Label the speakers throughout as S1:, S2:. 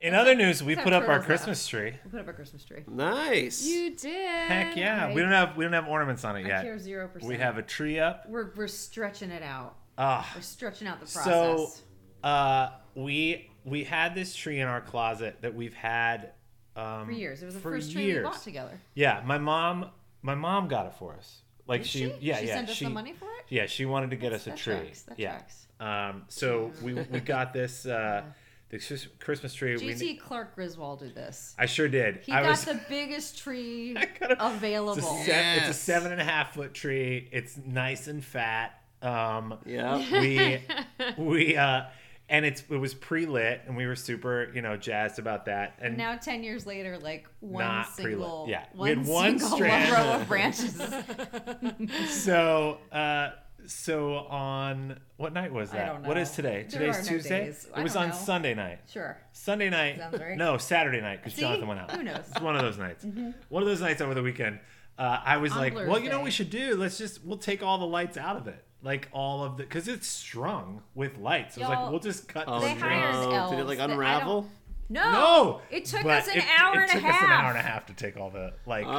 S1: In other news, we
S2: Let's
S1: put
S2: have
S1: up our
S2: turtles now.
S1: Christmas tree.
S2: We'll put up our Christmas tree.
S3: Nice.
S2: You did.
S1: Heck yeah!
S2: I-
S1: We don't have we don't have ornaments on it
S2: I
S1: yet.
S2: care zero percent.
S1: We have a tree up.
S2: We're we're stretching it out.
S1: Ah,
S2: We're stretching out the process.
S1: so uh, we we had this tree in our closet that we've had um,
S2: for years, it was the
S1: for
S2: first tree we
S1: years.
S2: bought together.
S1: Yeah, my mom my mom got it for us. Like
S2: Did
S1: she, yeah
S2: she
S1: yeah
S2: sent us
S1: she
S2: the money for it.
S1: yeah she wanted to get us a
S2: that
S1: tree.
S2: Tracks. That
S1: yeah.
S2: tracks.
S1: Um, so we we got this uh, the Chris- Christmas tree. We,
S2: GT Clark Griswold did this.
S1: I sure did.
S2: He
S1: I
S2: got
S1: was.
S2: the biggest tree
S1: I got a- It's a,
S2: available.
S1: seven, it's a
S3: Yes.
S1: seven and a half foot tree. It's nice and fat. Um,
S3: Yeah.
S1: we we uh, and it's it was pre lit, and we were super you know jazzed about that. And
S2: Now ten years later, like one
S1: Not pre-lit.
S2: single,
S1: Yeah. We
S2: one,
S1: had one
S2: single
S1: strand.
S2: row of branches.
S1: so uh, so on what night was
S2: I
S1: that?
S2: don't
S1: What
S2: know.
S1: is today?
S2: There
S1: Today's
S2: are no
S1: Tuesday.
S2: days. I
S1: It was
S2: don't
S1: on
S2: know.
S1: Sunday night.
S2: sure.
S1: Sunday night.
S2: Sounds right.
S1: No, Saturday night because
S2: See?
S1: Jonathan went out.
S2: Who knows? Mm-hmm.
S1: It's one of those nights. One of those nights over the weekend. Uh, I was
S2: On
S1: like, well, you know what
S2: Thursday.
S1: we should do? Let's just, we'll take all the lights out of it. Like all of the, because it's strung with lights. I was like,
S2: Y'all,
S1: we'll just cut
S3: Oh,
S1: the
S2: They
S1: string.
S2: hired
S3: no. Did it
S2: elves
S3: like
S2: that I don't-
S3: unravel?
S2: No.
S1: No!
S2: It took
S1: But
S2: us an
S1: it-
S2: hour and
S1: it
S2: a
S1: took
S2: half.
S1: us an hour and a half to take all the, like,
S3: Oh,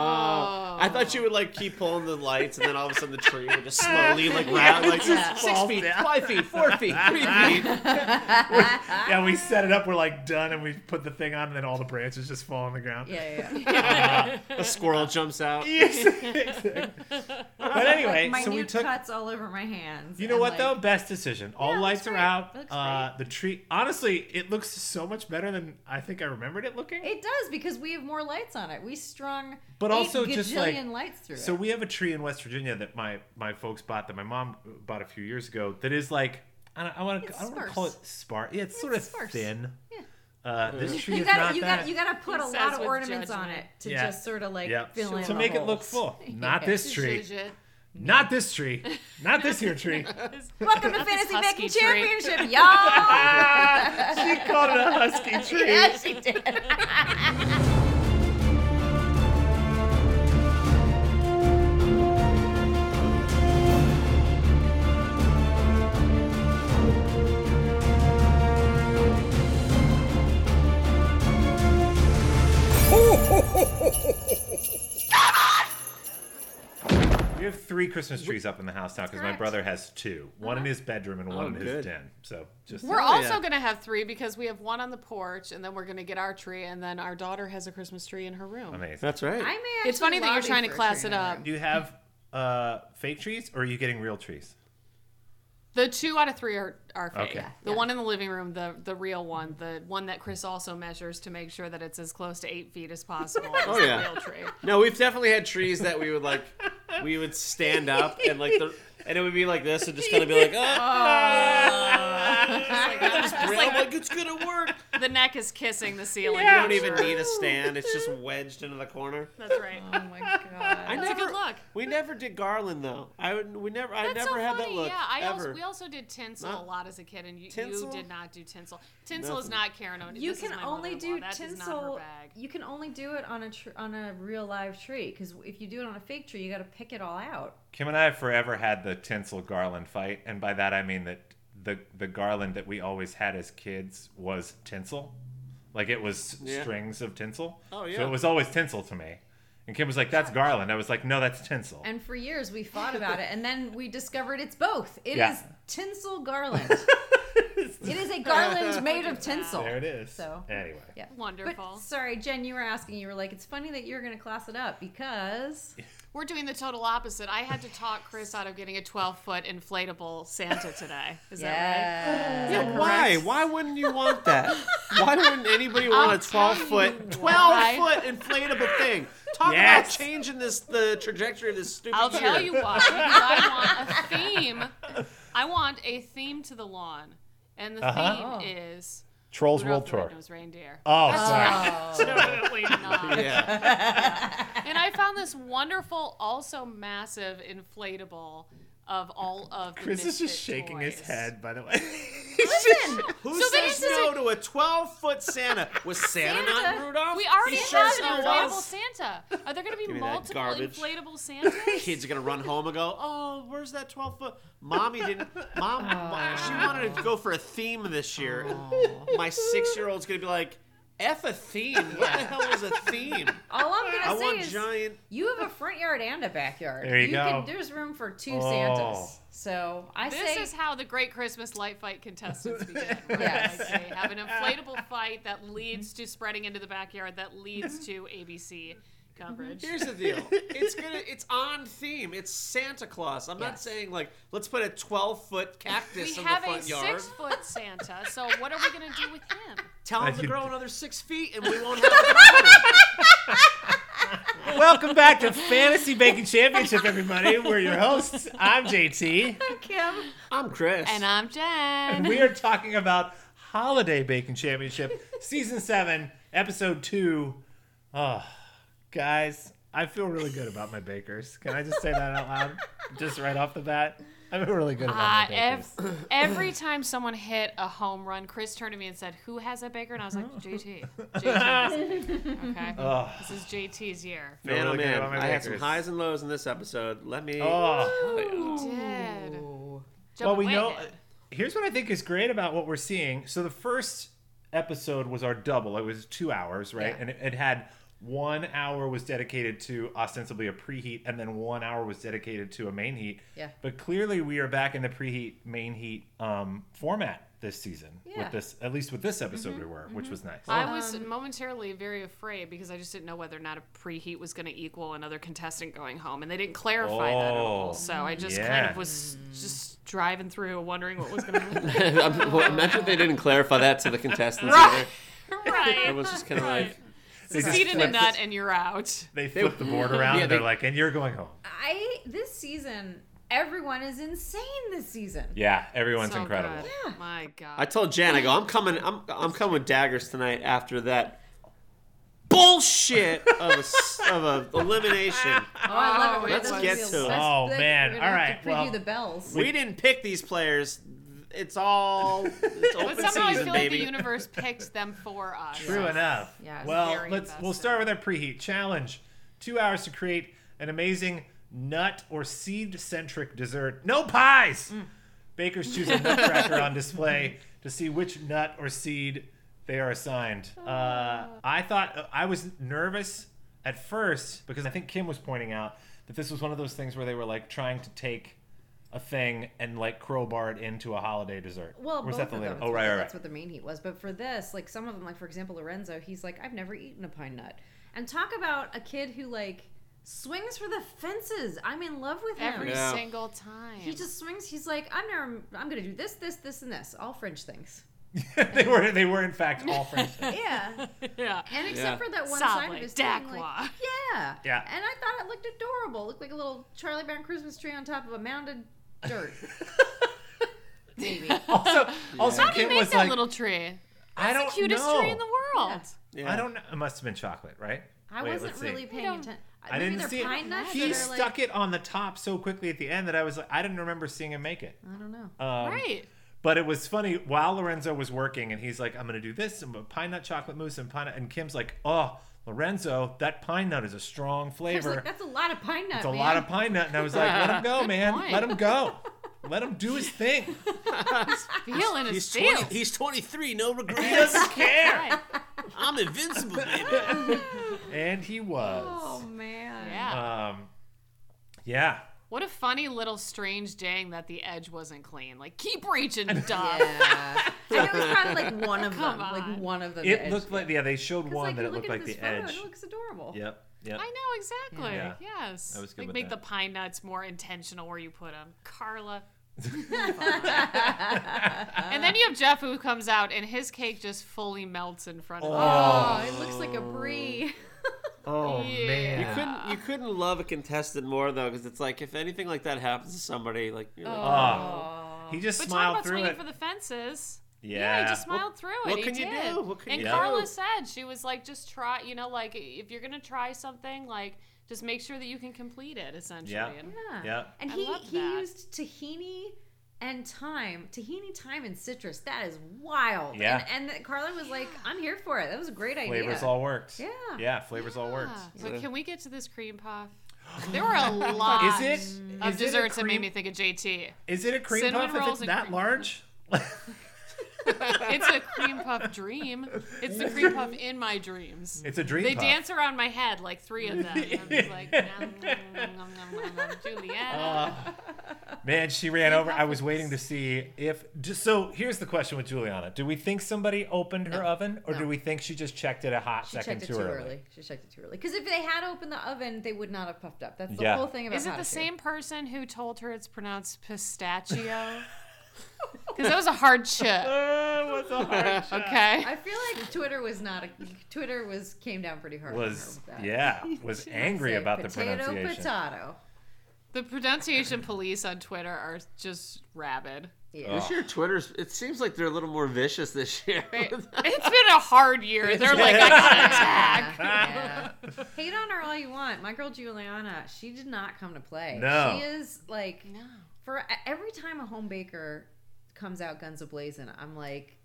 S3: I thought you would like keep pulling the lights, and then all of a sudden the tree would just slowly like round, like
S1: just
S3: six
S1: falls
S3: feet,
S1: down.
S3: five feet, four feet, three feet.
S1: yeah, we set it up. We're like done and we put the thing on and then all the branches just fall on the ground.
S2: Yeah, yeah. yeah.
S3: A squirrel jumps out.
S1: Yes, exactly. But anyway,
S2: like,
S1: so we
S2: minute
S1: took
S2: cuts all over my hands.
S1: You know
S2: and,
S1: what
S2: like,
S1: though? Best decision. All
S2: it looks
S1: lights are
S2: great.
S1: out.
S2: It looks
S1: Uh, the tree. Honestly, it looks so much better than I think I remembered it looking.
S2: It does because we have more lights on it. We strung
S1: But
S2: eight
S1: also just, like-
S2: gajillion lights through
S1: so
S2: it.
S1: we have a tree in West Virginia that my my folks bought that my mom bought a few years ago. That is like I don't, I want
S2: It's
S1: to I don't want to call it
S2: sparse.
S1: sparse. Yeah, it's, sort of
S2: It's sparse.
S1: thin.
S2: Yeah.
S1: Uh, this tree
S2: You
S1: is
S2: gotta,
S1: not
S2: you
S1: that.
S2: gotta, you gotta put
S4: He
S2: a
S4: says
S2: lot of
S4: with
S2: ornaments on it
S4: judgment.
S2: to
S1: Yeah.
S2: just sort of like
S1: Yep.
S2: fill in
S1: to
S2: the
S1: make it look
S2: holes.
S1: full. Not this tree.
S4: Zhuzh it.
S1: Not this tree. Not this here tree.
S2: Welcome to
S4: Not this
S2: Fantasy
S4: husky
S2: Making
S4: tree.
S2: Championship, y'all!
S1: Ah, she called it a husky tree.
S2: yeah, she did.
S1: We have three Christmas trees up in the house now because my
S2: correct. Uh-huh.
S1: brother has two. One in his bedroom and one in his
S3: Oh, good.
S1: den. So just
S4: We're
S3: Oh,
S4: also
S3: yeah.
S4: gonna have three because we have one on the porch, and then we're gonna get our tree, and then our daughter has a Christmas tree in her room.
S1: amazing.
S3: That's right.
S2: I may actually
S4: It's funny that you're
S2: lobby
S4: trying to
S2: for a
S4: class
S2: tree
S4: it
S2: in our
S4: up.
S2: room.
S1: Do you have uh, fake trees or are you getting real trees?
S4: The two out of three are, are fake.
S1: Okay.
S4: The one in the living room, the the real one, the one that Chris also measures to make sure that it's as close to eight feet as possible.
S3: Oh,
S4: is the
S3: yeah.
S4: real tree.
S3: No, we've definitely had trees that we would like, we would stand up and like, the, and it would be like this and just kind of be like, oh,
S4: It's like, I'm just-
S3: I'm like, it's gonna work.
S4: the neck is kissing the ceiling.
S3: You
S1: Yeah.
S3: don't even need a stand; it's just wedged into the corner.
S4: That's right.
S2: Oh my god.
S3: I
S4: That's a good look.
S3: We never did garland though. I would, we never, I
S4: That's
S3: never
S4: so
S3: had
S4: funny.
S3: that look
S4: yeah, I
S3: ever.
S4: also we also did tinsel
S3: Not-
S4: a lot as a kid, and you,
S3: Tinsel?
S4: you did not do tinsel. Tinsel is
S3: Nothing.
S4: not Karen. Owen.
S2: You
S4: This is
S2: can
S4: my
S2: only do
S4: mother-in-law. That is not her
S2: tinsel.
S4: bag.
S2: You can only do it on a tr- on a real live tree because if you do it on a fake tree, you got to pick it all out.
S1: Kim and I have forever had the tinsel garland fight. And by that, I mean that the, the garland that we always had as kids was tinsel. Like it was
S3: Yeah.
S1: strings of tinsel.
S3: Oh,
S1: So
S3: yeah.
S1: it was always tinsel to me. And Kim was like, that's garland. I was like, no, that's tinsel.
S2: And for years we fought about it, and then we discovered it's both. It is
S1: Yeah.
S2: tinsel garland. it is a garland made of tinsel.
S1: there it is.
S2: So-
S1: anyway.
S2: Yeah.
S4: Wonderful.
S2: But sorry, Jen, you were asking. You were like, it's funny that you're going to class it up because
S4: We're doing the total opposite. I had to talk Chris out of getting a 12 foot inflatable Santa today. Is
S2: yeah,
S3: Yeah, why? Why wouldn't you want that? Why wouldn't anybody want a twelve foot, twelve
S4: why.
S3: foot inflatable thing? Talk
S1: Yes.
S3: about changing this, the trajectory of this stupid
S4: that right? I'll
S3: year.
S4: tell you why. Because I want a theme. I want a theme to the lawn. And the
S2: Oh.
S1: Uh-huh.
S4: theme is
S1: Trolls
S4: Rudolph
S1: World
S4: the
S1: Tour.
S4: Red-Nosed Reindeer.
S1: Oh, sorry.
S4: Definitely not.
S3: Yeah.
S4: And I found this wonderful, also massive inflatable of all of the
S1: Chris is just
S4: Misfit
S1: shaking his
S4: toys.
S1: head, by the way.
S3: Who
S4: So then
S3: says
S4: this is
S3: no
S4: a-
S3: to a 12 foot Santa? Was Santa, not
S2: Santa.
S3: in Rudolph?
S4: We already
S3: He
S4: have
S3: sure
S4: an
S3: as
S4: inflatable
S3: hell does.
S4: Santa. Are there going to be
S3: me that
S4: multiple
S3: garbage.
S4: inflatable Santas?
S3: Kids are gonna run home and go, "Oh, where's that 12 foot?" Mommy didn't. Mom,
S2: Oh.
S3: she wanted to go for a theme this year. My six year old's gonna be like, F a theme. What the hell is a theme?
S2: All I'm gonna
S3: I
S2: say
S3: want
S2: is
S3: giant.
S2: you have a front yard and a backyard.
S5: There you
S2: Can,
S5: go.
S2: there's room for two
S5: Oh.
S2: Santas. So I
S4: This
S2: say
S4: is how the Great Christmas Light Fight contestants begin. Right?
S2: Yes.
S4: Like they have an inflatable fight that leads to spreading into the backyard, that leads to ABC coverage.
S3: Here's the deal. It's gonna. It's on theme. It's Santa Claus. I'm not
S2: Yes.
S3: saying like let's put a 12 foot cactus
S4: We
S3: in the
S4: have a
S3: front yard.
S4: six foot Santa, so what are we going to do with him?
S3: Tell
S5: I
S3: him to
S5: could-
S3: grow another six feet, and we won't have a problem.
S1: Welcome back to Fantasy Baking Championship, everybody. We're your hosts. I'm JT.
S2: Kim.
S3: I'm Chris.
S4: And I'm Jen.
S1: And we are talking about Holiday Baking Championship, Season 7, Episode 2. Oh, guys, I feel really good about my bakers. Can I just say that out loud? Just right off the bat? I feel really good about
S4: Uh,
S1: my
S4: ev-
S1: bakers.
S4: every time someone hit a home run, Chris turned to me and said, "Who has a baker?" And I was like, "JT." JT. okay, this is JT's year.
S5: Feel
S3: man, oh
S5: really good
S3: man,
S5: about my
S3: I had some
S5: Lakers.
S3: highs and lows in this episode. Let me.
S1: Oh.
S4: You did.
S1: Well,
S4: Jumping
S1: we
S4: way
S1: know.
S4: ahead.
S1: Here's what I think is great about what we're seeing. So the first episode was our double. It was two hours, right?
S2: Yeah.
S1: And it, it had one hour was dedicated to ostensibly a preheat, and then one hour was dedicated to a main heat.
S2: Yeah.
S1: But clearly, we are back in the preheat main heat um, format this season.
S2: Yeah.
S1: With this, at least with this episode, we were, which was nice.
S4: I was momentarily very afraid because I just didn't know whether or not a preheat was going to equal another contestant going home, and they didn't clarify that at all.
S1: Oh,
S4: So I just kind
S1: yeah.
S4: of was just driving through, wondering what was going to happen.
S3: I'm- well, imagine they didn't clarify that to the contestants
S4: Right.
S3: either.
S4: right.
S3: It was just kind of like.
S1: they just
S4: Seed in a
S1: flipped-
S4: nut, and you're out.
S1: They flip the board around,
S3: Yeah,
S1: and they're
S3: they-
S1: like, "And you're going home."
S2: I this season everyone is insane this season.
S1: Yeah, everyone's
S4: So
S1: incredible.
S4: good. My God.
S3: I told Jan, I go, I'm coming, I'm, I'm coming with daggers tonight after that bullshit of a, s- of a elimination.
S2: Oh, I love it. We're
S4: Let's
S2: gonna
S3: get
S2: have
S3: to it.
S2: that's-
S1: Oh,
S2: that-
S1: man.
S2: we're gonna have
S1: Alright,
S2: To preview
S1: well-
S2: the bells.
S3: We didn't pick these players. It's all it's open
S4: But somehow I
S3: season,
S4: feel like the
S3: baby.
S4: universe picked them for us.
S1: True enough.
S2: Yes.
S1: Well,
S4: Very
S1: let's we'll
S4: invested.
S1: start with our preheat challenge. Two hours to create an amazing nut or seed centric dessert. No pies.
S2: Mm.
S1: Bakers choose a nutcracker on display to see which nut or seed they are assigned.
S2: Ah.
S1: Uh, I thought I was nervous at first because I think Kim was pointing out that this was one of those things where they were like trying to take a thing and like crowbar it into a holiday dessert.
S2: Well,
S1: or was
S2: both
S1: that the
S2: of
S1: later?
S2: them.
S1: Oh, right, right,
S2: That's
S1: right.
S2: what the main heat was. But for this, like some of them, like for example, Lorenzo, he's like, I've never eaten a pine nut. And talk about a kid who like swings for the fences. I'm in love with him.
S4: Every
S3: Yeah.
S4: single time.
S2: He just swings. He's like, I'm never. I'm gonna do this, this, this, and this. All French things.
S1: they were they were in fact all French.
S2: Yeah.
S4: yeah.
S2: And
S3: Yeah.
S2: except for that one side of
S4: Solid.
S2: his thing,
S4: Daqua.
S2: like, yeah.
S1: Yeah.
S2: And I thought it looked adorable. It looked like a little Charlie Brown Christmas tree on top of a mounded dirt. Maybe.
S1: also, also
S4: How do you
S1: Kim
S4: make
S1: was
S4: that
S1: like, "Oh,
S4: little tree?
S1: I don't
S4: It's the cutest
S1: know.
S4: tree in the world.
S3: Yeah.
S1: I don't know. It must have been chocolate, right?
S2: I
S1: Wait,
S2: wasn't
S1: let's see.
S2: really paying
S4: don't-
S2: attention.
S1: I didn't
S2: they're
S1: see it.
S2: pine nuts
S1: He
S2: that are, like-
S1: stuck it on the top so quickly at the end that I was like, I didn't remember seeing him make it.
S2: I don't know.
S1: Um,
S4: Right.
S1: But it was funny while Lorenzo was working, and he's like, "I'm gonna do this and pine nut chocolate mousse and pine nut," and Kim's like, "Oh, Lorenzo, that pine nut is a strong
S2: I was
S1: flavor.
S2: like, that's a lot of pine nut.
S1: it's a lot of pine nut." And I was like, "Let him go, man.
S4: point.
S1: Let him go. Let him do his thing.
S4: Feeling
S3: He's
S4: his
S3: twenty.
S4: feels.
S3: He's twenty three. No
S1: He
S3: regrets.
S1: doesn't care."
S4: Right.
S3: I'm invincible, baby.
S1: And he was.
S2: Oh man.
S4: Yeah.
S1: Um, yeah.
S4: what a funny little strange dang that the edge wasn't clean. Like, keep reaching, duh.
S2: Yeah. and it was probably like one of
S4: Come
S2: them. Like
S4: on.
S2: one of them.
S1: It
S2: edged
S1: looked like yeah. They showed
S2: 'Cause,
S1: one
S2: like,
S1: that
S2: you
S1: it
S2: look
S1: looked
S2: at
S1: like
S2: this
S1: the
S2: photo,
S1: edge.
S2: It looks adorable.
S1: Yep. Yep.
S4: I know, exactly.
S1: Yeah.
S4: Yes.
S5: I was good
S4: like,
S5: with
S4: make
S5: that.
S4: the pine nuts more intentional where you put them. Carla. and then you have Jeff who comes out and his cake just fully melts in front of him.
S2: Oh, it looks like a brie.
S1: Oh
S4: Yeah.
S3: You couldn't. You couldn't love a contestant more though, because it's like if anything like that happens to somebody, like you're like,
S1: Oh. He just
S4: But talk
S1: smiled
S4: about
S1: through
S4: swinging
S1: it.
S4: for the fences.
S1: yeah.
S4: he just smiled through it.
S3: what
S4: he
S3: can you
S4: did.
S3: do? What can
S4: and
S3: you
S4: Carla
S3: do?
S4: said she was like, just try. You know, like if you're gonna try something, like just make sure that you can complete it. Essentially.
S1: Yeah.
S4: And
S2: Yeah.
S1: Yep.
S2: And
S4: I
S2: he
S4: love
S2: he
S4: that.
S2: used tahini and thyme, tahini, thyme, and citrus. That is wild.
S1: Yeah.
S2: And, and Carla was like, "I'm here for it. That was a great idea."
S1: Flavors all worked.
S2: Yeah.
S1: Yeah. Flavors all worked.
S4: Ah, But can we get to this cream puff? There were a lot
S1: Is it? Is
S4: of
S1: it a
S4: desserts that made
S1: cream-
S4: me think of JT.
S1: Is it a cream
S4: Cinnamon
S1: puff if
S4: rolls
S1: it's
S4: and
S1: that
S4: cream.
S1: large?
S4: It's a cream puff dream. It's the cream puff in my dreams.
S1: It's a dream.
S4: They
S1: puff.
S4: dance around my head like three of them. I'm just like, nom, nom, nom, nom, nom, Juliet.
S1: Man, she ran over. I was waiting to see if. j- So here's the question with Juliana: Do we think somebody opened her oven, or do
S2: no.
S1: we think she just checked it a hot
S2: She
S1: second
S2: checked it too early. She checked it too early. Because if they had opened the oven, they would not have puffed up. That's the
S1: Yeah.
S2: whole thing about
S4: Is it the
S2: Hatasu.
S4: same person who told her it's pronounced pistachio? Because that was a hard chip.
S1: Uh, what's a hard shot?
S4: Okay.
S2: I feel like Twitter was not a Twitter was came down pretty hard. on her
S1: Was
S2: with that.
S1: yeah, was angry
S2: Say
S1: about the
S2: potato,
S1: pronunciation.
S2: Potato.
S4: The pronunciation police on Twitter are just rabid.
S2: Yeah.
S3: This year, Twitter's. It seems like they're a little more vicious this year.
S4: They- It's been a hard year. They're like, I gotta attack.
S2: Yeah. yeah. Hate on her all you want. My girl Juliana, she did not come to play.
S1: No.
S2: She is like
S4: No.
S2: for e, every time a home baker comes out guns ablazing, I'm like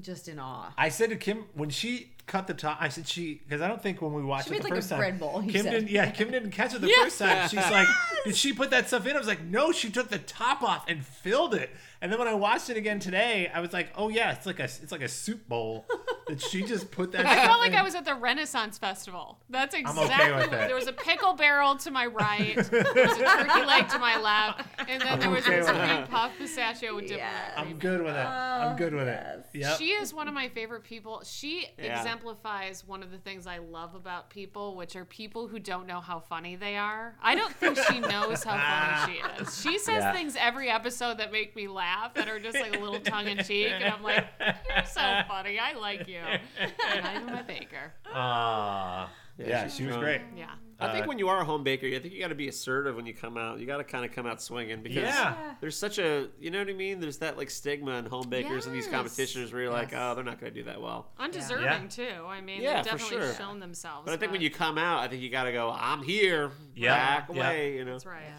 S2: just in awe.
S1: I said to Kim when she cut the top. I said she because I don't think when we watched
S2: She
S1: it
S2: made
S1: the
S2: like a
S1: first time.
S2: bread bowl, you
S1: Kim
S2: said.
S1: didn't. Yeah, Kim didn't catch it the
S4: Yeah.
S1: first time. She's like, did she put that stuff in? I was like, no, she took the top off and filled it. And then when I watched it again today, I was like, oh yeah, it's like a it's like a soup bowl that she just put that.
S4: I felt like I was at the Renaissance Festival. That's
S1: okay
S4: exactly
S1: with
S4: what-
S1: that.
S4: there was a pickle barrel to my right, there was a turkey leg to my left, and then there was
S1: okay
S4: this
S1: with
S4: cream
S1: that.
S4: puff pistachio with dip. in
S2: Yes.
S4: it.
S1: I'm good with it.
S2: Oh,
S1: I'm good with it. Yep.
S4: She is one of my favorite people. She
S3: Yeah.
S4: exemplifies one of the things I love about people, which are people who don't know how funny they are. I don't think she knows how funny she is. She says
S1: Yeah.
S4: things every episode that make me laugh that are just like a little tongue in cheek, and I'm like, "You're so funny. I like you." And I'm a baker.
S1: Ah, yeah,
S3: she's
S1: she was
S3: strong.
S1: great.
S4: Yeah.
S3: I
S1: Uh,
S3: think when you are a home baker, I think you got to be assertive when you come out. You got to kind of come out swinging because
S1: Yeah.
S3: there's such a, you know what I mean? There's that like stigma in home bakers and these
S4: Yes.
S3: competitions where you're like,
S2: Yes.
S3: oh, they're not going to do that well.
S4: Undeserving
S1: Yeah.
S4: too. I mean,
S3: Yeah,
S4: they've
S3: for
S4: definitely
S3: sure.
S4: shown themselves.
S3: But I think when you come out, I think you got to go, I'm here,
S1: Yeah.
S3: back
S1: Yeah.
S3: away, you know?
S4: that's right.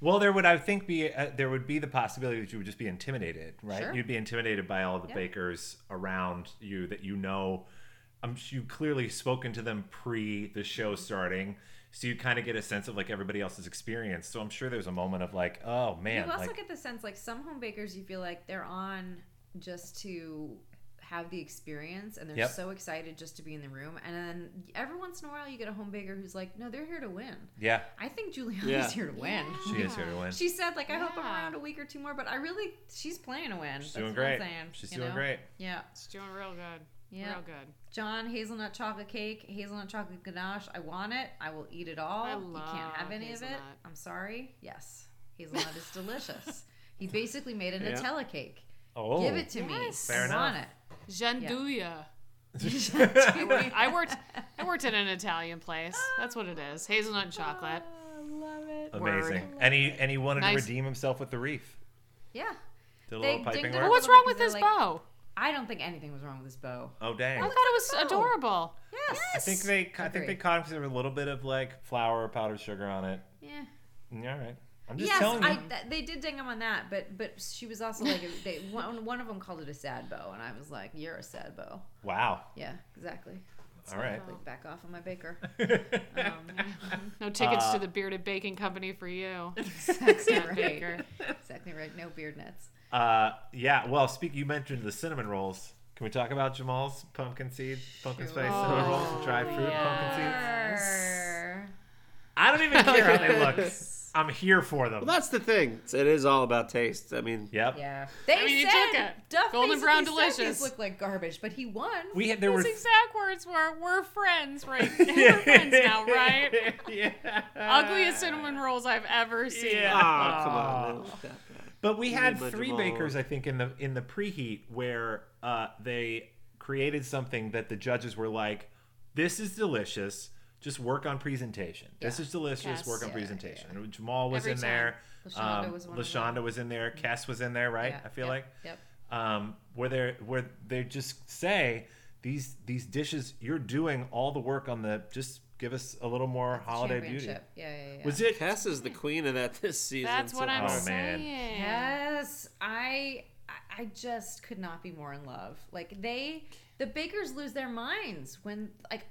S1: Well, there would I think be uh, there would be the possibility that you would just be intimidated, right?
S2: Sure.
S1: You'd be intimidated by all the
S2: Yeah.
S1: bakers around you that you know. Um, you've clearly spoken to them pre the show
S2: Mm-hmm.
S1: starting, so you kind of get a sense of like everybody else's experience. So I'm sure there's a moment of like, oh man,
S2: you also
S1: like
S2: get the sense like some home bakers you feel like they're on just to have the experience and they're
S1: Yep.
S2: so excited just to be in the room and then every once in a while you get a home baker who's like no they're here to win
S1: yeah,
S2: i think juliana's
S3: Yeah.
S2: here to win
S1: she is here to win.
S2: she said like i hope i'm
S4: Yeah.
S2: around a week or two more but i really she's playing to win
S1: She's
S2: That's
S1: doing
S2: what I'm
S1: great.
S2: saying,
S1: She's
S2: you
S1: doing
S2: know?
S1: great.
S2: yeah
S4: It's doing real good.
S2: Yeah.
S4: Real good.
S2: john hazelnut chocolate cake hazelnut chocolate ganache i want it i will eat it all
S4: I
S2: you can't have
S4: love
S2: any of it
S4: hazelnut.
S2: i'm sorry yes hazelnut is delicious he basically made a
S3: Yeah.
S2: nutella cake
S1: Oh,
S2: Give it to me.
S4: Yes.
S1: Fair
S2: I
S1: enough.
S2: want it.
S4: Janduia.
S2: I
S4: I worked I worked at an Italian place. That's what it is. Hazelnut and chocolate.
S2: Ah, love it.
S1: Oh, amazing. And he and he wanted
S4: Nice.
S1: to redeem himself with the reef.
S2: Yeah.
S1: Did a
S2: They
S1: little piping
S2: dinged
S1: work.
S2: it
S4: Well, what's
S2: Like,
S4: wrong with
S2: they're
S4: this
S2: like-
S4: bow?
S2: I don't think anything was wrong with this bow.
S1: Oh dang.
S4: I thought it was
S2: bow.
S4: adorable.
S2: Yes.
S1: I think they I think
S2: Agree.
S1: they caught him with a little bit of like flour, or powdered sugar on it.
S2: Yeah.
S1: Yeah, all right. I'm just
S2: Yes,
S1: telling you.
S2: I, th- they did ding him on that, but but she was also like they one, one of them called it a sad bow, and I was like, "You're a sad bow."
S1: Wow.
S2: Yeah, exactly.
S1: All right.
S2: Like back off on my baker.
S4: No tickets
S1: Uh,
S4: to the bearded baking company for you.
S2: Exactly
S4: Sad
S2: right.
S4: baker.
S2: Exactly right. No beard nets.
S1: Uh, yeah. Well, speak. You mentioned the cinnamon rolls. Can we talk about Jamal's pumpkin seed, pumpkin spice cinnamon rolls,
S2: Oh,
S1: and dried fruit pumpkin seeds?
S2: Err.
S1: I don't even care how they look. I'm here for them.
S3: Well, that's the thing. It's- It is all about taste. I mean,
S1: yep.
S2: Yeah. They
S4: mean, you
S2: said
S4: took it.
S2: Duff
S4: Golden brown
S2: basically said
S4: delicious.
S2: These look like garbage, but he won.
S1: We had there were
S4: His exact words were, "We're friends, right? We're friends now, right?
S1: yeah.
S4: Ugliest cinnamon rolls I've ever seen."
S1: Yeah.
S3: ah, come on. man.
S1: But we had
S3: need my
S1: three
S3: Jamal.
S1: bakers, I think, in the in the preheat where uh, they created something that the judges were like, "This is delicious. Just work on presentation. This is delicious.
S4: Yes.
S1: Work on
S2: Yeah,
S1: presentation." And Jamal was
S4: Every
S1: in
S4: time.
S1: there.
S2: Lashonda
S1: um,
S2: was one of
S1: Lashonda was in there. Cass was in there, right?
S2: Yeah,
S1: I feel
S2: yep,
S1: like
S2: Yep.
S1: um, where they where they just say these these dishes. You're doing all the work on the. Just give us a little more holiday beauty.
S2: Championship. Yeah, yeah, yeah.
S1: Was it?
S3: Cass is the queen of that this season.
S4: That's what
S3: so
S4: I'm
S1: Oh, man.
S4: saying.
S2: Yes, I I- I just could not be more in love. Like they the bakers lose their minds when like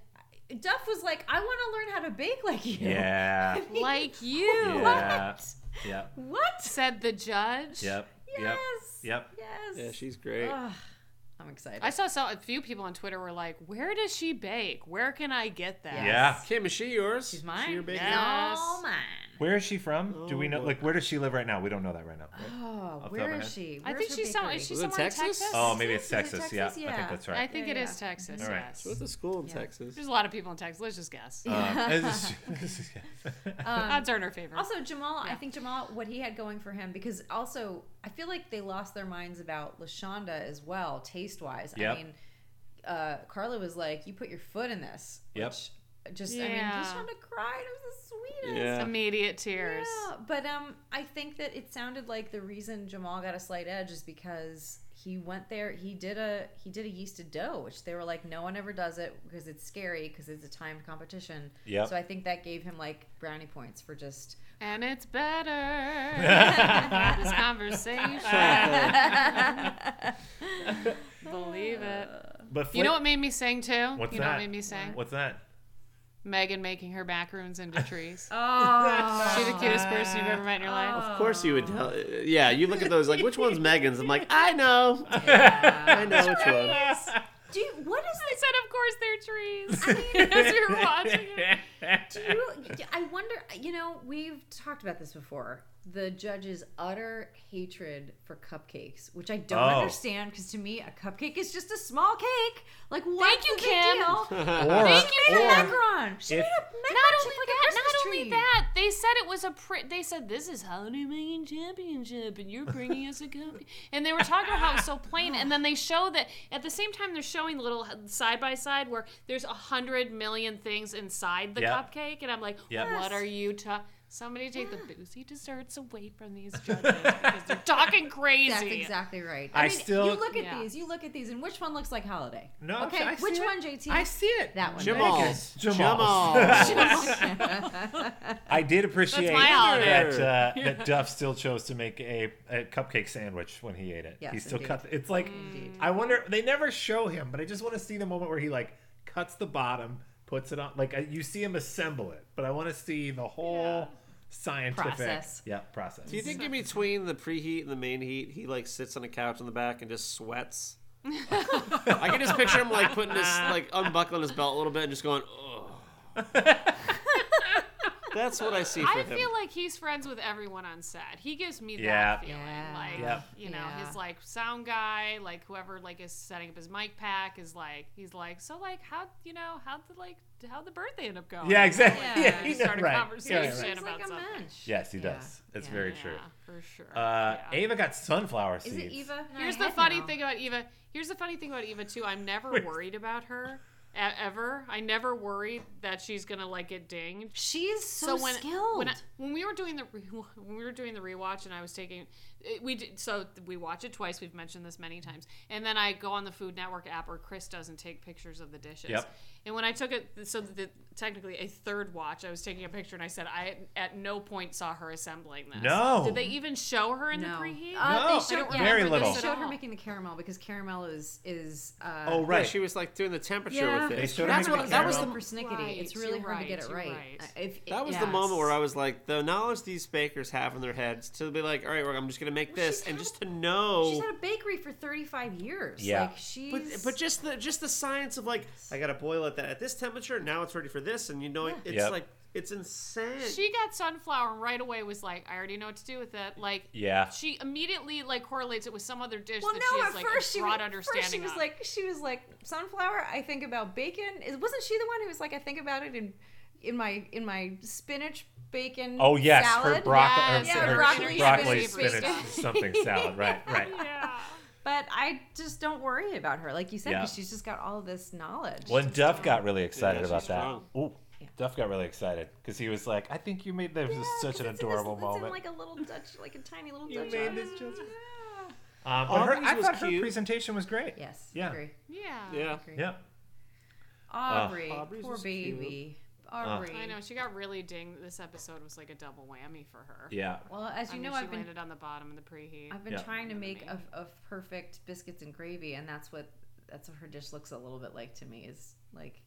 S2: Duff was like, "I want to learn how to bake like you."
S1: Yeah.
S4: Like you
S1: yeah. Yep.
S2: What?
S4: said, the judge.
S1: Yep.
S2: Yes.
S1: Yep. Yep.
S2: Yes.
S3: Yeah, she's great.
S2: Ugh. I'm excited.
S4: I saw some, a few people on Twitter were like, "Where does she bake? Where can I get that?"
S1: Yeah.
S3: Kim, is she yours?
S2: She's
S3: She
S2: mine.
S3: your big
S2: It's
S4: Yeah.
S2: all mine.
S1: Where is she from? Do we know?
S3: boy.
S1: Like, where does she live right now? We don't know that right
S4: Uh,
S1: now. right?
S2: Oh,
S1: top of
S2: where
S1: my
S2: is
S1: head.
S2: she?
S4: I
S2: Where's
S4: think
S2: her
S4: she's somewhere.
S2: bakery?
S4: She's
S3: Was it
S4: somewhere in
S3: Texas?
S4: Texas.
S1: Oh, maybe
S2: Texas,
S1: it's Texas.
S2: is it Texas?
S1: Yeah, I think
S2: Yeah.
S1: that's
S4: I
S1: right.
S4: think
S2: Yeah,
S4: it is
S2: yeah.
S4: Texas.
S1: All right.
S4: Yes.
S3: What's the school in
S2: Yeah.
S3: Texas?
S4: There's a lot of people in Texas. Let's just guess. Uh,
S1: Um, it's-
S2: Um,
S4: Odds are in her favor.
S2: also, Jamal, I
S4: Yeah.
S2: think Jamal, what he had going for him, because also I feel like they lost their minds about Lashonda as well, taste wise.
S1: Yep.
S2: I mean, uh, Carla was like, "You put your foot in this."
S1: Yep.
S2: Which just, I mean,
S4: Yeah.
S2: Lashonda cried. It was the sweetest.
S3: yeah.
S4: Immediate tears.
S2: Yeah, but um, I think that it sounded like the reason Jamal got a slight edge is because he went there. He did a he did a yeasted dough, which they were like, no one ever does it because it's scary because it's a timed competition.
S1: Yep.
S2: So I think that gave him like brownie points for just.
S4: And it's better. than this conversation. Believe it.
S1: but
S4: You know
S1: Flint-
S4: what made me sing too?
S1: What's
S4: you know
S1: that?
S4: what made me sing?
S1: What's that?
S4: Megan making her back rooms into trees.
S2: Oh,
S4: She's the cutest person you've ever met in your life.
S3: Of course you would tell. uh, Yeah, you look at those like, which one's Megan's? I'm like, I know. I know which one.
S2: do you, what is
S4: I
S2: this?
S4: said, of course they're trees. As we were watching it.
S2: Do you, I wonder. You know, we've talked about this before. The judge's utter hatred for cupcakes, which I don't
S1: Oh.
S2: understand, because to me, a cupcake is just a small cake. Like, what's
S4: you,
S2: the big
S4: Kim.
S2: deal?
S1: Or,
S2: She made a
S1: or
S2: macaron. She
S1: if-
S2: made a macaron
S4: Not
S2: shaped
S4: only
S2: like a
S4: that,
S2: Christmas
S4: not only
S2: tree.
S4: that, they said it was a pri- they said this is Honeymoon Championship and you're bringing us a cupcake. And they were talking about how it's so plain and then they show that at the same time they're showing little side by side where there's a hundred million things inside the
S1: Yep.
S4: cupcake and I'm like,
S1: Yep.
S4: what are you ta Somebody take the boozy desserts away from these judges because they're talking crazy.
S2: That's exactly right.
S1: I
S2: I, mean,
S1: still-
S2: you look at
S4: Yeah.
S2: these, you look at these, and which one looks like holiday?
S1: No,
S2: okay,
S1: I see
S2: which
S1: it.
S2: one, JT?
S1: I see it.
S2: that one.
S3: Jamal's.
S1: Jamal's.
S3: Jamal's.
S1: I did appreciate
S4: That's my
S1: that
S4: holiday.
S1: uh, that Duff still chose to make a, a cupcake sandwich when he ate it.
S2: Yes,
S1: he still
S2: indeed.
S1: cut. It's like I wonder. They never show him, but I just want to see the moment where he like cuts the bottom, puts it on. Like I- you see him assemble it, but I want to see the whole scientific
S2: Process.
S1: Yeah, process.
S3: Do you think in between the preheat and the main heat, he like sits on a couch in the back and just sweats? I can just picture him like putting his like unbuckling his belt a little bit and just going, oh. That's what I see for
S4: I
S3: him.
S4: feel like he's friends with everyone on set. He gives me
S1: Yeah.
S4: that feeling.
S2: Yeah.
S4: Like
S1: Yep.
S4: you know,
S2: Yeah.
S4: his like sound guy, like whoever like is setting up his mic pack is like he's like, so like how you know, how'd the like how'd the birthday end up going?
S1: Yeah, exactly.
S2: Yeah.
S1: Yeah,
S2: You
S1: he
S4: start
S1: knows-
S4: a
S1: right.
S4: conversation.
S1: Yeah,
S2: It's
S1: right.
S4: Shit
S2: like a
S4: about something.
S2: mensch.
S1: Yes, he
S2: Yeah.
S1: does. It's
S2: Yeah.
S1: very
S4: Yeah,
S1: true.
S4: for sure.
S1: Uh,
S4: Yeah.
S1: Ava got sunflower
S2: Is
S1: seeds.
S2: it Eva? In
S4: Here's
S2: my
S4: the
S2: head
S4: funny
S2: now.
S4: thing about Eva. Here's the funny thing about Eva too. I'm never worried about her e- ever. I never worry that she's gonna like get dinged.
S2: She's so,
S4: when,
S2: skilled.
S4: When, I, when we were doing the re- when we were doing the rewatch and I was taking it- we did, so we watch it twice. We've mentioned this many times. And then I go on the Food Network app where Chris doesn't take pictures of the dishes.
S1: Yep.
S4: And when I took it, so the, technically a third watch, I was taking a picture and I said I at no point saw her assembling this.
S1: No.
S4: Did they even show her in
S2: no,
S4: the preheat?
S2: Uh,
S1: No,
S2: they showed,
S1: I don't
S2: yeah,
S1: remember
S2: they
S1: this
S4: at
S2: showed her
S4: all.
S2: making the caramel because caramel is is. Uh,
S1: oh
S3: right.
S1: right.
S3: she was like doing the temperature
S2: Yeah.
S3: with
S1: They
S3: it.
S1: showed her
S3: That's
S1: making
S3: what,
S1: the
S3: that was
S1: caramel.
S3: the
S2: super snicky.
S4: Right,
S2: it's really
S4: you're
S2: hard to get it
S4: right,
S2: right.
S4: you're right.
S2: Uh, if-
S3: That was the
S2: yes.
S3: moment where I was like, the knowledge these bakers have in their heads to be like, all right, well, I'm just gonna make
S2: Well,
S3: this,
S2: she's
S3: and
S2: had-
S3: just to know.
S2: She's had a bakery for 35 years.
S1: Yeah.
S2: Like she's
S3: but, but just the just the science of like, I gotta boil it that at this temperature. Now it's ready for this, and you know, it's
S1: Yep.
S3: like it's insane.
S4: She got sunflower and right away was like, I already know what to do with it. Like,
S1: Yeah.
S4: she immediately like correlates it with some other dish
S2: well,
S4: that
S2: no.
S4: she has
S2: at
S4: like
S2: first
S4: a
S2: she,
S4: broad
S2: was,
S4: understanding
S2: first she was
S4: of.
S2: like she was like sunflower. I think about bacon. Is wasn't she the one who was like I think about it in in my in my spinach bacon?
S1: Oh yes,
S2: salad?
S1: her broccoli,
S4: Yes,
S1: her,
S4: yeah,
S1: her broccoli,
S4: broccoli,
S1: spinach,
S4: spinach,
S1: something salad. Right, right.
S4: yeah.
S2: But I just don't worry about her, like you said,
S1: Yeah.
S2: because she's just got all this knowledge.
S1: When Duff got really excited
S3: Yeah,
S1: about
S3: she's
S1: that,
S3: strong.
S1: ooh,
S2: Yeah.
S1: Duff got really excited because he was like, "I think you made this
S2: Yeah,
S1: such
S2: 'cause
S1: an
S2: it's in
S1: adorable
S2: this,
S1: moment."
S2: It's in like a little Dutch, like a tiny little
S1: you
S2: Dutch
S1: made
S2: oven.
S1: this just. Um, but her,
S3: Aubrey's
S1: I
S3: was
S1: thought her
S3: cute.
S1: presentation was great.
S2: Yes,
S1: Yeah.
S2: agree.
S4: Yeah.
S3: yeah.
S2: agree.
S1: Yeah.
S2: Aubrey,
S3: Aubrey's
S2: poor
S3: was cute.
S2: baby.
S1: Ah.
S2: Aubrey.
S4: I know she got really dinged. This episode was like a double whammy for her.
S1: Yeah.
S2: Well, as
S4: I
S2: you
S4: mean,
S2: know,
S4: she
S2: I've been
S4: landed on the bottom of the preheat.
S2: I've been
S1: Yeah.
S2: trying to make a, a perfect biscuits and gravy, and that's what that's what her dish looks a little bit like to me is like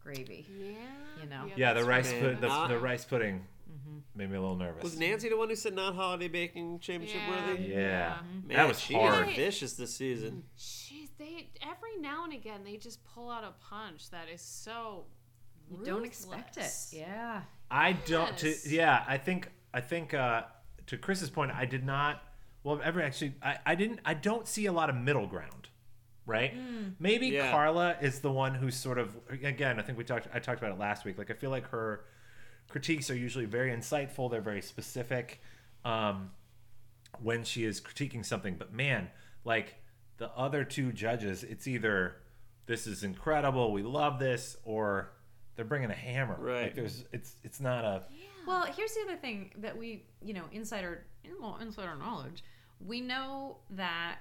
S2: gravy.
S4: yeah.
S2: You know.
S1: Yeah. The
S4: that's
S1: rice,
S4: right.
S1: pud- the,
S3: Uh,
S1: the rice pudding
S2: Mm-hmm.
S1: made me a little nervous.
S3: Was Nancy the one who said not holiday baking championship
S4: Yeah.
S3: worthy?
S1: yeah.
S4: Yeah.
S3: Man,
S1: That was
S3: she
S1: hard.
S3: is vicious this season.
S4: She's they every now and again they just pull out a punch that is so
S2: You don't expect it.
S4: ruthless.
S2: Yeah.
S1: I don't. To,
S4: Yes.
S1: yeah, I think I think uh, to Chris's point, I did not. Well, ever actually, I, I didn't. I don't see a lot of middle ground, right? Maybe
S3: Yeah.
S1: Carla is the one who's sort of again. I think we talked. I talked about it last week. Like I feel like her critiques are usually very insightful. They're very specific um, when she is critiquing something. But man, like the other two judges, it's either this is incredible, we love this, or they're bringing a hammer.
S3: Right.
S1: Like there's, it's it's not a
S2: Well, here's the other thing that we, you know, insider, well, insider knowledge. We know that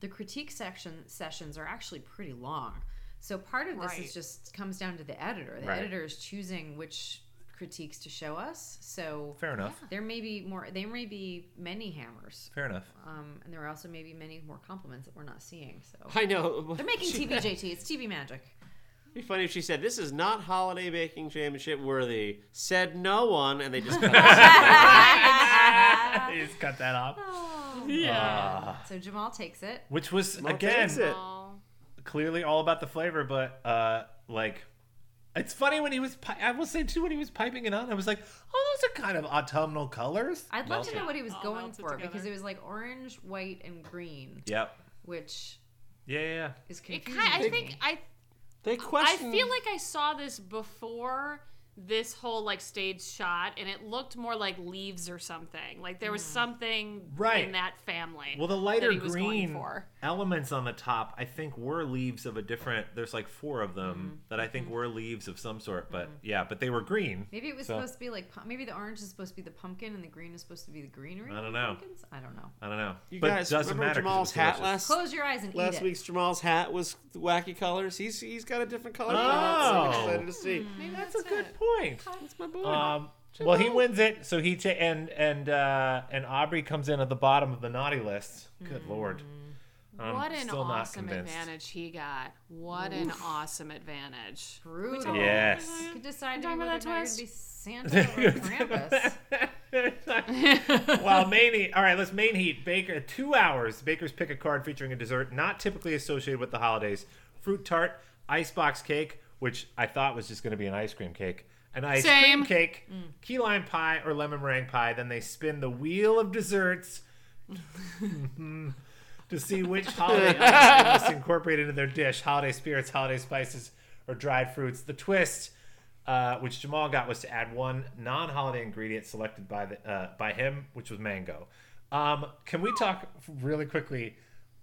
S2: the critique section sessions are actually pretty long. So part of this
S4: Right.
S2: is just comes down to the editor. The
S1: Right.
S2: editor is choosing which critiques to show us. So
S1: fair enough.
S2: there may be more. There may be many hammers,
S1: Fair enough.
S2: um, and there are also maybe many more compliments that we're not seeing. So
S3: I know.
S2: Mm. they're making
S3: She-
S2: TVJT. It's TV magic.
S3: It'd be funny if she said, "This is not holiday baking championship worthy." Said no one, and they just cut us.
S1: You just cut that off.
S4: Oh. Yeah.
S1: Ah.
S2: so Jamal takes it.
S1: Which was
S3: Well,
S1: again
S3: thanks, it.
S4: Oh.
S1: clearly all about the flavor, but uh, like. It's funny when he was. pi- I will say too when he was piping it on, I was like, "Oh, those are kind of autumnal colors."
S2: I'd love to know what he was
S4: All
S2: going
S4: melted
S2: for because
S4: together.
S2: it was like orange, white, and green,
S1: Yep.
S2: which
S1: Yeah, yeah, yeah.
S2: is
S4: It
S2: confusing.
S4: kind I
S2: to
S4: think
S2: me.
S4: I
S3: They
S4: I
S3: questioned.
S4: feel like I saw this before this whole like stage shot and it looked more like leaves or something. Like there was something
S1: Right.
S4: in that family.
S1: Well, the
S4: that
S1: lighter
S4: he was going
S1: green
S4: for.
S1: elements on the top, I think, were leaves of a different. There's like four of them
S4: Mm-hmm.
S1: that I think were leaves of some sort, but yeah, but they were green.
S2: maybe it was
S1: so-
S2: supposed to be like pu- maybe the orange is supposed to be the pumpkin and the green is supposed to be the greenery.
S1: I don't
S2: of
S1: know.
S2: Pumpkins? I don't know.
S1: I don't know.
S3: You
S1: but
S3: guys
S1: it doesn't
S3: remember
S1: matter. 'cause it was
S3: Jamal's hat
S1: delicious.
S3: last
S2: Close your eyes and eat
S3: last
S2: it.
S3: week's Jamal's hat was the wacky colors. He's he's got a different color.
S1: Oh.
S3: so I'm excited to see.
S2: Mm-hmm.
S1: That's a good point.
S3: That's my boy.
S1: Um, well, he wins it, so he ta- and and uh, and Aubrey comes in at the bottom of the naughty list. Good lord. I'm
S4: Mm. what an
S1: still not
S4: awesome
S1: convinced.
S4: advantage he got. What an awesome advantage.
S2: Brutal.
S1: Yes.
S2: You could decide to
S4: Talking
S2: whether
S4: about
S2: that
S4: that
S2: or not
S4: twist?
S2: you're gonna be Santa or Krampus.
S1: well, main heat. All right, let's main heat. Baker, two hours. Bakers pick a card featuring a dessert not typically associated with the holidays: fruit tart, icebox cake, which I thought was just going to be an ice cream cake, an ice
S4: Same.
S1: cream cake, key lime pie, or lemon meringue pie. Then they spin the wheel of desserts to see which holiday item is incorporated into their dish: holiday spirits, holiday spices, or dried fruits. The twist uh, which Jamal got was to add one non-holiday ingredient selected by the uh, by him, which was mango. Um, can we talk really quickly?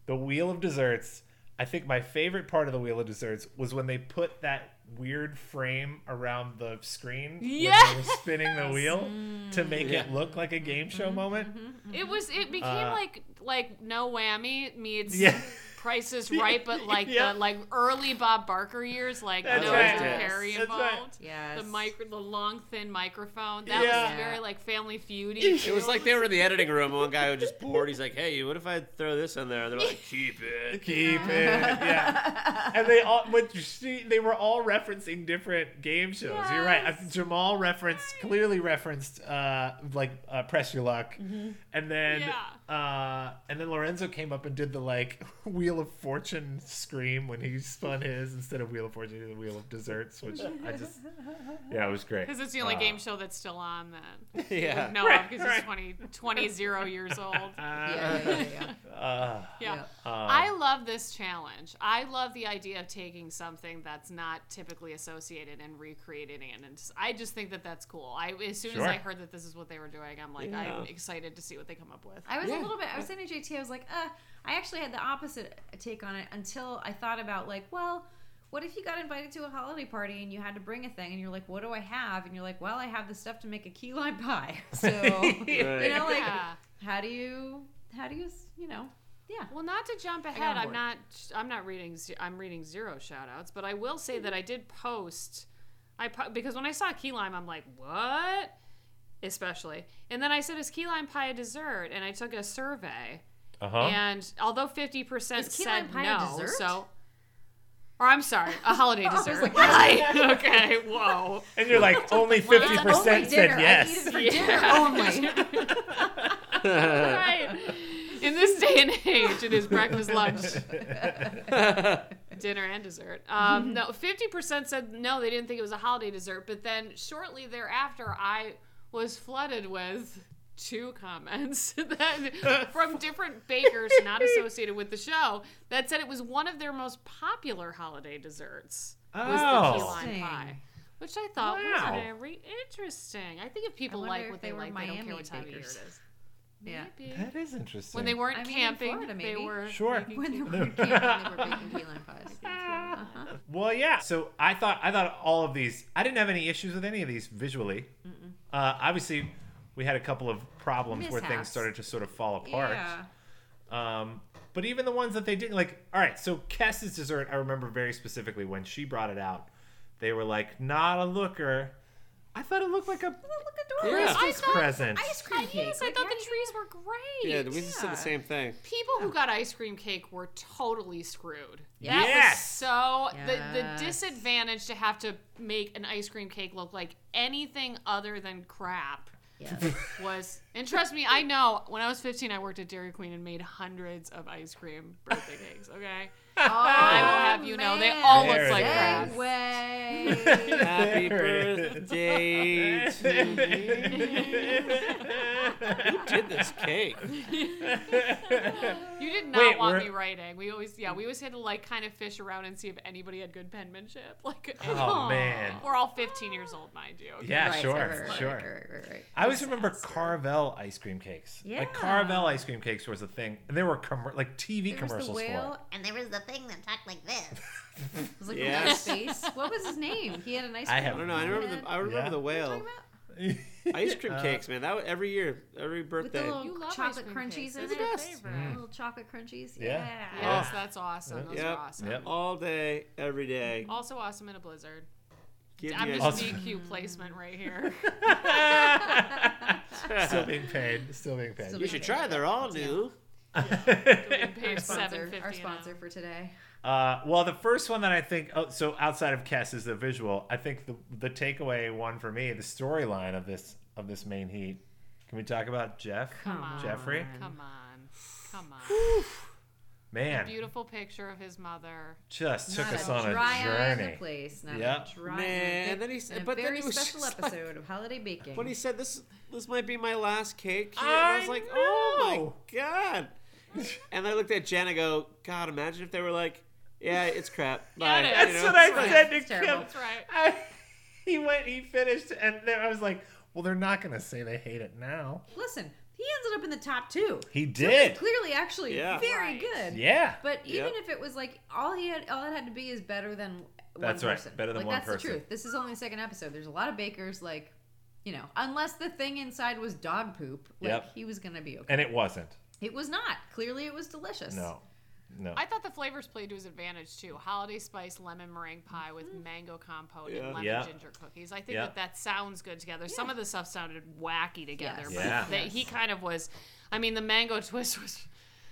S1: The wheel of desserts. I think my favorite part of the wheel of desserts was when they put that weird frame around the screen when they were
S4: Yes!
S1: spinning the wheel to make
S3: Yeah.
S1: it look like a game show moment.
S4: It was. It became
S1: Uh,
S4: like like no whammy meets
S1: Yeah.
S4: Price is Right, but like
S1: Yeah.
S4: the like early Bob Barker years, like
S1: That's
S4: no
S1: right.
S4: Jim
S3: Yes.
S4: Carrey
S1: That's right.
S4: involved.
S2: Yes.
S4: The micro, the long thin microphone. That
S1: Yeah.
S4: was very like Family Feudy.
S3: it was like they were in the editing room, and one guy was just bored. He's like, "Hey, what if I throw this in there?" They're like, "Keep it."
S1: Keep it, yeah. And they all, but you see, they were all referencing different game shows. You're right. I- Jamal referenced clearly referenced uh, like uh, Press Your Luck, and then
S4: Mm-hmm. Yeah.
S1: uh, and then Lorenzo came up and did the like Wheel of Fortune scream when he spun his instead of Wheel of Fortune, he did the Wheel of Desserts, which I just yeah, it was great.
S4: Because it's the only
S1: Uh,
S4: game show that's still on then.
S3: Yeah.
S4: No,
S1: Right,
S4: because
S1: right.
S4: it's 20, 20 zero years old. Yeah.
S2: yeah, yeah, yeah, yeah.
S1: Uh,
S2: Yeah.
S4: I love this challenge. I love the idea of taking something that's not typically associated and recreating it. And just- I just think that that's cool. I as soon as I
S1: Sure.
S4: heard that this is what they were doing, I'm like,
S3: Yeah.
S4: I'm excited to see what they come up with.
S2: I was
S3: Yeah.
S2: a little bit. I was saying to JT, I was like, uh, I actually had the opposite uh, take on it until I thought about like, well, what if you got invited to a holiday party and you had to bring a thing and you're like, what do I have? And you're like, well, I have the stuff to make a key lime pie. So you know, like,
S4: Yeah.
S2: how do you, how do you, s- you know, yeah.
S4: Well, not to jump ahead, I'm
S2: bored.
S4: not. I'm not reading. ze- I'm reading zero shoutouts, but I will say that I did post. I po- because when I saw key lime, I'm like, what? Especially, and then I said, is key lime pie a dessert? And I took a survey,
S1: Uh-huh.
S4: and although 50 percent
S2: Is key lime
S4: said
S2: pie a
S4: no,
S2: dessert?
S4: so. Or I'm sorry, a holiday
S2: was
S4: dessert.
S2: like,
S4: okay, whoa.
S1: and you're like only fifty
S2: It's only
S1: percent
S2: dinner.
S1: said
S2: I eat
S1: yes.
S2: it for
S4: Yeah.
S2: dinner only.
S4: right. in this day and age, it is breakfast, lunch, dinner, and dessert. Um, no, fifty percent said no, they didn't think it was a holiday dessert. But then shortly thereafter, I was flooded with two comments that, from different bakers not associated with the show that said it was one of their most popular holiday desserts was the key lime
S2: Interesting.
S4: pie. Which I thought
S1: Wow.
S4: was very interesting. I think if people
S2: wonder
S4: like
S2: if
S4: what
S2: they
S4: they,
S2: were
S4: like, they don't
S2: Miami
S4: care what time of year it
S2: bakers.
S4: is.
S2: Yeah.
S4: Maybe.
S1: That is interesting.
S4: When they weren't
S2: I mean, in
S4: camping,
S2: Florida,
S4: they
S2: maybe.
S4: were
S1: Sure.
S4: making
S2: When they
S4: cute-
S2: were camping, they were baking key lime pies. Uh-huh.
S1: Well, yeah. So I thought I thought all of these. I didn't have any issues with any of these visually. Uh, obviously, we had a couple of problems where things
S2: Mishaps.
S1: started to sort of fall apart.
S2: Yeah.
S1: Um, but even the ones that they didn't like. All right, so Kess's dessert, I remember very specifically when she brought it out. They were like, "Not a looker." I thought it looked like a
S2: Look
S3: Yeah.
S2: adorable.
S1: Christmas
S4: I thought-
S1: present.
S2: Ice cream cake.
S4: Yes, I
S2: like,
S4: thought
S2: why
S4: the trees were great.
S3: Yeah, we just said
S2: Yeah.
S3: the same thing.
S4: People who got ice cream cake were totally screwed.
S2: Yeah.
S4: That was
S1: Yes.
S4: so
S2: Yes.
S4: the the disadvantage to have to make an ice cream cake look like anything other than crap
S2: Yeah.
S4: was and trust me, I know when I was fifteen I worked at Dairy Queen and made hundreds of ice cream birthday cakes, okay? I will have you know they
S2: Oh, man.
S4: all
S1: There
S4: looked
S1: it
S4: like
S1: is.
S4: crap.
S2: No way.
S3: Happy
S1: There it
S3: birthday to you. Who did this cake?
S4: You did not
S1: Wait,
S4: want
S1: we're-
S4: me writing. We always, yeah, we always had to like kind of fish around and see if anybody had good penmanship. Like,
S1: Oh, man.
S4: we're all 15 years old, mind you. okay?
S1: yeah,
S2: Right,
S1: sure,
S2: right, right, right,
S1: sure.
S2: Right, right, right, right.
S1: I always remember Carvel ice cream cakes. Like Carvel
S2: Yeah.
S1: ice cream cakes was a thing, and there were com- like TV
S2: There was
S1: commercials
S2: the
S1: for it.
S2: whale,
S6: And there was the thing that talked like this.
S2: It was like
S3: Yes.
S2: a nice face. What was his name? He had a nice.
S1: I
S2: name.
S1: have
S3: I don't know. I remember the I remember
S1: Yeah. Uh,
S3: the whale. Ice cream cakes, man. That was every year, every
S2: With the
S3: birthday.
S2: little
S4: You love ice
S2: chocolate
S4: cream
S2: crunchies
S4: cakes.
S2: in
S4: They're
S2: it.
S4: the best. Mm.
S2: Little chocolate crunchies.
S1: Yeah.
S2: Yeah.
S4: Yes, that's awesome. Those
S3: Yep.
S4: are awesome.
S1: Yep.
S3: All day, every day.
S2: Oh,
S4: Also awesome in a blizzard.
S3: Give
S4: I'm
S3: me
S4: just
S3: ice
S1: Awesome.
S4: being cute placement right here.
S1: Still being paid. Still being paid.
S2: Still
S3: You should try. They're all new.
S4: Being paid
S2: Sponsor,
S4: 7.50
S2: our
S4: an
S2: sponsor for today.
S1: Uh, well, the first one that I think, oh, so outside of Kess is the visual. I think the the takeaway one for me, the storyline of this of this main heat. Can we talk about Jeff?
S4: on.
S1: Jeffrey?
S4: hour. Come on. Come on.
S1: Man,
S4: Beautiful picture of his mother.
S1: just took
S2: Not
S1: us on a
S2: dry eye in the
S1: journey.
S2: place. Not
S1: Yeah.
S2: a dry
S3: Man,
S2: eye.
S3: and then he s-
S2: And a
S3: but then
S2: very
S3: he was
S2: special
S3: just like-
S2: episode of holiday baking.
S3: But he said this this might be my last cake. Here.
S1: I
S3: I, was like, oh
S1: know.
S3: my god. and I looked at Jen. I go, God, imagine if they were like, yeah, it's crap. Bye.
S4: it
S3: You
S4: is.
S1: That's
S3: know?
S1: what I
S3: It's like-
S1: said to
S2: It's terrible.
S1: Kim.
S4: That's right.
S1: I, he went, he finished, and then I was like, well, they're not gonna say they hate it now.
S2: Listen, he ended up in the top two.
S1: He did.
S2: Clearly, actually,
S3: Yeah.
S2: very
S4: Right.
S2: good.
S1: Yeah.
S2: But even
S3: Yep.
S2: if it was like all he had, all it had to be is better than one
S1: That's right,
S2: person.
S1: better than
S2: like,
S1: one
S2: that's
S1: person.
S2: the truth. This is only the second episode. There's a lot of bakers, like, you know, unless the thing inside was dog poop, like
S1: Yep.
S2: he was gonna be okay.
S1: And it wasn't.
S2: It was not. Clearly, it was delicious.
S1: No. No.
S4: I thought the flavors played to his advantage too. Holiday spice lemon meringue pie with
S2: Mm-hmm.
S4: mango compote
S3: Yeah.
S4: and lemon
S1: Yeah.
S4: ginger cookies. I think
S1: Yeah.
S4: that that sounds good together. Some of the stuff sounded wacky together,
S2: Yes.
S4: but
S1: Yeah.
S4: that he kind of was. I mean, the mango twist was.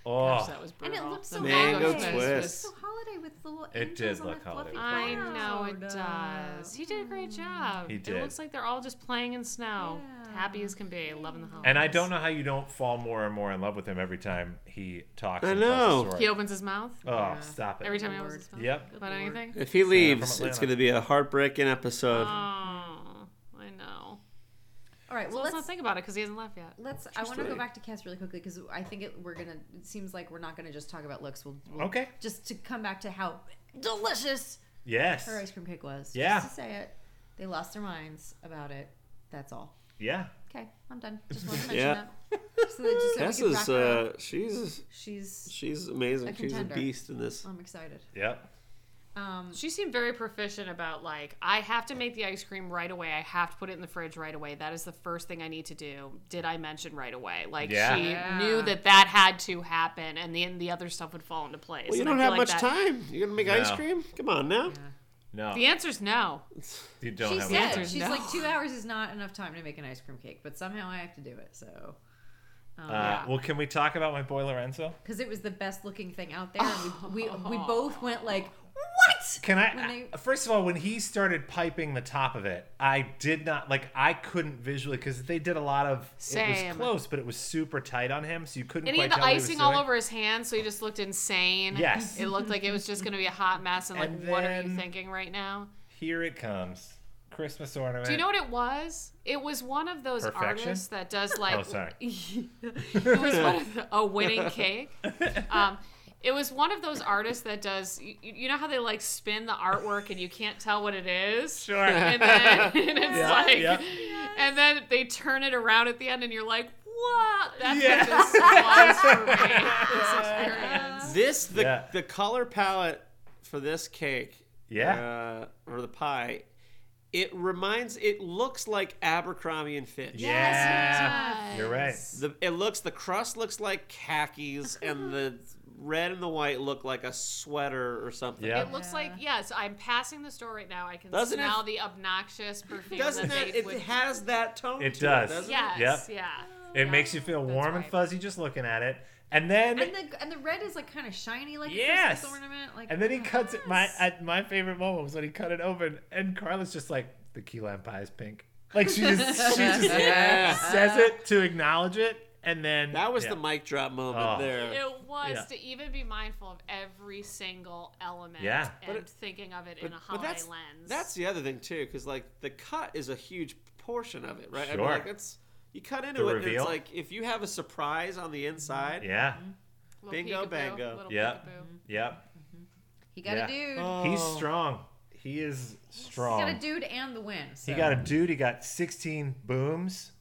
S1: oh.
S4: Gosh, that was
S2: And
S4: brutal.
S2: it looked so
S4: The
S3: Mango
S2: mango
S3: twist.
S2: So holiday with the little
S1: It
S2: angels
S1: did
S2: on
S1: look
S2: the fluffy
S1: holiday.
S4: I know it
S2: cloud.
S4: does. He did a great job.
S1: He
S4: It
S1: did.
S4: looks like they're all just playing in snow,
S2: Mm. Yeah.
S4: happy as can be, loving the holidays.
S1: And I don't know how you don't fall more and more in love with him every time he talks.
S3: I
S1: and tells a
S3: know.
S1: story.
S4: He opens his mouth
S1: Oh, stop it.
S4: every time he
S2: Lord.
S4: opens his mouth
S1: Yep.
S4: about
S2: Lord.
S4: anything.
S3: If he leaves,
S1: Atlanta.
S3: it's going to be a heartbreaking episode.
S4: Oh, I know.
S2: All right.
S4: Well,
S2: Well,
S4: let's
S2: let's
S4: not think about it because he hasn't left yet.
S2: let's. I want to go
S3: Interesting.
S2: back to Cass really quickly because I think it, we're gonna. It seems like we're not gonna just talk about looks. We'll, we'll
S1: Okay.
S2: just to come back to how delicious
S1: Yes.
S2: her ice cream cake was.
S1: Yeah.
S2: Just to say it, they lost their minds about it. That's all.
S1: Yeah.
S2: Okay, I'm done. Just wanted to mention
S3: Yeah.
S2: that. So that just so
S3: Tess
S2: we can wrap
S3: is,
S2: her up.
S3: uh, she's
S2: She's.
S3: she's
S2: A
S3: amazing. She's a
S2: contender.
S3: beast in this.
S2: I'm excited.
S1: Yep.
S2: Um,
S4: She seemed very proficient about like I have to make the ice cream right away. I have to put it in the fridge right away. That is the first thing I need to do. Did I mention right away? Like
S1: Yeah.
S4: she
S2: Yeah.
S4: knew that that had to happen, and then the other stuff would fall into place.
S3: Well, you
S4: And I
S3: don't
S4: feel
S3: have
S4: like
S3: much
S4: that-
S3: time. You're going to make ice
S1: No.
S3: cream? Come on now.
S1: No.
S4: The answer's no.
S1: You don't
S2: she
S1: have
S2: said
S1: a
S4: answer.
S2: she's
S4: No.
S2: like two hours is not enough time to make an ice cream cake, but somehow I have to do it. So
S1: uh, Well, can we talk about my boy Lorenzo?
S2: because it was the best looking thing out there, and we, we we both went like, "What? What?
S1: Can
S2: When
S1: I?
S2: they-
S1: First of all, when he started piping the top of it, I did not like. I couldn't visually because they did a lot of. It
S4: Same.
S1: was close, but it was super tight on him, so you couldn't.
S4: And he
S1: quite
S4: had the
S1: tell what he was
S4: icing all
S1: doing.
S4: over his hands, so he just looked insane.
S1: Yes.
S4: It looked like it was just going to be a hot mess, and like,
S1: And
S4: what are you
S1: then-
S4: thinking right now?
S1: Here it comes, Christmas ornament.
S4: Do you know what it was? It was one of those
S1: Perfection?
S4: artists that does like.
S1: Oh, sorry.
S4: it was one of the- a winning cake. Um, it was one of those artists that does. You, you know how they like spin the artwork and you can't tell what it is. Sure. And then and it's like,
S1: yeah.
S4: and then they turn it around at the end, and you're like, "What? That's
S1: Yeah.
S4: what this was for me. This experience."
S3: This the
S1: Yeah.
S3: the color palette for this cake,
S1: Yeah.
S3: uh, or the pie, it reminds. It looks like Abercrombie and Fitch.
S1: yeah. You're right.
S3: The, it looks the crust looks like khakis, and the red and the white look like a sweater or something.
S1: Yeah.
S4: It looks like yes. I'm passing the store right now. I can
S3: Doesn't it-
S4: smell the obnoxious perfume.
S3: Doesn't
S4: that
S3: that
S4: they
S3: it
S4: would-
S3: has that tone?
S1: It
S3: to
S1: does.
S3: doesn't it?
S4: Yes.
S1: Yep.
S4: Yeah.
S1: It
S4: Yeah.
S1: makes you feel
S4: That's
S1: warm and
S4: right.
S1: fuzzy just looking at it, and then
S2: And the and the red is like kind of shiny, like a
S1: Yes.
S2: Christmas ornament. Like, uh-huh.
S1: And then he cuts it. My
S2: yes.
S1: at my favorite moment was when he cut it open, and Carla's just like, "The key lime pie is pink." Like she just she just
S3: Yeah.
S1: says it to acknowledge it, and then
S3: That was
S1: yeah.
S3: the mic drop moment
S1: Oh.
S3: there.
S4: It was
S1: Yeah.
S4: to even be mindful of every single element
S1: Yeah.
S4: and
S3: But it-
S4: thinking of it in a
S3: But
S4: holiday
S3: that's
S4: lens.
S3: that's the other thing too, because like the cut is a huge portion of it, right? I mean,
S1: Sure.
S3: like that's you cut into
S1: The
S3: it, and it's
S1: reveal.
S3: like if you have a surprise on the inside,
S1: Yeah.
S4: Little
S3: bingo,
S4: peekaboo,
S3: bango.
S4: little
S1: Yep.
S4: peekaboo.
S1: Yep.
S2: he got
S1: yeah.
S2: a dude.
S1: He's
S3: Oh.
S1: strong. He is
S2: He
S1: strong.
S2: got a dude and the win. So.
S1: He got a dude. He got 16 booms.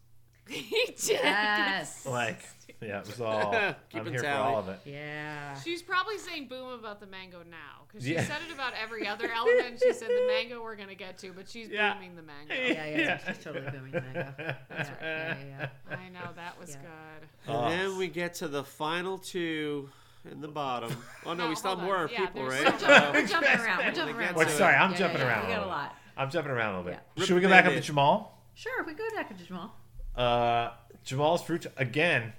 S4: he
S3: Mm-hmm.
S4: did.
S2: Yes.
S1: Like yeah, it was all.
S3: Keep
S1: I'm
S3: it
S1: here for
S3: tally.
S1: all of it.
S2: yeah.
S4: She's probably saying boom about the mango now because she
S1: Yeah.
S4: said it about every other element. and She said the mango we're gonna get to, but she's
S1: Yeah.
S4: booming the mango.
S2: Yeah, yeah, yeah. She's totally booming that. Yeah, yeah, yeah, yeah.
S4: I know that was
S2: Yeah.
S4: good.
S3: And then we get to the final two in the bottom. Oh no,
S4: No,
S3: we still
S4: hold
S3: have
S4: on.
S3: more
S4: Yeah,
S3: people,
S4: there's
S3: right?
S4: so
S2: We're jumping- We're jumping around. We're jumping
S3: Well,
S2: around.
S3: they
S1: Wait,
S3: get to
S1: sorry,
S3: it.
S1: I'm
S2: Yeah,
S1: jumping
S2: yeah, yeah.
S1: around.
S2: We got a
S1: little
S2: lot.
S1: bit. I'm jumping around a little bit.
S2: Yeah.
S1: Should we go
S3: Rip
S1: back up to
S3: Band-Aid.
S1: Jamal?
S2: Sure, we go back to Jamal.
S1: Uh, Jamal's fruit again,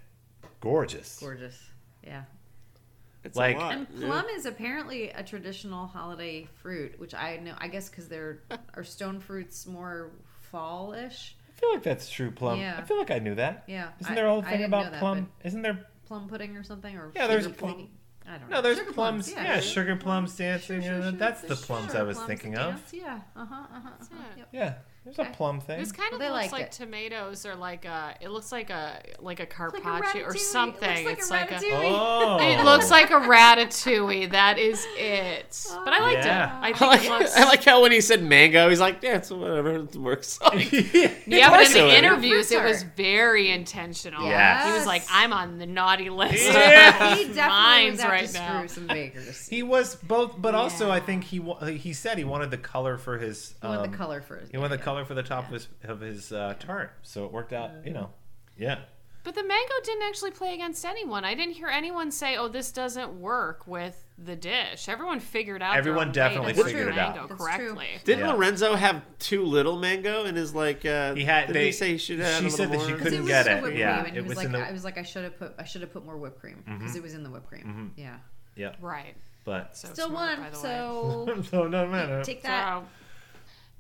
S1: gorgeous.
S2: Gorgeous. Yeah.
S3: It's
S1: Like-
S3: a lot.
S2: And
S3: yeah.
S2: plum is apparently a traditional holiday fruit, which I know. I guess because there are stone fruits more fallish.
S1: I feel like that's true plum.
S2: Yeah.
S1: I feel like I knew that.
S2: Yeah,
S1: Isn't
S2: I-
S1: there a whole
S2: I
S1: thing
S2: didn't
S1: about
S2: know that,
S1: plum? Isn't there?
S2: Plum pudding or something, or
S1: Yeah, there's
S2: sugar
S1: plum-
S2: I don't know.
S1: No, there's
S2: Oh, Sugar
S1: plums. yeah, sugar plums dancing. uh,
S2: Sure, sure,
S1: that's
S2: sure,
S1: the
S2: sure,
S1: plums I was
S2: plums
S1: thinking
S2: to
S1: of.
S2: dance, Yeah. Uh huh. Uh huh. uh-huh,
S4: it.
S2: yep.
S1: Yeah, there's a plum thing.
S4: This kind of
S2: Well, they
S4: looks
S2: like
S4: like
S2: it.
S4: tomatoes or like a. It looks like a like a
S2: Like a
S4: carpaccio
S2: ratatouille. It
S4: or
S2: looks
S4: something.
S2: like
S4: it's
S2: a
S4: like a.
S2: ratatouille.
S4: It looks like a ratatouille. That is it. But I liked
S1: Yeah.
S4: it. I
S3: I
S4: think
S3: like,
S4: it looks.
S3: I like how when he said mango, he's like, yeah, it's whatever, it works.
S4: yeah, but in
S3: Listen.
S4: the interviews, it
S2: Fruits
S4: was
S2: are-
S4: very intentional.
S1: Yes.
S4: He was like, I'm on the naughty list.
S1: Yeah.
S2: He definitely was
S4: Mine's
S2: out
S4: right
S2: to
S4: now.
S2: screw some bakers.
S1: He was both, but also I
S4: Yeah.
S1: think he wa- he said he wanted the color for his.
S2: He wanted
S1: um,
S2: the color first.
S1: He wanted the
S2: yeah.
S1: color for the top of his of his uh, tart, so it worked out. You know, yeah.
S4: But the mango didn't actually play against anyone. I didn't hear anyone say, "Oh, this doesn't work with the dish." Everyone figured out. their
S1: Everyone
S4: own way
S1: definitely
S4: to make
S1: figured
S4: the
S1: it out.
S4: mango
S2: That's true.
S4: correctly.
S3: Didn't
S1: Yeah.
S3: Lorenzo have too little mango in his like? Uh,
S1: He had-
S3: Didn't
S1: they-
S3: he say he should have?
S1: she
S3: a
S1: said
S3: little
S1: that she
S3: more?
S1: couldn't
S2: It was
S1: get
S2: just
S1: it,
S2: whipped
S1: yeah,
S2: cream, and
S1: it
S2: he was,
S1: was
S2: like,
S1: in the- Mm-hmm.
S2: I was like, I should have put, I should have put more whipped cream because it was in the whipped cream. Yeah,
S4: Right.
S1: But
S4: So
S2: still
S4: smart,
S2: one.
S4: by the way.
S2: So
S1: so no matter.
S2: take that.
S4: Wow.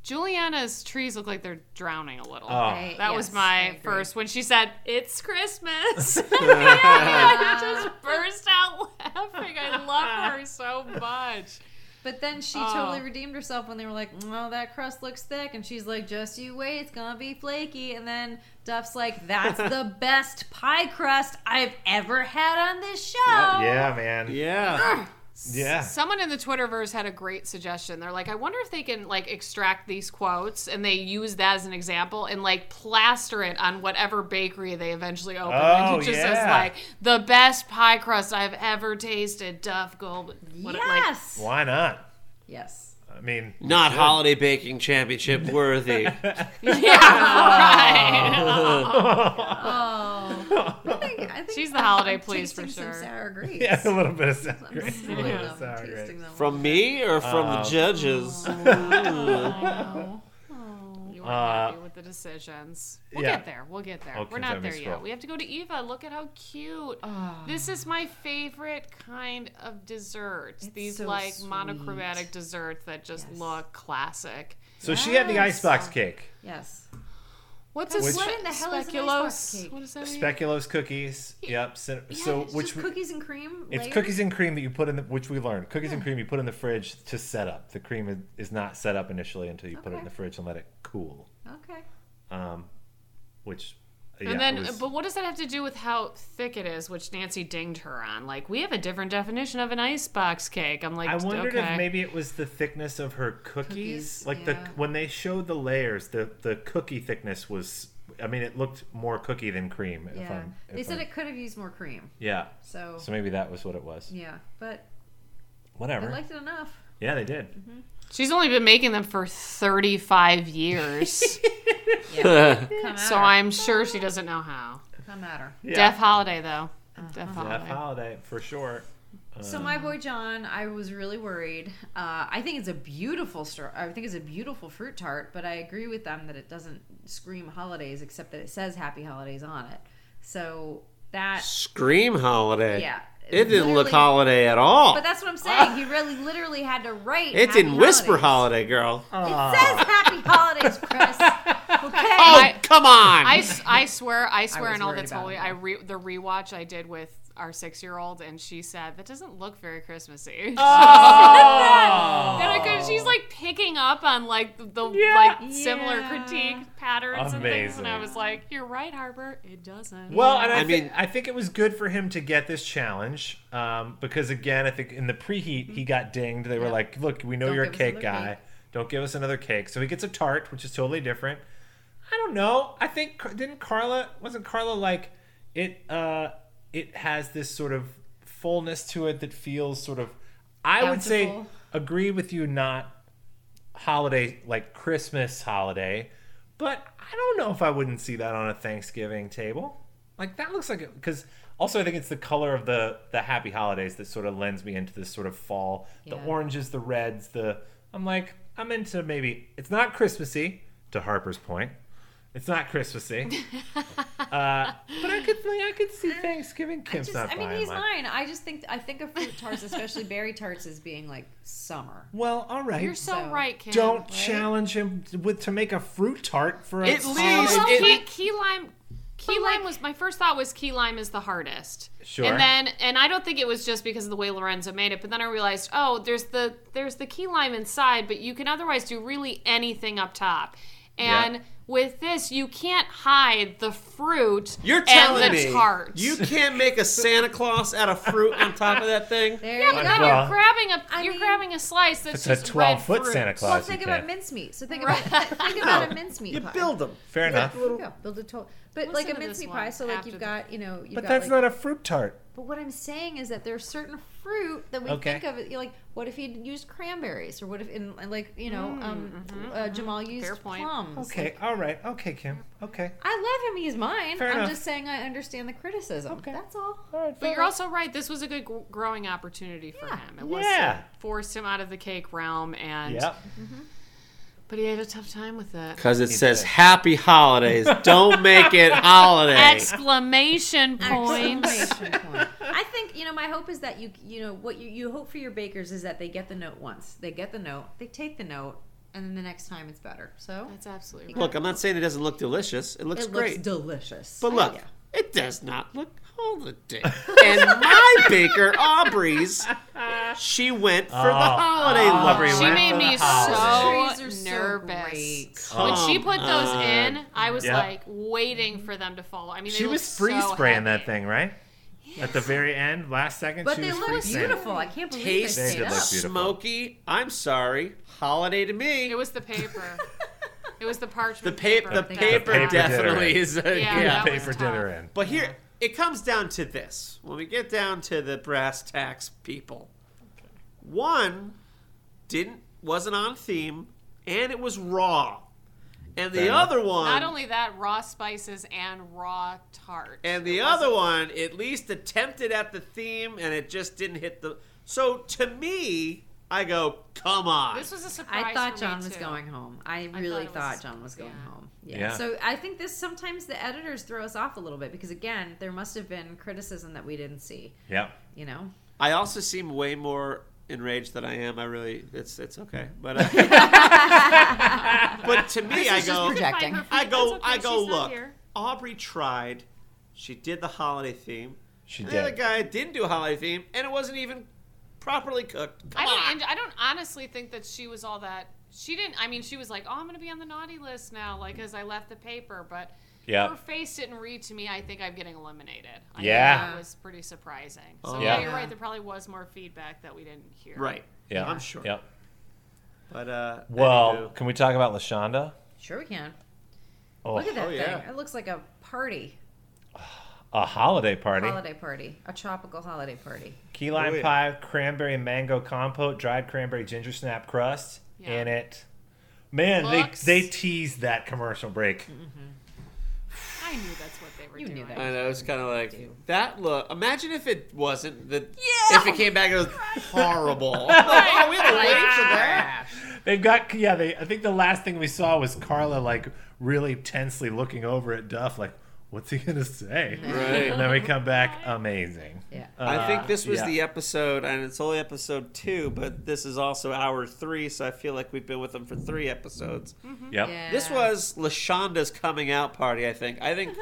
S4: Juliana's trees look like they're drowning a little.
S1: Oh.
S2: I-
S4: That was
S2: yes, I
S4: my
S2: agree.
S4: first when she said, "It's Christmas." I just burst out laughing. I love her so much.
S2: But then she
S4: Oh.
S2: totally redeemed herself when they were like, "Oh, that crust looks thick," and she's like, "Just you wait, it's gonna be flaky." And then Duff's like, "That's the best pie crust I've ever had on this show."
S1: Yeah, man.
S3: Yeah.
S1: Yeah.
S4: Someone in the Twitterverse had a great suggestion. They're like, I wonder if they can like extract these quotes and they use that as an example and like plaster it on whatever bakery they eventually open.
S1: Oh,
S4: and it just says
S1: yeah.
S4: like the best pie crust I've ever tasted, Duff Gold. What it- like-
S2: Yes.
S1: Why not?
S2: yes.
S1: I mean,
S3: Not holiday baking championship worthy.
S4: yeah, right.
S2: Oh, I think, I think
S4: She's the holiday
S2: I'm
S4: please for
S2: tasting some
S4: sure.
S2: sour grapes.
S1: yeah, a little bit of sour
S2: I'm
S1: grapes.
S2: smelling
S1: Yeah,
S2: them,
S1: sour
S2: tasting
S1: grapes.
S2: them.
S1: Oh.
S3: From me or from the judges?
S4: I know. You weren't
S1: Uh,
S4: happy with the decisions. We'll
S1: yeah.
S4: get there. We'll get there.
S1: Oh,
S4: We're not
S1: Kenzami
S4: there
S1: scroll.
S4: yet. We have to go to Eva. Look at how cute.
S2: Ah.
S4: This is my favorite kind of dessert. These
S2: so
S4: like
S2: sweet.
S4: monochromatic desserts that just
S2: Yes.
S4: look classic.
S1: So she had the
S2: Yes.
S1: icebox cake,
S2: Yes.
S4: What's a
S1: Which-
S4: spe-
S2: What in the hell is an
S4: speculoos?
S2: icebox cake?
S4: What does that mean?
S1: speculoos cookies. Yep. So, so
S4: it's
S1: which
S2: Just
S1: we-
S2: cookies and cream.
S1: it's
S2: layered?
S1: cookies and cream that you put in, the, which we learned. Cookies and cream you put in the fridge to set up. The cream is, is not set up initially until you put it in
S2: Okay.
S1: the fridge and let it cool.
S2: Okay.
S1: Which, yeah,
S4: And then,
S1: it was-
S4: but what does that have to do with how thick it is, which Nancy dinged her on? Like, we have a different definition of an icebox cake. I'm like,
S1: I wondered
S4: okay.
S1: if maybe it was the thickness of her cookies.
S2: Cookies,
S1: like
S2: yeah.
S1: the when they showed the layers, the the cookie thickness was. I mean, it looked more cookie than cream. If
S2: Yeah.
S1: I'm, if
S2: They said
S1: I'm-
S2: it could have used more cream.
S1: Yeah.
S2: So,
S1: So maybe that was what it was.
S2: yeah, but I
S1: Whatever.
S2: liked it enough.
S1: yeah, they did.
S2: Mm-hmm.
S4: She's only been making them for 35 years,
S2: Come at
S4: so
S2: her.
S4: I'm sure she doesn't know how.
S2: Come at her.
S1: Yeah.
S4: Deaf holiday, though.
S2: Uh-huh.
S1: That
S4: Deaf holiday.
S1: holiday for sure. Uh.
S2: So my boy John, I was really worried. Uh, I think it's a beautiful store. I think it's a beautiful fruit tart, but I agree with them that it doesn't scream holidays, except that it says Happy Holidays on it. So that,
S3: Scream holiday.
S2: yeah,
S3: It didn't look
S2: literally-
S3: holiday at all.
S2: But that's what I'm saying. He really, literally had to write.
S3: it
S2: Happy
S3: didn't whisper
S2: Holidays.
S3: holiday, girl. Oh,
S2: It says Happy Holidays, Chris. Okay.
S4: I-
S3: Oh,
S1: Oh!
S3: come on.
S4: I, s- I swear, I swear,
S2: was
S4: in all
S2: worried
S4: that's
S2: about
S4: holy,
S2: it,
S4: I re, the rewatch I did with our six year old, and she said that doesn't look very Christmassy.
S1: Oh!
S3: Oh.
S4: and I could, she's like picking up on like the like similar
S2: Yeah.
S4: critique patterns and things, and I
S1: Amazing.
S4: was like, "You're right, Harper. It doesn't."
S1: Well, and I,
S3: I
S1: mean,
S3: mean-
S1: I think it was good for him to get this challenge um, because, again, I think in the preheat he got dinged. They were like, "Look, we know
S2: Don't
S1: you're a
S2: give us
S1: cake
S2: another
S1: guy.
S2: cake.
S1: Don't give us another cake." So he gets a tart, which is totally different. I don't know. I think didn't Carla wasn't Carla like it? Uh, it has this sort of fullness to it that feels sort of. I would say
S2: Bountiful.
S1: agree with you, not holiday like Christmas holiday, but I don't know if I wouldn't see that on a Thanksgiving table. Like that looks like it because also I think it's the color of the the happy holidays that sort of lends me into this sort of fall. The
S2: Yeah.
S1: oranges, the reds, the I'm like I'm into maybe it's not Christmassy to Harper's point. It's not Christmassy, uh, but I could like, I could see Thanksgiving. Kim's
S2: Just-
S1: not
S2: I mean,
S1: buying
S2: he's
S1: mine.
S2: mine. I just think I think of fruit tarts, especially berry tarts, as being like summer.
S1: Well, all right.
S4: you're so,
S2: so-
S4: right, Kim.
S1: Don't challenge him with to make a fruit tart for a
S3: At
S4: Well,
S3: least
S4: key,
S3: it,
S4: key lime. Key
S2: But,
S4: lime
S2: like-
S4: was my first thought was key lime is the hardest.
S1: Sure.
S4: And then and I don't think it was just because of the way Lorenzo made it, but then I realized, oh, there's the there's the key lime inside, but you can otherwise do really anything up top. And
S1: Yeah.
S4: with this, you can't hide the fruit
S3: you're
S4: and
S3: telling
S4: the
S3: me
S4: tart.
S3: you can't make a Santa Claus out of fruit on top of that thing.
S2: There
S4: yeah,
S2: you
S4: but
S2: go.
S4: then
S1: Well,
S4: you're grabbing a
S2: I
S4: you're
S2: mean-
S4: grabbing a slice that's
S1: It's a
S4: just
S1: 12
S4: red
S1: foot
S4: fruit.
S1: Santa Claus.
S2: Well,
S1: you
S2: think
S1: can.
S2: about mincemeat. So think about think about a mincemeat
S3: You
S2: pie.
S3: build them.
S1: Fair enough.
S2: There you go. Build a total, but
S4: Listen
S2: like
S4: to
S2: a
S4: this
S2: mincemeat
S4: one
S2: pie. So like
S4: after
S2: you've
S4: the-
S2: got you know you've
S1: But
S2: got
S1: that's
S2: like,
S1: not a fruit tart.
S2: But what I'm saying is that there's certain fruit that we
S1: Okay.
S2: think of. it- You're like, what if he'd used cranberries, or what if in and like you know, um, uh, Jamal used
S4: Fair point.
S2: plums.
S1: Okay, all right. Okay, Kim. Okay.
S2: I love him. He's mine.
S1: Fair
S2: I'm
S1: enough.
S2: just saying I understand the criticism.
S1: Okay.
S2: That's all.
S1: All right.
S4: But you're also right. This was a good gr- growing opportunity for
S2: Yeah.
S4: him. It was
S1: Yeah.
S4: it forced him out of the cake realm, and
S1: Yep.
S4: but he had a tough time with it.
S3: Because it says happy holidays. Don't make it holiday.
S4: Exclamation point!
S2: Exclamation point. I think you know. My hope is that you you know what you you hope for your bakers is that they get the note once. They get the note. They take the note, and then the next time it's better. So
S4: That's absolutely right.
S3: Look, I'm not saying it doesn't look delicious. It looks
S2: it
S3: great.
S2: looks delicious.
S3: but look,
S2: Yeah.
S3: it does not look holiday. and my baker, Aubrey's, she went for the
S1: Oh,
S3: holiday look.
S1: Aubrey
S4: She
S1: went
S4: made
S1: for the
S4: me
S1: holiday.
S2: Oh. Trees
S4: so
S2: are so
S4: nervous.
S2: great.
S4: when she
S3: Come
S4: put those
S3: on.
S4: in, I was
S1: Yep.
S4: like waiting for them to follow. I mean, they
S1: She
S4: look
S1: was free
S4: so
S1: spraying that
S4: heavy.
S1: thing, right? At the very end, last second,
S2: But
S1: she
S2: they
S1: was
S2: look
S1: free spraying.
S2: beautiful. I can't believe
S3: Taste
S2: they stayed
S1: did
S2: up.
S1: look beautiful.
S3: Smoky, I'm sorry, holiday to me.
S4: It was the paper. it was the
S3: the
S4: parchment.
S3: paper, the
S4: thing.
S3: paper,
S1: paper
S3: definitely
S1: dinner.
S3: is. A,
S4: Yeah,
S3: yeah,
S4: that
S1: Pay
S4: was
S1: for
S4: tough.
S1: dinner in.
S3: But here, it comes down to this. When we get down to the brass tacks people, one didn't wasn't on theme, and it was raw, and the
S1: Fair enough.
S3: other one,
S4: Not only that, raw spices and raw tart.
S3: and
S4: It
S3: the other one at least attempted at the theme, and it just didn't hit the. So to me, I go, come on.
S4: This was a surprise.
S2: I thought
S4: for
S2: John
S4: me,
S2: was
S4: too.
S2: going home. I
S4: thought
S2: really
S4: it was-
S2: thought, John was going
S4: yeah.
S2: home. Yeah.
S1: Yeah.
S2: So I think this sometimes the editors throw us off a little bit because again, there must have been criticism that we didn't see.
S1: Yeah.
S2: You know,
S3: I also seem way more enraged than I am. I really, it's it's okay, but uh, but to me, I
S7: is just
S3: go,
S7: project- Projecting.
S4: Find her
S3: I
S4: feet.
S3: go,
S4: It's okay,
S3: I go.
S4: she's not
S3: Look,
S4: here.
S3: Aubrey tried. She did the holiday theme.
S1: She
S3: And the other
S1: did.
S3: guy didn't do a holiday theme, and it wasn't even properly cooked. Come
S4: I don't.
S3: on.
S4: and I don't honestly think that she was all that. She didn't. I mean, she was like, "Oh, I'm gonna be on the naughty list now," like as I left the paper. But
S1: Yeah.
S4: her face didn't read to me. I think I'm getting eliminated. I
S1: Yeah.
S4: think that was pretty surprising. So
S3: Oh.
S4: yeah.
S1: Yeah.
S4: you're right. There probably was more feedback that we didn't hear.
S3: right.
S1: Yeah.
S3: I'm sure.
S1: Yeah.
S3: But uh,
S1: Well,
S3: anywho.
S1: can we talk about Lashonda?
S2: sure we can.
S1: Oh,
S2: Look at that
S3: Oh, yeah.
S2: thing. It looks like a party,
S1: a holiday party.
S2: holiday party, a tropical holiday party.
S1: Key lime
S3: Oh, yeah.
S1: pie, cranberry mango compote, dried cranberry ginger snap crust
S4: Yeah.
S1: in it. Man,
S4: Looks-
S1: they they teased that commercial break.
S4: I knew that's what they were
S2: You
S4: doing.
S2: knew that.
S3: I know it's kind of like that look. Imagine if it wasn't the. If it came back, it was horrible. I'm like, oh, we had to wait for that.
S1: They've got yeah. They I think the last thing we saw was Carla like really tensely looking over at Duff like, what's he gonna say?
S3: Right.
S1: And then we come back, amazing.
S2: Yeah.
S4: ah.
S3: I think this was
S1: yeah.
S3: the episode, and it's only episode two, but this is also hour three, so I feel like we've been with them for three episodes.
S1: Yep.
S2: Mhm. Yeah.
S3: This was Lashonda's coming out party. I think. I think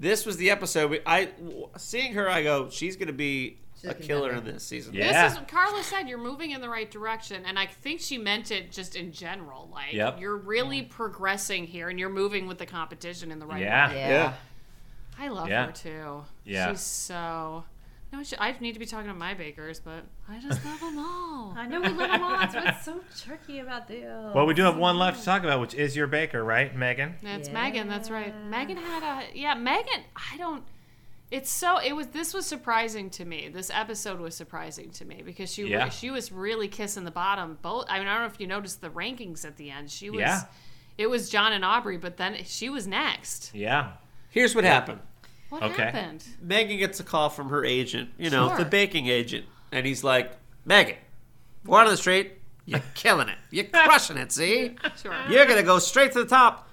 S3: this was the episode. We, I w- seeing her, I go, she's gonna be
S2: She's
S3: a
S2: gonna
S3: killer
S2: be-
S3: in this season.
S1: Yeah.
S4: This is Carla said you're moving in the right direction, and I think she meant it just in general. Like
S1: Yep.
S4: you're really progressing here, and you're moving with the competition in the right
S1: Yeah.
S4: way.
S2: Yeah.
S3: Yeah.
S4: I love
S1: Yeah.
S4: her too.
S1: Yeah.
S4: she's so. No, she, I need to be talking to my bakers, but I just love them all.
S2: I know we love them all. That's what's so tricky about the.
S1: Well, we do have one left to talk about, which is your baker, right, Megan?
S4: That's Megan. That's right. Megan had a yeah. Megan. I don't. It's so. It was. This was surprising to me. This episode was surprising to me because she
S1: Yeah.
S4: she was really kissing the bottom. Both. I mean, I don't know if you noticed the rankings at the end. She was.
S1: Yeah.
S4: It was John and Aubrey, but then she was next.
S1: Yeah.
S3: Here's what happened.
S4: What
S1: Okay.
S4: happened?
S3: Megan gets a call from her agent, you know,
S4: Sure.
S3: the baking agent, and he's like, Megan, we're on the street. You're killing it. You're crushing it, see?
S4: Sure.
S3: You're going to go straight to the top.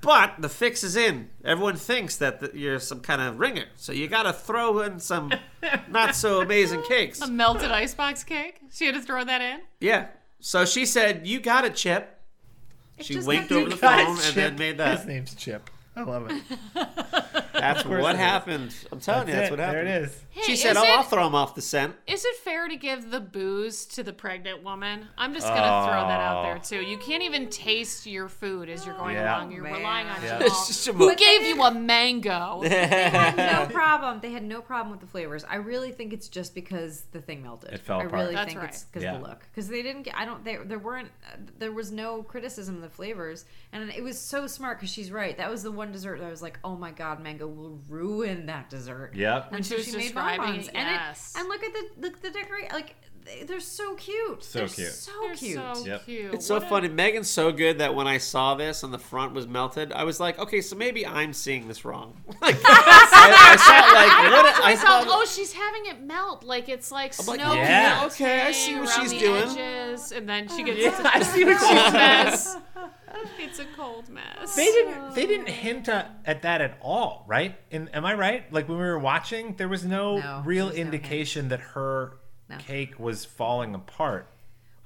S3: But the fix is in. Everyone thinks that th you're some kind of ringer. So you got to throw in some not so amazing cakes.
S4: A melted icebox cake. She had to throw that in.
S3: Yeah. So she said, You got it, Chip. She
S2: just
S3: winked
S2: got
S3: over the
S2: you
S3: phone and then made
S1: His
S3: that.
S1: name's Chip. I love it.
S3: That's
S1: course
S3: what
S1: it is.
S3: happened. I'm telling you, that's
S1: it.
S3: what happened.
S1: There it is.
S4: Hey,
S3: She said,
S4: is
S3: Oh,
S4: it-
S3: I'll throw him off the scent.
S4: Is it fair to give the booze to the pregnant woman? I'm just gonna throw that out there too. You can't even taste your food as you're going
S1: Yeah.
S4: along. You're
S2: Oh,
S4: relying on
S1: Yeah.
S4: yeah.
S3: It's just a
S4: Who
S3: mo-
S4: gave you a mango?
S2: had no problem. They had no problem with the flavors. I really think it's just because the thing melted.
S1: It fell
S2: I
S1: apart.
S2: really
S4: That's
S2: think
S4: right.
S2: it's because
S1: Yeah.
S2: the look. Because they didn't get. I don't. They, there weren't. Uh, there was no criticism of the flavors, and it was so smart because she's right. That was the one dessert that I was like, oh my god, mango will ruin that dessert.
S1: Yep.
S4: When
S2: And
S4: she
S2: so
S4: was
S2: she made
S4: describing
S2: bonbons,
S4: it,
S2: and
S4: yes.
S2: and look at the look at the decorate. Like they, they're so cute.
S1: So
S2: they're
S1: cute.
S2: So
S4: They're
S2: cute.
S4: so
S1: Yep.
S4: cute.
S3: It's so
S4: What a-
S3: funny. Megan's so good that when I saw this and the front was melted, I was like, okay, so maybe I'm seeing this wrong. Like, I, I saw it like, what a- I
S4: myself,
S3: saw
S4: oh, she's having it melt. Like it's like
S3: I'm
S4: snow.
S3: like,
S1: yeah,
S4: melting
S3: okay, I see what
S4: around
S3: she's
S4: the
S3: doing.
S4: Edges, and then she gets
S1: I see what
S4: it's a cold mess. It's a cold mess.
S1: They didn't. They didn't hint at, at that at all, right? And am I right? Like when we were watching, there was no,
S2: No,
S1: real
S2: there was no
S1: indication that her
S2: No.
S1: cake was falling apart.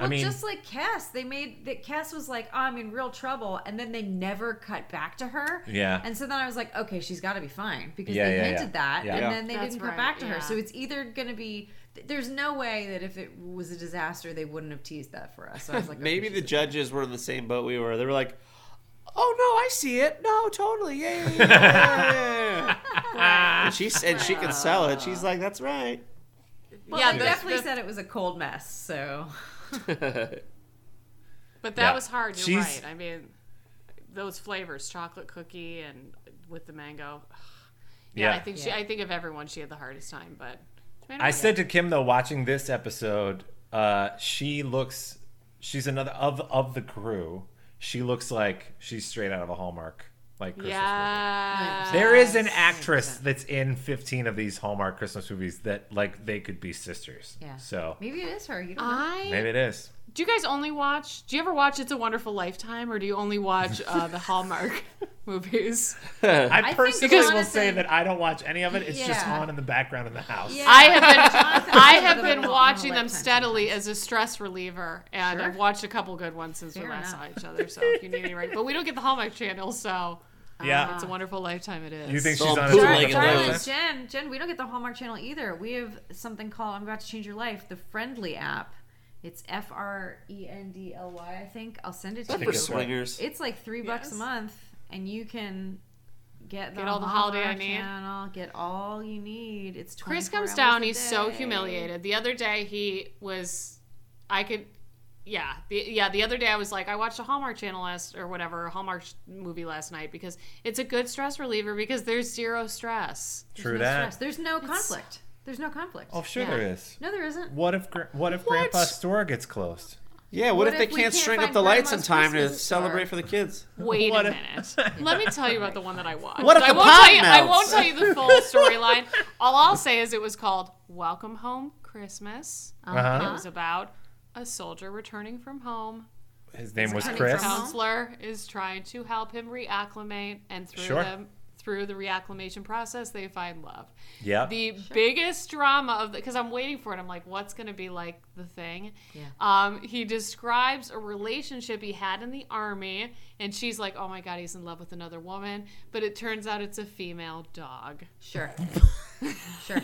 S2: Well,
S1: I mean,
S2: just like Cass, they made that Cass was like, oh, "I'm in real trouble," and then they never cut back to her.
S1: Yeah.
S2: And so then I was like, "Okay, she's got to be fine," because
S1: Yeah,
S2: they
S1: yeah, yeah.
S2: hinted that,
S1: Yeah.
S2: and
S1: Yeah.
S2: then they
S4: That's
S2: didn't
S4: right,
S2: cut back to
S4: yeah.
S2: her. So it's either going to be th- there's no way that if it was a disaster, they wouldn't have teased that for us. So I was like,
S3: it. Maybe
S2: okay,
S3: the
S2: she's-
S3: judges were in the same boat we were. They were like, oh, no, I see it. No, totally. Yeah, yeah, yeah, yeah, yeah, yeah, yeah."
S4: Right.
S3: And she, and she can sell it. She's like, that's right.
S2: Well,
S4: Yeah,
S2: they
S4: the-
S2: definitely
S4: the-
S2: said it was a cold mess. So
S4: But that
S1: Yeah.
S4: was hard. You're
S1: She's-
S4: right. I mean, those flavors, chocolate cookie and with the mango. Yeah,
S1: Yeah.
S4: I think she. I think of everyone, she had the hardest time. But
S1: I said to Kim though, watching this episode, uh, she looks. She's another of of the crew. She looks like she's straight out of a Hallmark like Christmas movies.
S4: Yeah.
S1: There is an actress that's in 15 of these Hallmark Christmas movies that like they could be sisters.
S2: Yeah.
S1: So
S2: Maybe it is her. You don't know.
S4: I
S1: maybe it is.
S4: do you guys only watch? Do you ever watch It's a Wonderful Lifetime, or do you only watch uh, the Hallmark movies?
S1: I
S2: think
S1: personally will
S2: Jonathan-
S1: say that I don't watch any of it. It's just
S2: Yeah.
S1: on in the background in the house.
S2: Yeah.
S4: I have been
S2: Jonathan
S4: I
S2: said
S4: have
S2: that
S4: been
S2: about
S4: watching
S2: Lifetime
S4: them steadily as a stress reliever, and
S2: Sure.
S4: I've watched a couple good ones since we
S2: Fair
S4: last
S2: enough.
S4: saw each other. So if you need any, right? But we don't get the Hallmark Channel, so
S1: Yeah.
S4: it's a wonderful lifetime. It is.
S1: You think
S8: So
S1: she's
S8: I'm
S1: on
S8: bootlegging
S1: a
S2: Sorry,
S8: Like
S2: sorry,
S8: those.
S2: it's Jen, Jen, we don't get the Hallmark Channel either. We have something called "I'm About to Change Your Life," the Friendly app. It's F R E N D L Y, I think. I'll send it to
S1: think
S2: you.
S3: For swingers.
S2: It's like three bucks a
S4: Yes.
S2: month, and you can get,
S4: Get all the holiday I
S2: Hallmark
S4: need.
S2: Channel, get all you need. It's
S4: Chris
S2: 24
S4: comes
S2: hours
S4: down.
S2: a
S4: He's so
S2: day.
S4: humiliated. The other day he was, I could, yeah, the, yeah. The other day I was like, I watched a Hallmark Channel last or whatever a Hallmark sh- movie last night because it's a good stress reliever because there's zero stress.
S2: There's
S1: True
S2: no
S1: that.
S2: stress. There's no conflict. There's no conflict.
S1: Oh, sure
S4: Yeah.
S1: there is.
S2: No, there isn't.
S1: What if gra- what if Grandpa's store gets closed?
S3: Yeah, what,
S2: What
S3: if they
S2: if we
S3: can't
S2: can't
S3: string up
S2: find
S3: the lights in
S2: grandma's
S3: time to
S2: Christmas star?
S3: celebrate for the kids?
S4: Wait
S1: What
S4: a
S1: if-
S4: minute. Let me tell you about the one that I watched.
S3: What if
S4: I
S3: the
S4: won't
S3: pot
S4: tell you, I won't
S3: melts?
S4: tell you the full storyline. All I'll say is it was called Welcome Home Christmas. It
S1: Uh-huh.
S4: was about a soldier returning from home
S1: His name was
S2: Turning
S1: Chris.
S2: from-
S4: counselor is trying to help him reacclimate, and through
S1: Sure.
S4: them through the reacclimation process, they find love.
S1: Yep.
S4: The biggest drama of the because I'm waiting for it. I'm like, what's going to be like the thing?
S2: Yeah.
S4: Um, he describes a relationship he had in the army, and she's like, oh my god, he's in love with another woman, but it turns out it's a female dog.
S2: Sure. sure.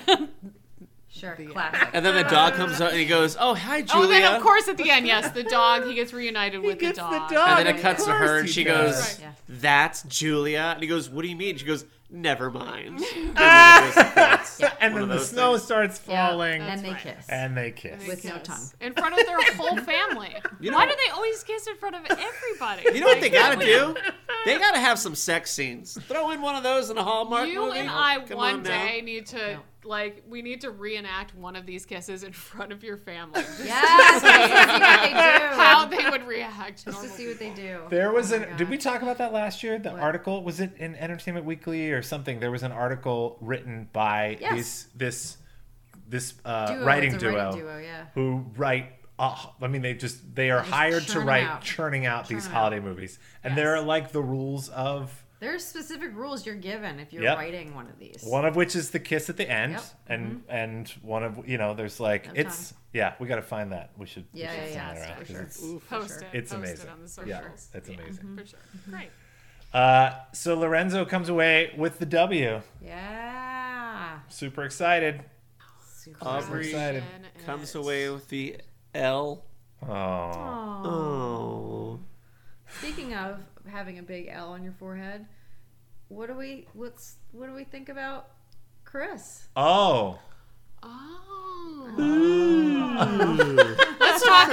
S2: Sure. Classic.
S3: And then the dog comes up and he goes, "Oh, hi, Julia."
S4: Oh, then of course at the end, yes, the dog. He gets reunited with
S1: gets
S4: the
S1: the
S4: dog.
S1: dog.
S3: And then
S1: Of
S3: it cuts to her,
S1: course
S3: and
S1: he
S3: she
S1: does.
S3: goes,
S2: Right.
S3: "That's Julia." And he goes, "What do you mean?" She goes, "Never mind." And then it goes, "That's
S1: and
S3: one
S1: then
S3: of
S1: the
S3: those
S1: snow
S3: things."
S1: starts
S2: Yeah,
S1: falling
S2: And they
S4: right.
S2: kiss.
S1: and they kiss.
S2: With no
S4: Yes.
S2: tongue.
S4: in front of their whole family.
S3: You
S4: Why
S3: know-
S4: do they always kiss in front of everybody?
S3: You know what
S4: Like,
S3: they gotta do? They gotta have some sex scenes. Throw in one of those in a Hallmark
S4: You
S3: movie.
S4: and I
S3: Come
S4: one
S3: on now.
S4: day need to like we need to reenact one of these kisses in front of your family.
S2: Yes,
S4: How
S2: yes,
S4: they would react.
S2: let's
S4: normal
S2: just see what they do. Let's just see what they do.
S1: There was
S2: Oh my
S1: an. Did we
S2: gosh.
S1: talk about that last year? The
S2: What?
S1: article was it in Entertainment Weekly or something? There was an article written by
S2: Yes.
S1: these this this uh,
S2: Duo,
S1: writing,
S2: it's a
S1: duo
S2: writing duo, yeah.
S1: who write. Uh, I mean, they just they are
S2: just
S1: hired to
S2: churn 'em
S1: write
S2: out.
S1: churning out these
S2: Churn 'em
S1: holiday movies, and there are like the rules of
S2: There are specific rules you're given if you're
S1: Yep.
S2: writing one of these.
S1: one of which is the kiss at the end,
S2: Yep. Mm-hmm.
S1: and and one of you know there's like
S2: No
S1: it's
S2: tongue.
S1: yeah we got to find that we should we
S2: Yeah,
S1: should
S2: yeah,
S1: send
S2: yeah,
S1: that
S2: for
S1: around 'cause
S2: sure.
S1: it's
S2: Oof.
S4: post it.
S1: It's
S4: post
S1: amazing.
S4: It on the
S1: yeah
S4: socials.
S1: it's
S4: Yeah,
S1: amazing.
S4: For sure.
S2: Mm-hmm.
S4: Great.
S1: Uh, so Lorenzo comes away with the W.
S2: Yeah.
S1: Super excited.
S2: Super
S3: Aubrey-
S2: nice.
S1: excited.
S4: And
S3: Comes
S4: it-
S3: away with the L.
S1: Oh.
S2: Aw.
S3: Oh.
S2: Speaking of having a big L on your forehead, what do we what's what do we think about Chris?
S1: Oh.
S4: Oh. let's talk.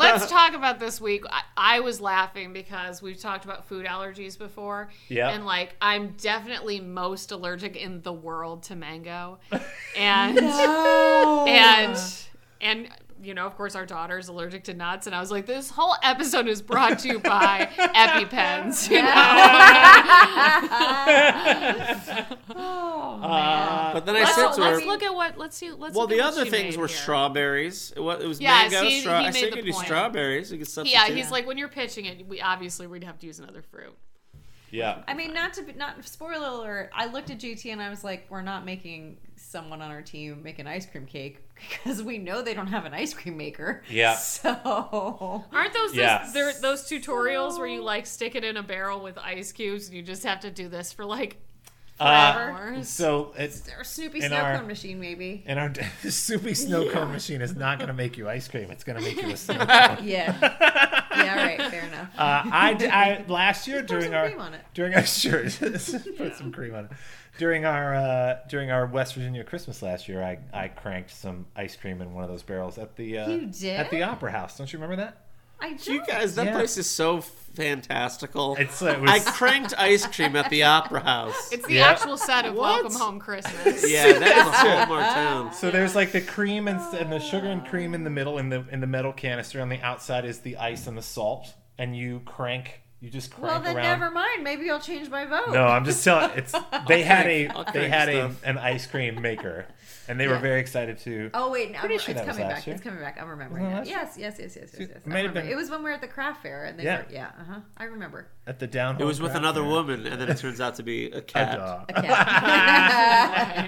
S4: Let's talk about this week. I, I was laughing because we've talked about food allergies before.
S1: Yeah.
S4: And like, I'm definitely most allergic in the world to mango, and and and you know, of course, our daughter is allergic to nuts, and I was like, this whole episode is brought to you by EpiPens. You
S2: Oh,
S1: Uh,
S3: But then
S4: know?
S3: I said
S4: Let's,
S3: to
S4: let's
S3: her,
S4: look at what. Let's see. Let's
S3: "Well,
S4: look at
S3: the
S4: what
S3: other
S4: she
S3: things
S4: made
S3: were
S4: here.
S3: strawberries. It was, it was
S4: Yeah,
S3: mango,
S4: see,
S3: straw.
S4: he
S3: I
S4: made
S3: said you
S4: the
S3: could do
S4: point.
S3: strawberries. You could substitute.
S4: Yeah, he's like when you're pitching it, we obviously we'd have to use another fruit.
S1: yeah.
S2: I mean, not to be, not spoiler alert. I looked at JT and I was like, we're not making someone on our team make an ice cream cake because we know they don't have an ice cream maker.
S1: Yeah.
S2: So
S4: Aren't those
S1: Yeah.
S4: those, they're- those tutorials where you like stick it in a barrel with ice cubes and you just have to do this for like
S1: Uh,
S4: hours?
S1: so it's
S2: or Snoopy
S1: In
S2: snow
S1: our-
S2: cone machine maybe.
S1: and our soupy snow cone machine is not going to make you ice cream. It's going to make you a snow cone. Uh,
S2: Yeah. yeah. Right. Fair enough.
S1: I, d- I- last year
S2: Pour
S1: during
S2: some
S1: our
S2: cream on it.
S1: during our sure just put some cream on it during our uh, during our West Virginia Christmas last year I, I cranked some ice cream in one of those barrels at the uh,
S2: You did?
S1: at the Opera House don't you remember that
S2: I don't.
S3: You guys, that
S1: Yeah.
S3: place is so fantastical.
S1: it's uh, it
S3: I
S1: was
S3: cranked ice cream at the Opera House.
S4: it's the
S1: yeah.
S4: actual set of
S3: What?
S4: Welcome Home Christmas.
S3: yeah, that is a Hallmark town.
S1: So there's like the cream and, and the sugar and
S2: Oh.
S1: cream in the middle in the in the metal canister. On the outside is the ice and the salt, and you crank You just
S2: Well,
S1: crank
S2: then
S1: around.
S2: never mind. Maybe I'll change my vote.
S1: No, I'm just telling. It's they had a
S3: I'll
S1: they
S3: crank
S1: had a,
S3: stuff.
S1: an ice cream maker, and they were
S2: Yeah.
S1: very excited to.
S2: Oh wait, no, I'm,
S1: Pretty sure
S2: it's
S1: that was
S2: coming
S1: last
S2: back.
S1: year.
S2: It's coming back. I'm remembering.
S1: Wasn't
S2: It.
S1: it
S2: Yes, yes, yes, yes, yes, yes.
S1: It
S2: I
S1: might have
S2: remember.
S1: been-
S2: It was when we were at the craft fair, and they
S1: Yeah.
S2: were yeah, uh huh. I remember.
S1: at the down.
S3: It was
S1: home
S3: with
S1: craft
S3: another
S1: fair.
S3: woman, and then it turns out to be a
S1: A
S3: cat.
S1: dog.
S2: Okay.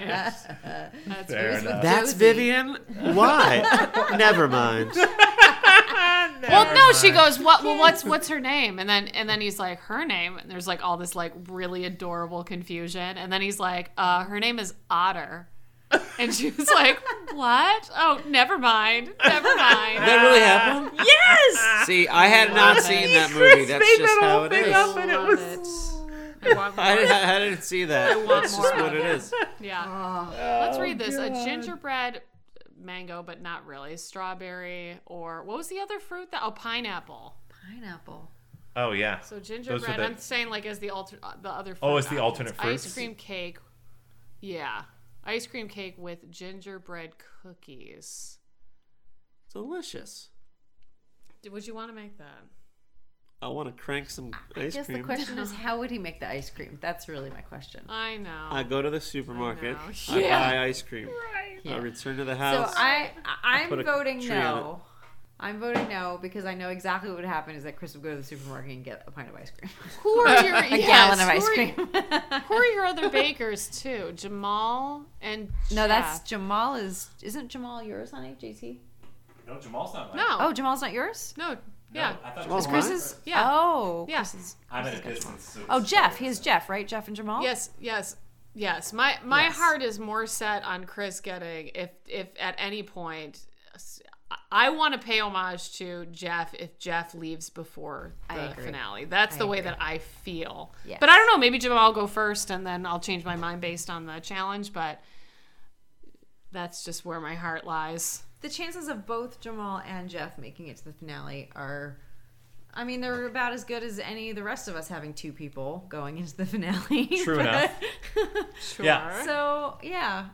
S4: That's
S1: Fair
S4: very
S1: enough.
S3: That's
S2: Josie.
S3: Vivian. Why? Never mind.
S4: Well, no, she goes, "What? Well, what's what's her name?" And then and then he's like, "Her name." And there's like all this like really adorable confusion. And then he's like, uh, "Her name is Otter." And she was like, "What? Oh, never mind. Never mind."
S3: That really happened.
S4: yes.
S3: See, I had not
S4: it.
S3: seen that movie. That's
S1: made that
S3: just how
S1: whole
S3: it
S1: thing
S3: is.
S1: up. and it
S4: Love it. I want
S3: I
S4: more.
S3: didn't, I didn't see that.
S4: want
S3: That's
S4: more
S3: just what
S4: of
S3: it
S4: it.
S3: is.
S4: Yeah.
S3: Oh,
S4: Let's read this. A gingerbread mango, but not really strawberry or what was the other fruit? That oh, pineapple.
S2: Pineapple.
S1: Oh yeah.
S4: So gingerbread.
S1: the-
S4: I'm saying like as the alter uh, the other.
S1: Oh,
S4: fruit
S1: it's the
S4: options.
S1: alternate fruits?
S4: Ice cream cake. Yeah, ice cream cake with gingerbread cookies.
S3: Delicious.
S4: D- Would you want to make that?
S3: I want to crank some ice
S2: Just the
S3: cream.
S2: question is, how would he make the ice cream? That's really my question.
S4: I know.
S3: I go to the supermarket.
S4: I know.
S3: I,
S4: Yeah.
S3: buy ice cream. I
S2: Yeah.
S3: return to the
S2: So
S3: house.
S2: I, I I'm
S3: put a
S2: voting
S3: tree on
S2: no. I'm voting no because I know exactly what would happen is that Chris would go to the supermarket and get a pint of ice cream,
S4: who are your
S2: a
S4: yes,
S2: gallon of
S4: who
S2: ice
S4: are-
S2: cream.
S4: Who are your other bakers too? Jamal and
S2: no, that's
S4: Jeff.
S2: Jamal is isn't Jamal yours on HJT?
S1: No, Jamal's not.
S4: no.
S2: Oh, Jamal's not yours.
S4: no. Yeah.
S1: thought
S3: Jamal's
S2: Chris
S3: mine?
S2: is.
S4: Yeah.
S2: Oh.
S4: Yeah.
S1: I'm at a distance.
S2: Oh, Jeff. Here's Jeff, right? Jeff and Jamal.
S4: Yes, yes, yes. My my
S2: Oh. Yes.
S4: heart is more set on Chris getting if if at any point I want to pay homage to Jeff if Jeff leaves before
S2: I
S4: the
S2: agree.
S4: finale. That's the way
S2: agree.
S4: that I feel.
S2: Yes.
S4: But I don't know. Maybe Jamal will go first, and then I'll change my mind based on the challenge. But that's just where my heart lies.
S2: the chances of both Jamal and Jeff making it to the finale are I mean, they're about as good as any of the rest of us having two people going into the finale.
S1: True enough.
S4: Sure.
S1: Yeah.
S2: So, yeah.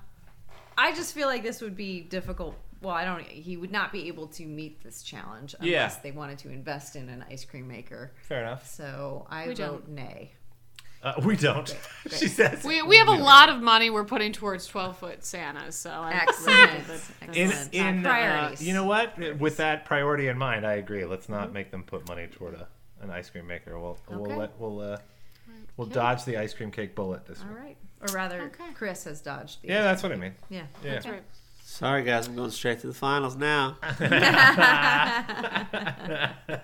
S2: I just feel like this would be difficult. Well, I don't he would not be able to meet this challenge unless
S1: Yeah.
S2: they wanted to invest in an ice cream maker.
S1: Fair enough.
S2: So, I
S4: We
S2: vote
S4: don't.
S2: nay.
S1: Uh, we don't. she says.
S4: We, we have a lot of money we're putting towards twelve foot Santa, so I
S2: Excellent.
S1: in
S2: Excellent.
S1: in uh,
S2: Priorities.
S1: you know what? With that priority in mind, I agree. Let's not make them put money toward a, an ice cream maker. We'll
S2: Okay.
S1: we'll let we'll uh, we'll dodge the ice cream cake bullet this
S2: All
S1: week.
S2: right. Or rather,
S4: Okay.
S2: Chris has dodged the
S1: Yeah, that's what I mean.
S2: Yeah.
S1: Yeah.
S4: right.
S3: Sorry, guys. I'm going straight to the finals now.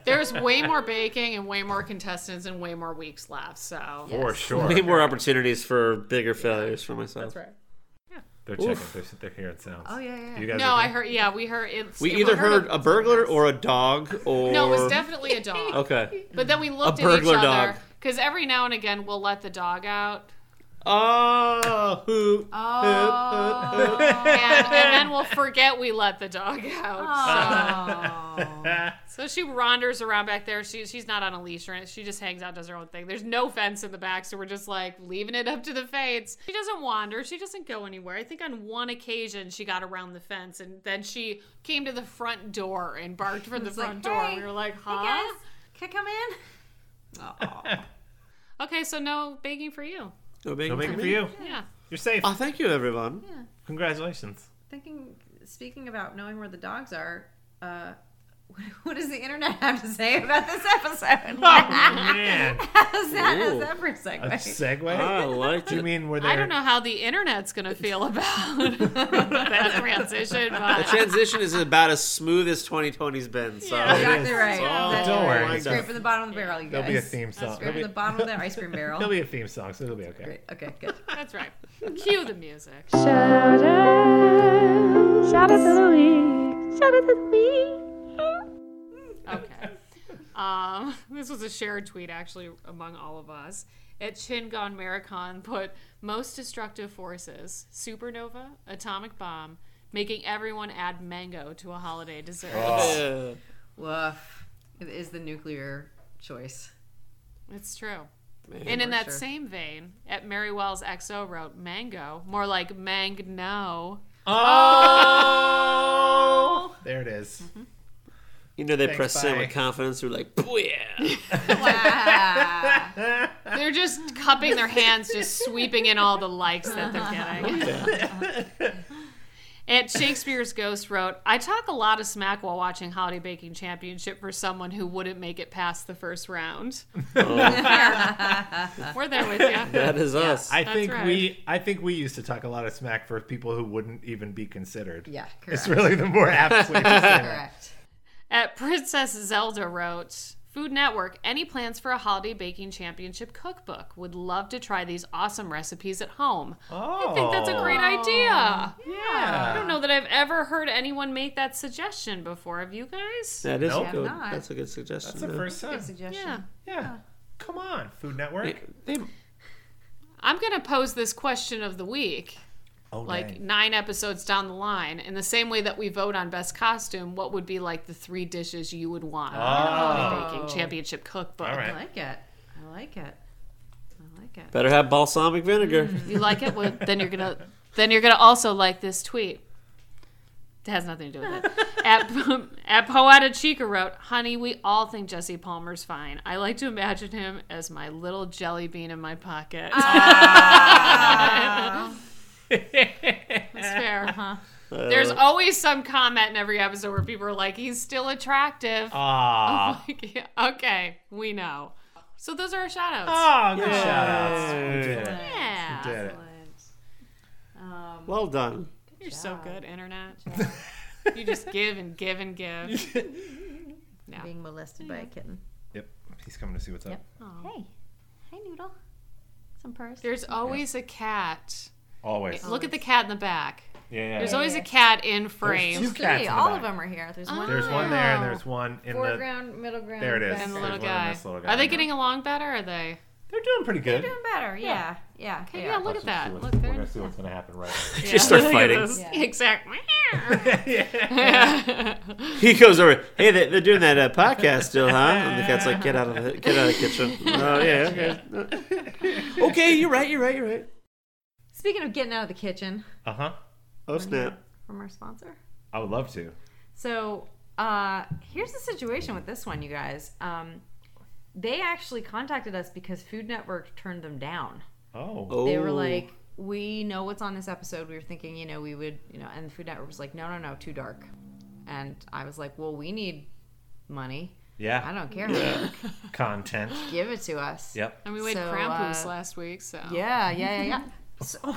S4: There's way more baking and way more contestants and way more weeks left. So
S1: For sure.
S3: Way more opportunities for bigger failures for myself.
S1: They're checking. They're, they're hearing sounds.
S2: Oh, yeah, yeah,
S1: You guys
S4: no,
S1: are
S4: I heard. Yeah, we heard. It's,
S3: We
S4: it-
S3: either heard
S4: of-
S3: a burglar or a dog or
S4: No, it was definitely a dog.
S3: okay.
S4: But then we looked at each
S3: burglar
S4: other
S3: dog.
S4: because every now and again we'll let the dog out,
S3: Oh, hoop, hoop,
S2: Oh.
S3: hoop, hoop.
S4: and, and then we'll forget we let the dog
S3: Uh-huh.
S4: out.
S2: Oh.
S4: So, so she wanders around back there. She, she's not on a leash or anything. She just hangs out, does her own thing. There's no fence in the back, so we're just like leaving it up to the fates. She doesn't wander. She doesn't go anywhere. I think on one occasion she got around the fence, and then she came to the front door and barked from the
S2: like,
S4: front door.
S2: "Hey,
S4: we were like, huh?
S2: Guys, can I come in?
S4: Okay, so no baking for you.
S3: No big
S1: No making
S3: for
S1: for
S3: me.
S1: you.
S4: Yeah.
S1: You're safe.
S3: Oh, thank you, everyone.
S1: Congratulations.
S2: thinking speaking about knowing where the dogs are uh what, what does the internet have to say about this episode
S1: Oh man.
S2: how's that how's
S3: Ooh.
S2: that for a
S1: A
S2: segue
S1: segue.
S3: I liked
S1: Do you
S3: it.
S1: mean where they?
S4: Oh. I don't know how the internet's going to feel about that transition, but
S3: Transition is about as smooth as 2020's been. So
S2: exactly right
S1: Oh,
S2: That's
S1: don't
S2: right.
S1: worry.
S2: scrape from the bottom of the barrel you
S1: There'll
S2: guys
S1: be a theme song. There'll
S2: scrape from
S1: be,
S2: the bottom of that ice cream barrel
S1: there'll be a theme song, so it'll be okay.
S2: Great. okay good
S4: that's right. Cue the music.
S9: Shout out, shout out to the week, shout out to the week.
S4: Okay. Um, this was a shared tweet actually among all of us. At Shingon Maricon put most destructive forces, supernova, atomic bomb, making everyone add mango to a holiday dessert.
S3: Yeah.
S2: woof it is the nuclear choice
S4: It's true. and in that same vein, at Mary Wells XO wrote mango, more like mang no.
S1: Oh, there it is.
S3: You know they
S5: Thanks,
S3: press in
S5: bye.
S3: with confidence. They're like, "Booyah."
S2: Wow.
S4: They're just cupping their hands, just sweeping in all the likes that they're getting. At Shakespeare's Ghost wrote, I talk a lot of smack while watching Holiday Baking Championship for someone who wouldn't make it past the first round. We're there with you.
S3: That is us.
S5: I
S4: That's
S5: think
S4: right.
S5: we I think we used to talk a lot of smack for people who wouldn't even be considered.
S2: Yeah, correct.
S5: It's really the more apt way to say it.
S2: correct.
S4: At Princess Zelda wrote, Food Network, any plans for a Holiday Baking Championship cookbook? Would love to try these awesome recipes at home.
S5: Oh,
S4: I think that's a great idea. I
S5: Yeah.
S4: don't know that I've ever heard anyone make that suggestion before. Have you guys?
S3: that is
S5: Nope.
S3: good.
S2: Not.
S3: That's a good suggestion.
S5: That's the
S3: though.
S5: first time.
S2: Good suggestion.
S4: Yeah.
S5: Yeah. Come on, Food Network.
S3: They, they,
S4: I'm going to pose this question of the week,
S5: oh,
S4: like
S5: dang.
S4: nine episodes down the line, in the same way that we vote on best costume, what would be like the three dishes you would want on a baking championship cookbook?
S5: Ah. All
S2: I
S5: right.
S2: like it. I like it. I like it.
S3: better have balsamic vinegar.
S4: You like it? Well, then you're going to then you're going to also like this tweet. It has nothing to do with it. At, at Poeta Chica wrote, Honey, we all think Jesse Palmer's fine. I like to imagine him as my little jelly bean in my pocket. That's fair. There's always some comment in every episode where people are like, he's still attractive.
S5: Aw.
S1: Ah.
S4: Like, yeah, okay, we know. So those are our shout outs.
S1: Ah.
S5: Oh, good shout outs. We did it.
S4: yeah.
S5: We did it.
S2: Um,
S3: Well done.
S4: You're so good, internet. you just give and give and give.
S2: Being molested by a kitten.
S5: Yep. He's coming to see what's up.
S9: Hey, hi, Noodle. Some purse.
S4: There's always a cat.
S5: Always.
S4: Look at the cat in the back.
S5: Yeah, yeah.
S4: There's always a cat in frame.
S5: There's two cats in
S2: Hey,
S5: the
S2: all
S5: back.
S2: of them are here. There's one
S5: There's one there and there's one in the.
S2: foreground, middle ground.
S5: There it is.
S4: and
S2: background.
S4: the little
S5: There's one in
S4: guy.
S5: this little guy.
S4: Are they getting along better? Are they?
S5: They're doing pretty good.
S2: Doing better. Yeah. Yeah.
S4: Okay,
S2: they
S4: yeah,
S2: are.
S4: look
S5: Let's just
S4: at
S5: see
S4: that.
S5: what's-
S4: Look,
S5: We're
S4: they're
S5: gonna see what's gonna happen right.
S4: yeah.
S3: Just start
S4: Look at
S3: fighting.
S4: this.
S2: Yeah.
S4: Exactly.
S3: He goes over. Hey, they, they're doing that uh, podcast still, huh? And the cat's like, get out of the get out of the kitchen. Oh yeah. Okay. okay, you're right. You're right. You're right.
S2: Speaking of getting out of the kitchen
S5: Uh huh.
S3: Oh snap.
S2: from our sponsor.
S5: I would love to.
S2: So uh, here's the situation with this one, you guys. Um, they actually contacted us because Food Network turned them down.
S5: Oh.
S3: Oh.
S2: They were like, "We know what's on this episode." We were thinking, you know, we would, you know, and Food Network was like, "No, no, no, too dark." And I was like, "Well, we need money. I
S5: Yeah.
S2: don't care.
S5: Content.
S2: Give it to us."
S5: Yep.
S4: And we went
S2: So,
S4: crampus
S2: uh,
S4: last week, so
S2: Yeah, yeah, yeah, yeah. so,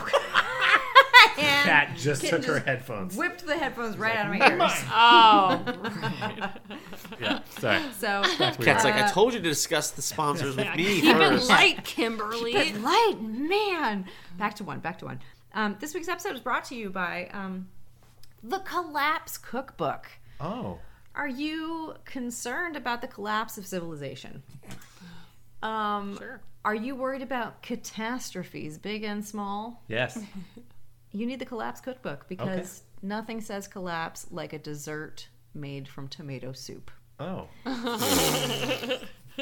S2: and
S5: Cat just
S2: Kitten
S5: took her
S2: just-
S5: headphones.
S2: whipped the headphones right out of my ears.
S4: Oh,
S5: Yeah. Sorry.
S2: So
S3: Cat's like, I told you to discuss the sponsors with me
S4: Uh, keep it
S3: first.
S4: light, Kimberly.
S2: But light, man. Back to one, back to one. Um, this week's episode is brought to you by um, The Collapse Cookbook.
S5: Oh.
S2: Are you concerned about the collapse of civilization? Um,
S4: Sure.
S2: Are you worried about catastrophes, big and small?
S5: Yes.
S2: You need the Collapse Cookbook because nothing says collapse like a dessert made from tomato soup.
S5: Oh.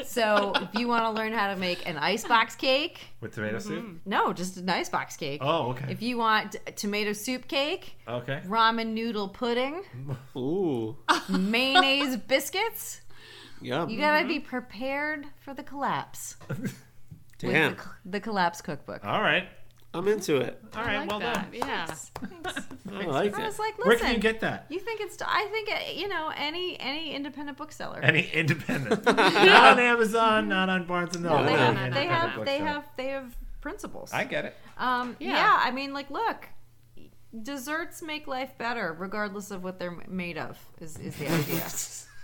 S2: So, if you want to learn how to make an icebox cake,
S5: With tomato soup.
S2: no, just an icebox cake.
S5: Oh. Okay.
S2: Mm-hmm. If you want tomato soup cake,
S5: Okay.
S2: ramen noodle pudding,
S3: Ooh,
S2: mayonnaise biscuits.
S3: yum.
S2: You gotta
S5: Mm-hmm.
S2: be prepared for the collapse.
S3: Damn,
S2: The collapse cookbook.
S5: All right.
S3: I'm into it.
S5: All right. well done.
S4: Yeah.
S3: I like
S2: I
S3: it.
S2: was like, listen,
S5: Where can you get that?
S2: you think it's? I think uh, you know any any independent bookseller.
S5: Any independent. not on Amazon. Not on Barnes and Noble.
S2: they
S5: any
S2: have, they
S5: independent
S2: have, they
S5: bookseller.
S2: have, they have principles.
S5: I get it.
S2: um,
S4: Yeah.
S2: yeah. I mean, like, look, desserts make life better, regardless of what they're made of. Is is the idea?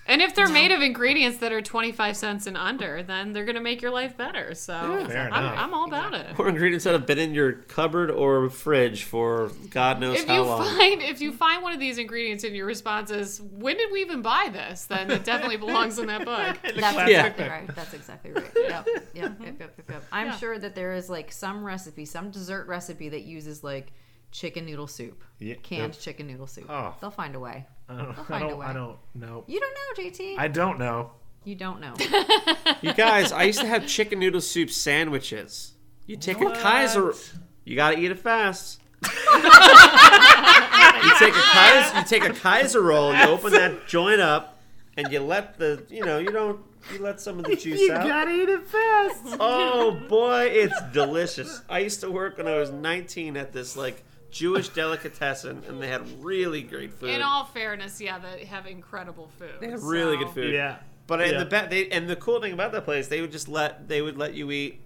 S4: And if they're made of ingredients that are 25 cents and under, then they're going to make your life better. So
S5: Fair
S4: I'm,
S5: enough.
S4: I'm all about it.
S3: Or ingredients that have been in your cupboard or fridge for God knows
S4: If
S3: how
S4: you
S3: long.
S4: find if you find one of these ingredients and your response is when did we even buy this, then it definitely belongs in that book.
S2: That's
S5: Classic
S2: exactly
S5: cookbook.
S2: right. That's exactly right. Yep. Yep. Yep. Yep. Yep. yep. I'm sure that there is like some recipe, some dessert recipe that uses like chicken noodle soup,
S5: Yeah,
S2: canned
S5: yep.
S2: chicken noodle soup.
S5: Oh.
S2: They'll find a way.
S5: I don't, I
S2: find a
S5: don't,
S2: way.
S5: I don't know.
S2: You don't know, JT.
S5: I don't know.
S2: you don't know.
S3: You guys, I used to have chicken noodle soup sandwiches. You take a Kaiser. You gotta eat it fast. you take a Kaiser. You take a Kaiser roll. You open that joint up. and you let the you know you don't you let some of the juice
S1: You
S3: out.
S1: gotta eat it fast.
S3: Oh boy, it's delicious. I used to work when I was 19 at this like Jewish delicatessen, and they had really great food.
S4: In all fairness, yeah, they have incredible food. They
S3: have really good food.
S1: yeah.
S3: But in
S1: Yeah.
S3: the ba- they, and the cool thing about that place, they would just let they would let you eat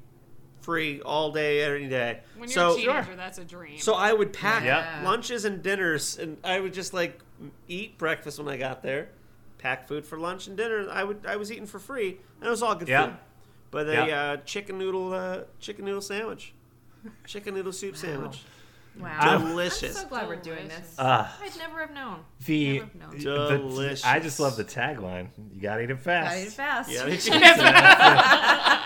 S3: free all day every day.
S4: When you're
S3: so
S4: a teenager, that's a dream.
S3: so I would pack
S1: Yeah.
S3: lunches and dinners, and I would just like eat breakfast when I got there, pack food for lunch and dinner. I would I was eating for free, and it was all good
S1: Yeah.
S3: food. But a
S1: Yeah.
S3: uh, chicken noodle uh, chicken noodle sandwich, chicken noodle soup sandwich,
S2: Wow.
S3: delicious.
S2: I'm so glad we're doing this.
S1: Uh,
S2: I'd never have known.
S1: the,
S2: Never known.
S1: the-
S3: Delicious.
S1: I just love the tagline. You gotta eat it
S2: Gotta eat it
S1: fast.
S2: fast.
S3: yeah,
S2: Can
S3: they do.
S2: we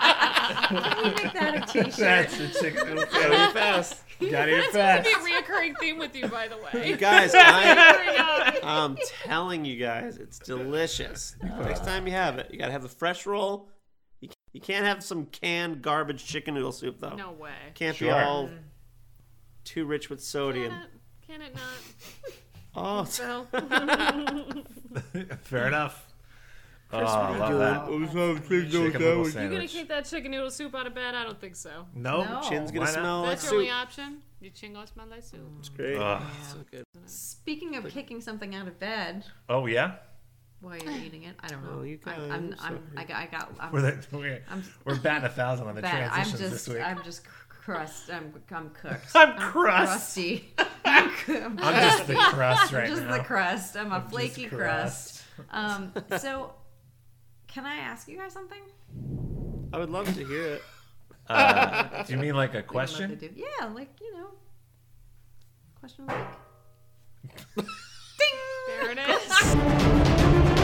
S2: make that a t-shirt?
S1: That's the chicken noodle
S3: Gotta
S1: sandwich.
S3: eat fast.
S1: Gotta eat it
S4: That's
S1: fast.
S4: gonna be a reoccurring theme with you, by the
S3: You
S4: way.
S3: guys, I,
S4: Hurry up.
S3: I'm telling you guys, it's delicious. Next time you have it, you gotta have a fresh roll. You, you can't have some canned garbage chicken noodle soup though.
S4: No way.
S3: Can't be
S1: Sure.
S3: all too rich with sodium.
S4: Can it, can it not?
S3: Oh,
S4: No.
S1: Fair enough. Oh,
S3: I
S1: I love that. Chicken noodle
S4: You gonna
S1: sandwich.
S4: keep that chicken noodle soup out of bed? I don't think so.
S1: No.
S2: No.
S3: Chin's gonna
S1: Why not?
S3: smell like
S4: That's your only
S3: soup.
S4: option. Your chin gonna smell like soup.
S3: It's great.
S1: Ugh.
S3: So good.
S2: Speaking of kicking something out of bed
S1: Oh yeah.
S2: while you're eating it, I don't know.
S3: Oh, you
S2: I,
S3: guys,
S2: I'm,
S3: I'm
S2: I'm, I got, I got, I'm
S1: We're, the, we're,
S2: I'm-
S1: we're batting a thousand on the
S2: bad. I'm
S1: transitions
S2: just,
S1: this week.
S2: I'm just cr- crust. I'm, I'm cooked.
S1: I'm crust.
S2: Crusty. I'm, I'm
S1: I'm just the crust right
S2: just
S1: now.
S2: the crust. I'm a flaky
S1: Just
S2: crust. Um, so, can I ask you guys something?
S3: I would love to hear it.
S1: Uh, do you mean like a
S2: I don't know if
S1: question?
S2: they do. Yeah, like you know, question of the week.
S4: There it is.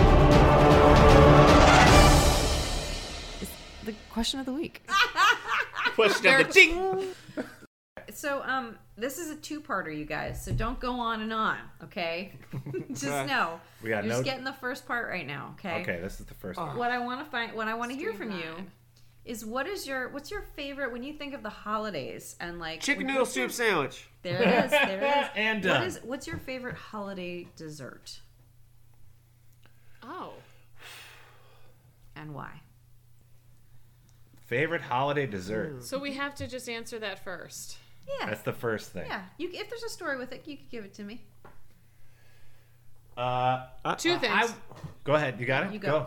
S2: The question of the week.
S3: Question of the ding.
S2: So, um, this is a two-parter, you guys. So don't go on and on, okay? just know
S1: We got no-
S2: you're just getting the first part right now, okay?
S1: Okay, this is the first one.
S2: What I want to find, what I want to hear from you,
S4: Streamline.
S2: is what is your, what's your favorite when you think of the holidays and like
S3: Chicken
S2: when-
S3: noodle soup sandwich.
S2: There it is. There it is.
S1: And uh,
S2: what
S1: done.
S2: is what's your favorite holiday dessert
S4: Oh.
S2: and why?
S1: Favorite holiday dessert.
S4: So we have to just answer that first.
S2: Yeah,
S1: That's the first thing.
S2: yeah. You, if there's a story with it, you could give it to me.
S1: Uh,
S4: Two things.
S1: go ahead. You got it.
S2: You go.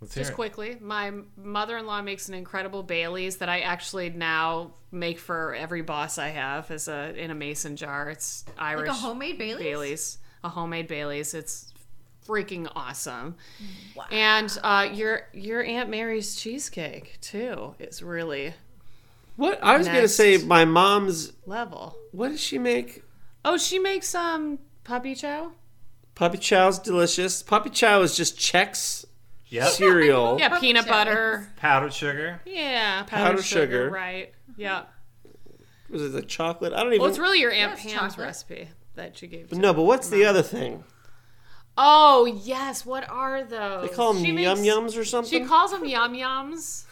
S1: Let's hear
S4: Just
S1: it.
S4: quickly, my mother-in-law makes an incredible Bailey's that I actually now make for every boss I have as a in a mason jar. It's Irish
S2: Like a homemade Bailey's.
S4: Bailey's, a homemade Bailey's. It's freaking awesome. And uh, your your Aunt Mary's cheesecake too is really
S3: What I was gonna
S4: Next.
S3: say, my mom's.
S4: level.
S3: What does she make?
S4: Oh, she makes um puppy chow.
S3: Puppy chow's delicious. Puppy chow is just Chex
S1: Yep.
S3: cereal.
S4: Yeah, peanut
S2: chow.
S4: butter.
S1: Powdered sugar.
S4: Yeah,
S3: Powdered sugar.
S4: Right. Yeah.
S3: Was it the chocolate? I don't even.
S4: Well, it's really your Aunt
S2: Yes,
S4: Pam's
S2: chocolate.
S4: recipe that she gave. To
S3: no, but what's the other thing?
S4: Oh yes, what are those?
S3: They call them
S4: She
S3: yum
S4: makes-
S3: yums or
S4: She
S3: something.
S4: calls them yum yums.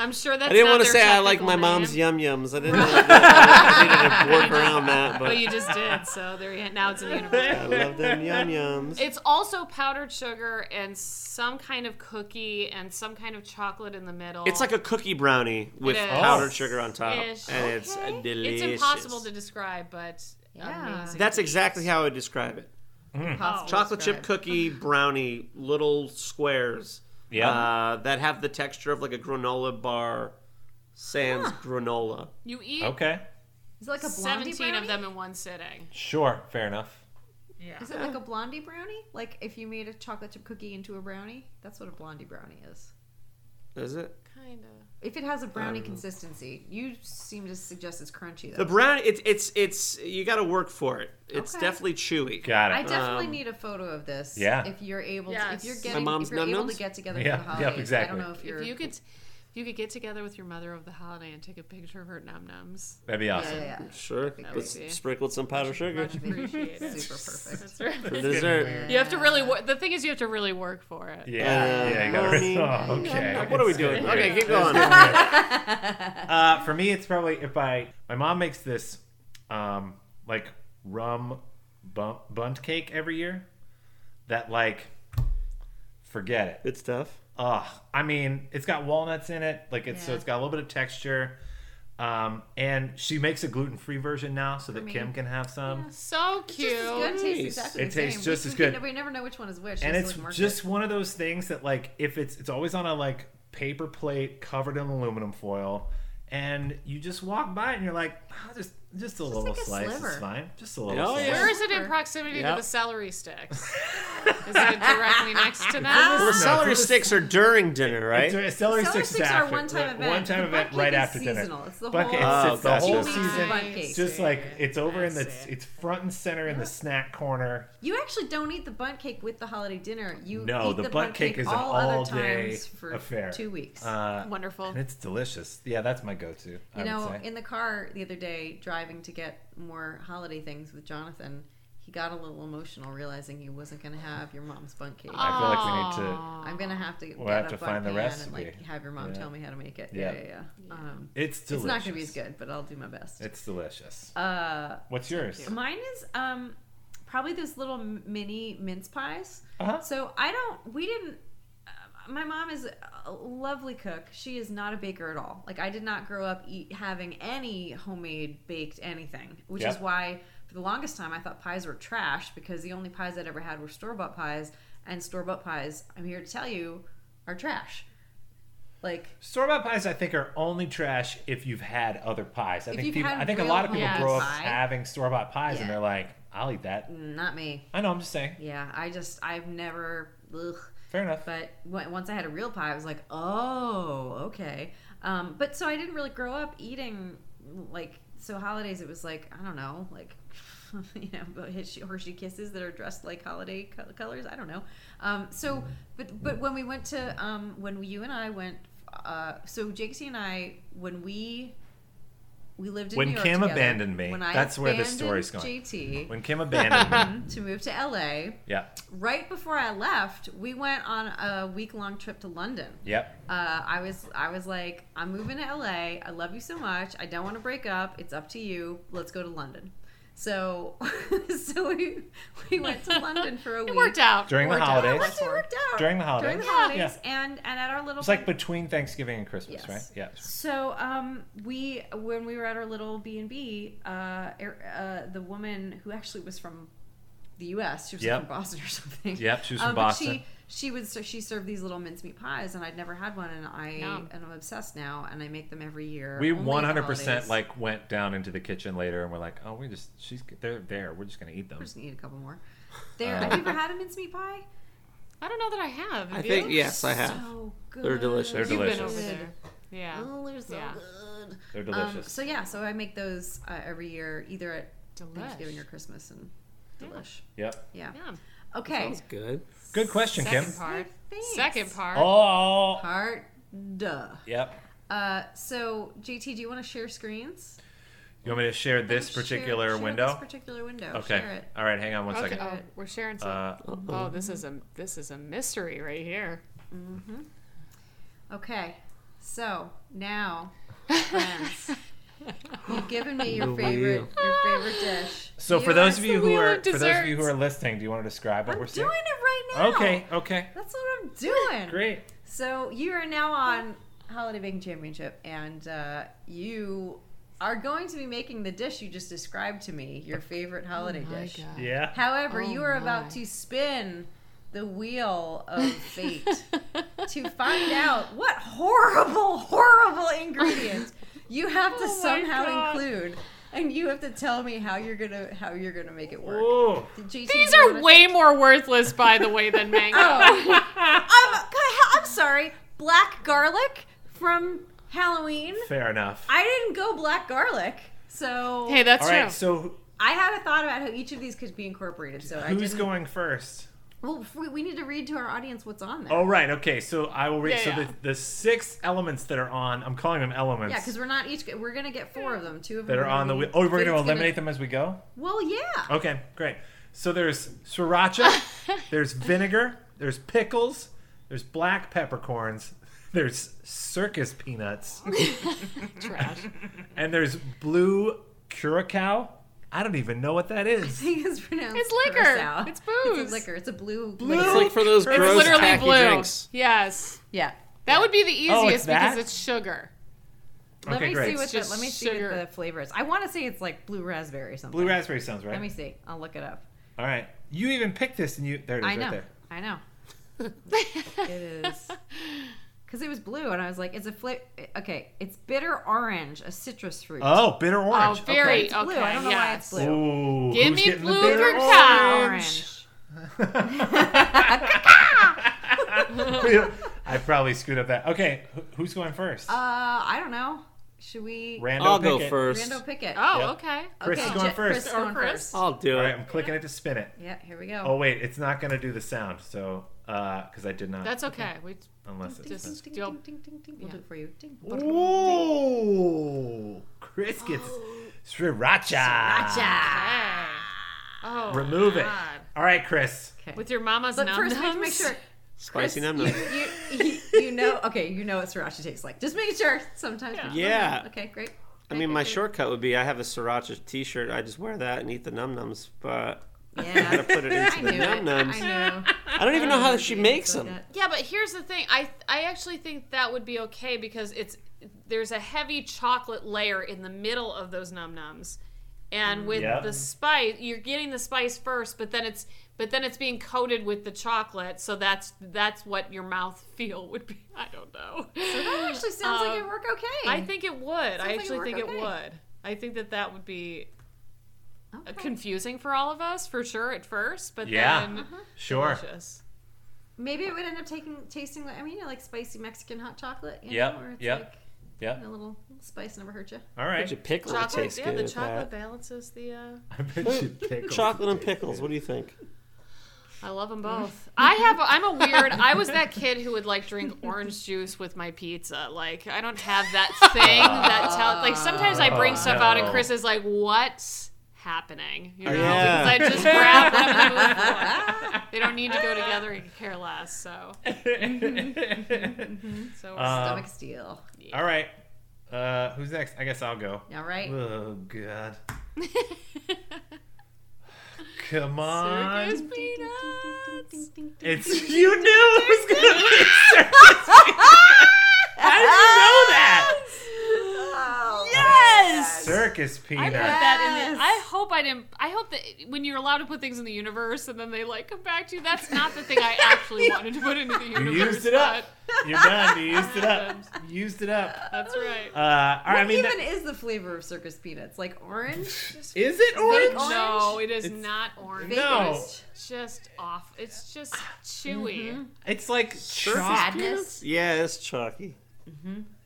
S4: I'm sure that's.
S3: I didn't
S4: want to
S3: say I like my mom's yum yums. I didn't. Know, I needed to work around that,
S4: But
S3: but
S4: Oh, you just did, so there. You, now it's in the universe.
S3: I love them yum yums.
S4: It's also powdered sugar and some kind of cookie and some kind of chocolate in the middle.
S3: It's like a cookie brownie with
S4: It is.
S3: powdered sugar on top,
S4: Ish.
S3: and it's delicious.
S4: It's impossible to describe, but
S2: Yeah.
S4: amazing.
S3: That's exactly how I would describe it.
S2: Impossible
S3: Chocolate
S2: to
S3: chip
S2: describe.
S3: cookie brownie, little squares
S1: Yeah.
S3: uh, that have the texture of like a granola bar, sans granola.
S4: you eat
S1: okay.
S2: Is it like a blondie
S4: 17
S2: brownie?
S4: of them in one sitting.
S1: Sure. Fair enough.
S2: Is it like a blondie brownie? Like if you made a chocolate chip cookie into a brownie, that's what a blondie brownie is.
S3: Is it?
S4: Kind of.
S2: If it has a
S1: Um,
S2: brownie consistency, you seem to suggest it's crunchy though.
S3: The brownie. It's it's it's you got to work for it. It's
S2: Okay.
S3: definitely chewy.
S1: Got it.
S2: I definitely
S3: um,
S2: need a photo of this.
S1: Yeah.
S2: If you're able, to, if
S4: Yes.
S2: you're
S4: My
S2: getting,
S3: mom's
S2: if you're able
S3: num-nums?
S2: to get together
S1: Yeah,
S2: for the
S1: yeah,
S2: holidays,
S1: exactly.
S2: I don't know if you're.
S4: If you could, if you could get together with your mother of the holiday and take a picture of her num nums,
S1: That'd be
S2: yeah,
S1: awesome.
S2: yeah,
S3: Sure. But
S4: would be-
S3: sprinkled some powdered sugar
S4: much appreciated.
S2: yeah. super perfect.
S4: That's right.
S3: for dessert.
S4: You have to really. Wor- the thing is, you have to really work for it.
S1: Yeah.
S3: Uh,
S1: yeah. You gotta.
S3: mommy.
S1: Oh, okay.
S3: What are we
S1: It's gonna
S3: doing?
S1: be
S3: Okay,
S1: great.
S3: keep going.
S1: Uh, for me, it's probably if I my mom makes this um, like rum bun bunt cake every year that like Forget it.
S3: Good stuff.
S1: Ugh. I mean, it's got walnuts in it. Like it's so
S2: Yeah.
S1: it's got a little bit of texture. Um, and she makes a gluten free version now so that
S2: me.
S1: Kim can have some.
S4: So cute.
S2: Just as good. It tastes exactly
S1: It
S2: the
S1: tastes
S2: same.
S1: just
S2: we,
S1: as
S2: we
S1: good.
S2: can ne- We never know which one is which.
S1: And
S2: Just
S1: it's
S2: to mark
S1: just one of those things that like if it's it's always on a like paper plate covered in aluminum foil and you just walk by it and you're like, "Ah, just just a little
S2: like a
S1: slice, it's
S2: sliver.
S1: fine. Just a little
S3: Oh,
S1: slice.
S3: yeah.
S4: Where is it in proximity
S3: Yep.
S4: to the celery sticks? is it directly next to that?
S3: Well,
S1: No,
S3: celery
S1: it's-
S3: sticks are during dinner, right?
S1: Celery, celery sticks,
S2: sticks,
S1: is
S2: are
S1: after,
S2: one time event.
S1: One time
S2: The
S1: event
S2: bundt
S1: right
S2: cake is
S1: after dinner.
S2: seasonal. It's the
S1: Bundt
S2: whole-
S1: cake- it's,
S3: Oh,
S1: it's the whole
S3: gotcha.
S1: season.
S2: bundt cake.
S1: It's just like it's over in
S4: I
S1: the
S4: see.
S1: it's front and center in the snack corner.
S2: You actually don't eat the bundt cake with the holiday dinner. You
S1: No,
S2: eat
S1: the
S2: the
S1: bundt
S2: bundt
S1: cake
S2: cake,
S1: is an
S2: all other
S1: all-day
S2: times for
S1: affair.
S2: two weeks.
S1: Uh,
S4: Wonderful.
S1: and it's delicious. Yeah, that's my go-to. I
S2: you know,
S1: would say.
S2: in the car the other day, driving to get more holiday things with Jonathan, he got a little emotional realizing he wasn't going to have your mom's bundt cake.
S1: I feel like we need to.
S4: Aw.
S2: I'm gonna have to
S1: We'll
S2: get
S1: have
S2: a
S1: to
S2: bundt
S1: find the
S2: pan
S1: recipe.
S2: and like have your mom
S1: Yeah.
S2: tell me how to make it.
S1: Yeah.
S2: Yeah, yeah, yeah. Um,
S1: It's delicious.
S2: it's not gonna be as good, but I'll do my best.
S1: It's delicious.
S2: Uh,
S1: What's yours?
S2: mine is um, probably those little m- mini mince pies.
S1: Uh-huh.
S2: So I don't. We didn't. uh, My mom is a lovely cook. She is not a baker at all. Like I did not grow up eat, having any homemade baked anything, which
S1: Yeah.
S2: is why for the longest time I thought pies were trash because the only pies I'd ever had were store bought pies, and store bought pies. I'm here to tell you, are trash. Like
S1: Store-bought pies, I think, are only trash if you've had other pies. I think
S2: you've
S1: people.
S2: had
S1: I think a
S2: real
S1: lot of people
S4: homemade
S1: grow up
S2: pie.
S1: having store-bought pies, and
S2: Yeah.
S1: they're like, "I'll eat that."
S2: not me.
S1: I know. I'm just saying.
S2: Yeah, I just I've never. Ugh.
S1: Fair enough.
S2: But w- once I had a real pie, I was like, oh, okay. Um, but so I didn't really grow up eating like so holidays. It was like I don't know, like you know, but Hershey- Hershey kisses that are dressed like holiday co- colors. I don't know. Um, so,
S1: Mm-hmm.
S2: but but when we went to um, when you and I went, uh, so Jakesy and I when we. We lived in
S1: When
S2: New York
S1: Kim
S2: together,
S1: abandoned me,
S2: when I
S1: that's where this
S2: abandoned
S1: story's going.
S2: JT
S1: When Kim abandoned me,
S2: to move to LA,
S1: yeah,
S2: right before I left, we went on a week long trip to London.
S1: yep,
S2: Uh, I was I was like, I'm moving to LA. I love you so much. I don't want to break up. It's up to you. Let's go to London. So, so we, we went to London for a week.
S4: It worked out.
S1: during the
S4: Worked out.
S1: holidays.
S2: It worked out
S1: During the holidays.
S2: During the
S1: Yeah.
S2: holidays, and and at our little
S1: It's like between Thanksgiving and Christmas,
S2: Yes.
S1: right? Yeah.
S2: so um, we when we were at our little B and B, uh, the woman who actually was from the U.S. She was
S1: Yep.
S2: from Boston or something. Um,
S1: Yep, she was from
S2: but
S1: Boston.
S2: She, she would ser- she served these little mincemeat pies, and I'd never had one, and I
S4: Yum.
S2: and I'm obsessed now, and I make them every year. Oh
S1: We
S2: only at the
S1: 100%
S2: holidays.
S1: like went down into the kitchen later and we're like, oh, we just, she's, they're there. We're just going to eat them.
S2: I just need a couple more.
S1: Uh.
S2: There, have you ever had a mincemeat pie?
S4: I don't know that I have.
S3: I
S4: Have
S3: think
S4: you?
S3: yes, I have.
S2: So good.
S3: They're delicious.
S1: They're
S4: You've
S1: delicious.
S4: been over there. Yeah.
S2: Oh, they're so
S4: Yeah.
S2: good.
S1: They're
S2: Um,
S1: delicious.
S2: so yeah, so I make those uh, every year, either at Thanksgiving or
S4: Delish.
S2: Christmas, and delish.
S1: yep.
S2: Yeah.
S4: Yeah.
S2: Okay.
S3: That's good.
S1: Good question, Kim.
S4: Second part.
S2: Thanks.
S4: Second part.
S1: Oh,
S2: Part duh.
S1: yep.
S2: Uh, so JT, do you want to share screens?
S1: You want me to share this
S2: Share-
S1: particular
S2: share
S1: window?
S2: This particular window.
S1: okay.
S2: Share it.
S1: All right. Hang on one second.
S4: Okay. Oh, we're sharing some.
S1: Uh,
S4: oh, this is a this is a mystery right here.
S2: Okay. So now, friends, you've given me your favorite your favorite dish.
S1: So for
S2: You
S1: those
S2: are-
S1: of you who
S4: wheel
S1: are
S4: of
S1: for those of you who
S4: desserts.
S1: are listening, do you want to describe what
S2: I'm
S1: we're seeing?
S2: doing it right now.
S1: Okay. Okay.
S2: That's what I'm doing.
S1: Great.
S2: So you are now on Holiday Baking Championship, and uh, you are going to be making the dish you just described to me, your favorite holiday dish.
S1: Yeah.
S2: However,
S4: Oh
S2: you are
S4: my.
S2: about to spin the wheel of fate to find out what horrible, horrible ingredient you have to
S4: Oh my
S2: somehow
S4: God.
S2: include, and you have to tell me how you're gonna how you're gonna make it work.
S1: Oh,
S2: JT,
S4: These
S2: do you
S4: are
S2: wanna-
S4: way more worthless, by the way, than mango.
S2: Oh. I'm, I'm sorry. Black garlic from Halloween.
S1: fair enough.
S2: I didn't go black garlic, so
S4: Hey, that's
S1: All
S4: true.
S1: right. So
S2: I had a thought about how each of these could be incorporated. So I
S1: who's
S2: just
S1: going first?
S2: well, we, we need to read to our audience what's on there.
S1: Oh, right. Okay. So I will read.
S4: Yeah,
S1: so
S4: yeah.
S1: The, the six elements that are on, I'm calling them elements.
S2: Yeah, because we're not each. We're gonna get four of them. Two of them
S1: that are
S2: are
S1: on the
S2: gonna
S1: wheel.
S2: be-
S1: Oh, we're going to
S2: Fate's
S1: eliminate Oh. them as we go?
S2: Well, yeah.
S1: Okay, great. So there's sriracha, there's vinegar, there's pickles, there's black peppercorns, there's circus peanuts,
S4: Trash.
S1: and there's blue curacao. I don't even know what that
S2: I
S1: is.
S2: think it's pronounced.
S4: It's liquor.
S2: curacao. It's
S4: It's booze.
S2: a liquor. It's a blue.
S1: Blue?
S2: liquor.
S3: It's like for those
S1: It's
S4: It's
S3: gross
S4: literally
S3: tacky
S4: blue.
S3: drinks.
S4: Yes.
S2: Yeah.
S4: That would be the
S1: Oh, it's
S4: easiest because
S1: that?
S4: it's sugar.
S2: Let
S1: Okay,
S2: me
S1: great.
S2: see what
S4: It's
S2: the,
S4: just
S2: let me see
S4: sugar.
S2: what the flavor is. I want to say it's like blue raspberry or something.
S1: Blue raspberry sounds right.
S2: Let me see. I'll look it up.
S1: All right. You even picked this and you. There it is
S2: I
S1: right
S2: know.
S1: there.
S2: I know. It is. Because it was blue, and I was like, it's a flavor. Okay, it's bitter orange, a citrus fruit.
S1: Oh, bitter orange.
S4: Oh, very
S2: It's
S4: okay.
S2: blue. I don't know why it's
S4: yes.
S2: blue.
S1: Ooh,
S4: Give
S1: who's
S4: me
S1: getting the
S4: blue
S1: bitter
S4: cacao.
S2: Orange.
S1: orange? Oh. I probably screwed up that. Okay, wh- who's going first?
S2: Uh, I don't know. Should we?
S1: Rando
S3: I'll go
S1: Pickett.
S3: first.
S2: Rando pick it.
S4: Oh,
S1: Yep.
S4: okay.
S1: Chris is
S2: okay,
S1: going
S2: Je-
S1: first.
S2: Chris is
S4: Or
S2: going
S4: Chris.
S2: first.
S3: I'll do
S1: All
S3: it.
S1: right, I'm clicking it to spin it.
S2: Yeah, here we go.
S1: Oh wait, it's not gonna do the sound. So, uh, because I did not.
S4: That's okay. We
S1: unless
S4: Ding,
S1: it's.
S4: ding,
S1: This.
S4: ding, ding,
S2: Ding, ding, ding. We'll
S4: Yeah.
S2: do it for you. Ding.
S1: Ooh, Chris
S4: Oh.
S1: gets sriracha.
S2: Ah.
S4: okay. Oh,
S1: Remove it.
S4: God.
S1: All right, Chris.
S4: With your mama's
S2: But
S4: num
S2: first, we have to make sure
S3: Spicy num
S2: you,
S3: num.
S2: you, you, you know. Okay, you know what sriracha tastes like. Just making sure. Sometimes. we-
S3: Yeah.
S2: Okay, great.
S3: I mean, my shortcut would be I have a sriracha T-shirt. I just wear that and eat the num nums. But
S2: Yeah.
S3: I gotta put it
S2: I
S3: into the
S2: knew it.
S3: num
S2: I
S3: nums.
S2: knew.
S3: I don't even know how she makes
S2: So
S3: them.
S2: that-
S4: Yeah, but here's the thing. I I actually think that would be okay because it's there's a heavy chocolate layer in the middle of those num nums, and with
S1: Mm, Yep.
S4: the spice, you're getting the spice first, but then it's but then it's being coated with the chocolate, so that's that's what your mouth feel would be. I don't know.
S2: That actually sounds like it
S4: Um,
S2: work okay.
S4: I think it would. I
S2: like it
S4: actually
S2: worked
S4: think it
S2: okay.
S4: would. I think that that would be uh,
S2: Okay.
S4: confusing for all of us for sure at first, but
S1: Yeah.
S4: then
S2: Uh-huh.
S1: Sure.
S4: delicious.
S2: Maybe it would end up taking tasting like I mean, you know, like spicy Mexican hot chocolate. You
S1: Yep,
S2: Know, where it's
S1: yep,
S2: Like,
S1: yep.
S2: you know, A little little spice never hurt you.
S1: All
S3: I bet
S1: right.
S3: you pickles would
S4: Chocolate,
S3: taste
S4: yeah,
S3: good
S4: the
S3: with
S4: chocolate
S3: that.
S4: balances the. Uh,
S1: I bet you pickles.
S3: Chocolate and pickles. What do you think?
S4: I love them
S2: Mm.
S4: both. I have. I'm a weird. I was that kid who would like drink orange juice with my pizza. Like I don't have that thing that
S2: Ah.
S4: tell. Like sometimes I bring stuff out and
S1: no.
S4: Chris is like, "What's happening?" You know,
S3: Yeah.
S4: because I just grab them and move forward. They don't need to go together. I could care less. So, so we're
S1: Um,
S2: Stomach steel.
S1: all right. Uh, who's next? I guess I'll go.
S2: All right.
S1: Oh God. Come on.
S4: circus peanuts.
S1: It's you knew it was gonna be circus. peanuts. How did you know that?
S2: Oh, yes.
S1: Circus
S4: I put
S1: peanut.
S4: that in
S2: Yes.
S4: the, I hope I didn't. I hope that when you're allowed to put things in the universe and then they like come back to you, that's not the thing I actually wanted to put into the
S1: You
S4: universe.
S1: used it up.
S4: but
S1: You're done. You used it up. You used it up.
S4: That's right.
S1: Uh, all right. I mean,
S2: Even
S1: that-
S2: is the flavor of circus peanuts like orange?
S1: is it orange?
S4: No, it is not orange.
S1: No. Mm-hmm.
S4: It's just off. It's just chewy.
S1: It's like chalk.
S2: Sadness.
S3: Yeah, it's chalky.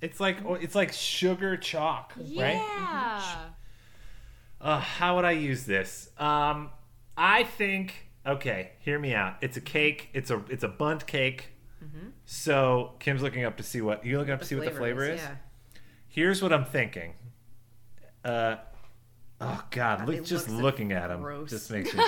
S1: It's like it's like sugar chalk, right?
S4: Yeah.
S1: Uh, how would I use this? Um, I think okay. Hear me out. It's a cake. It's a it's a bunt cake.
S2: Mm-hmm.
S1: So Kim's looking up to see what you're looking up to see what the flavor is.
S2: Yeah.
S1: Here's what I'm thinking. Uh, oh God! look,
S2: it
S1: just
S2: looks
S1: looking at them
S2: gross.
S1: just makes me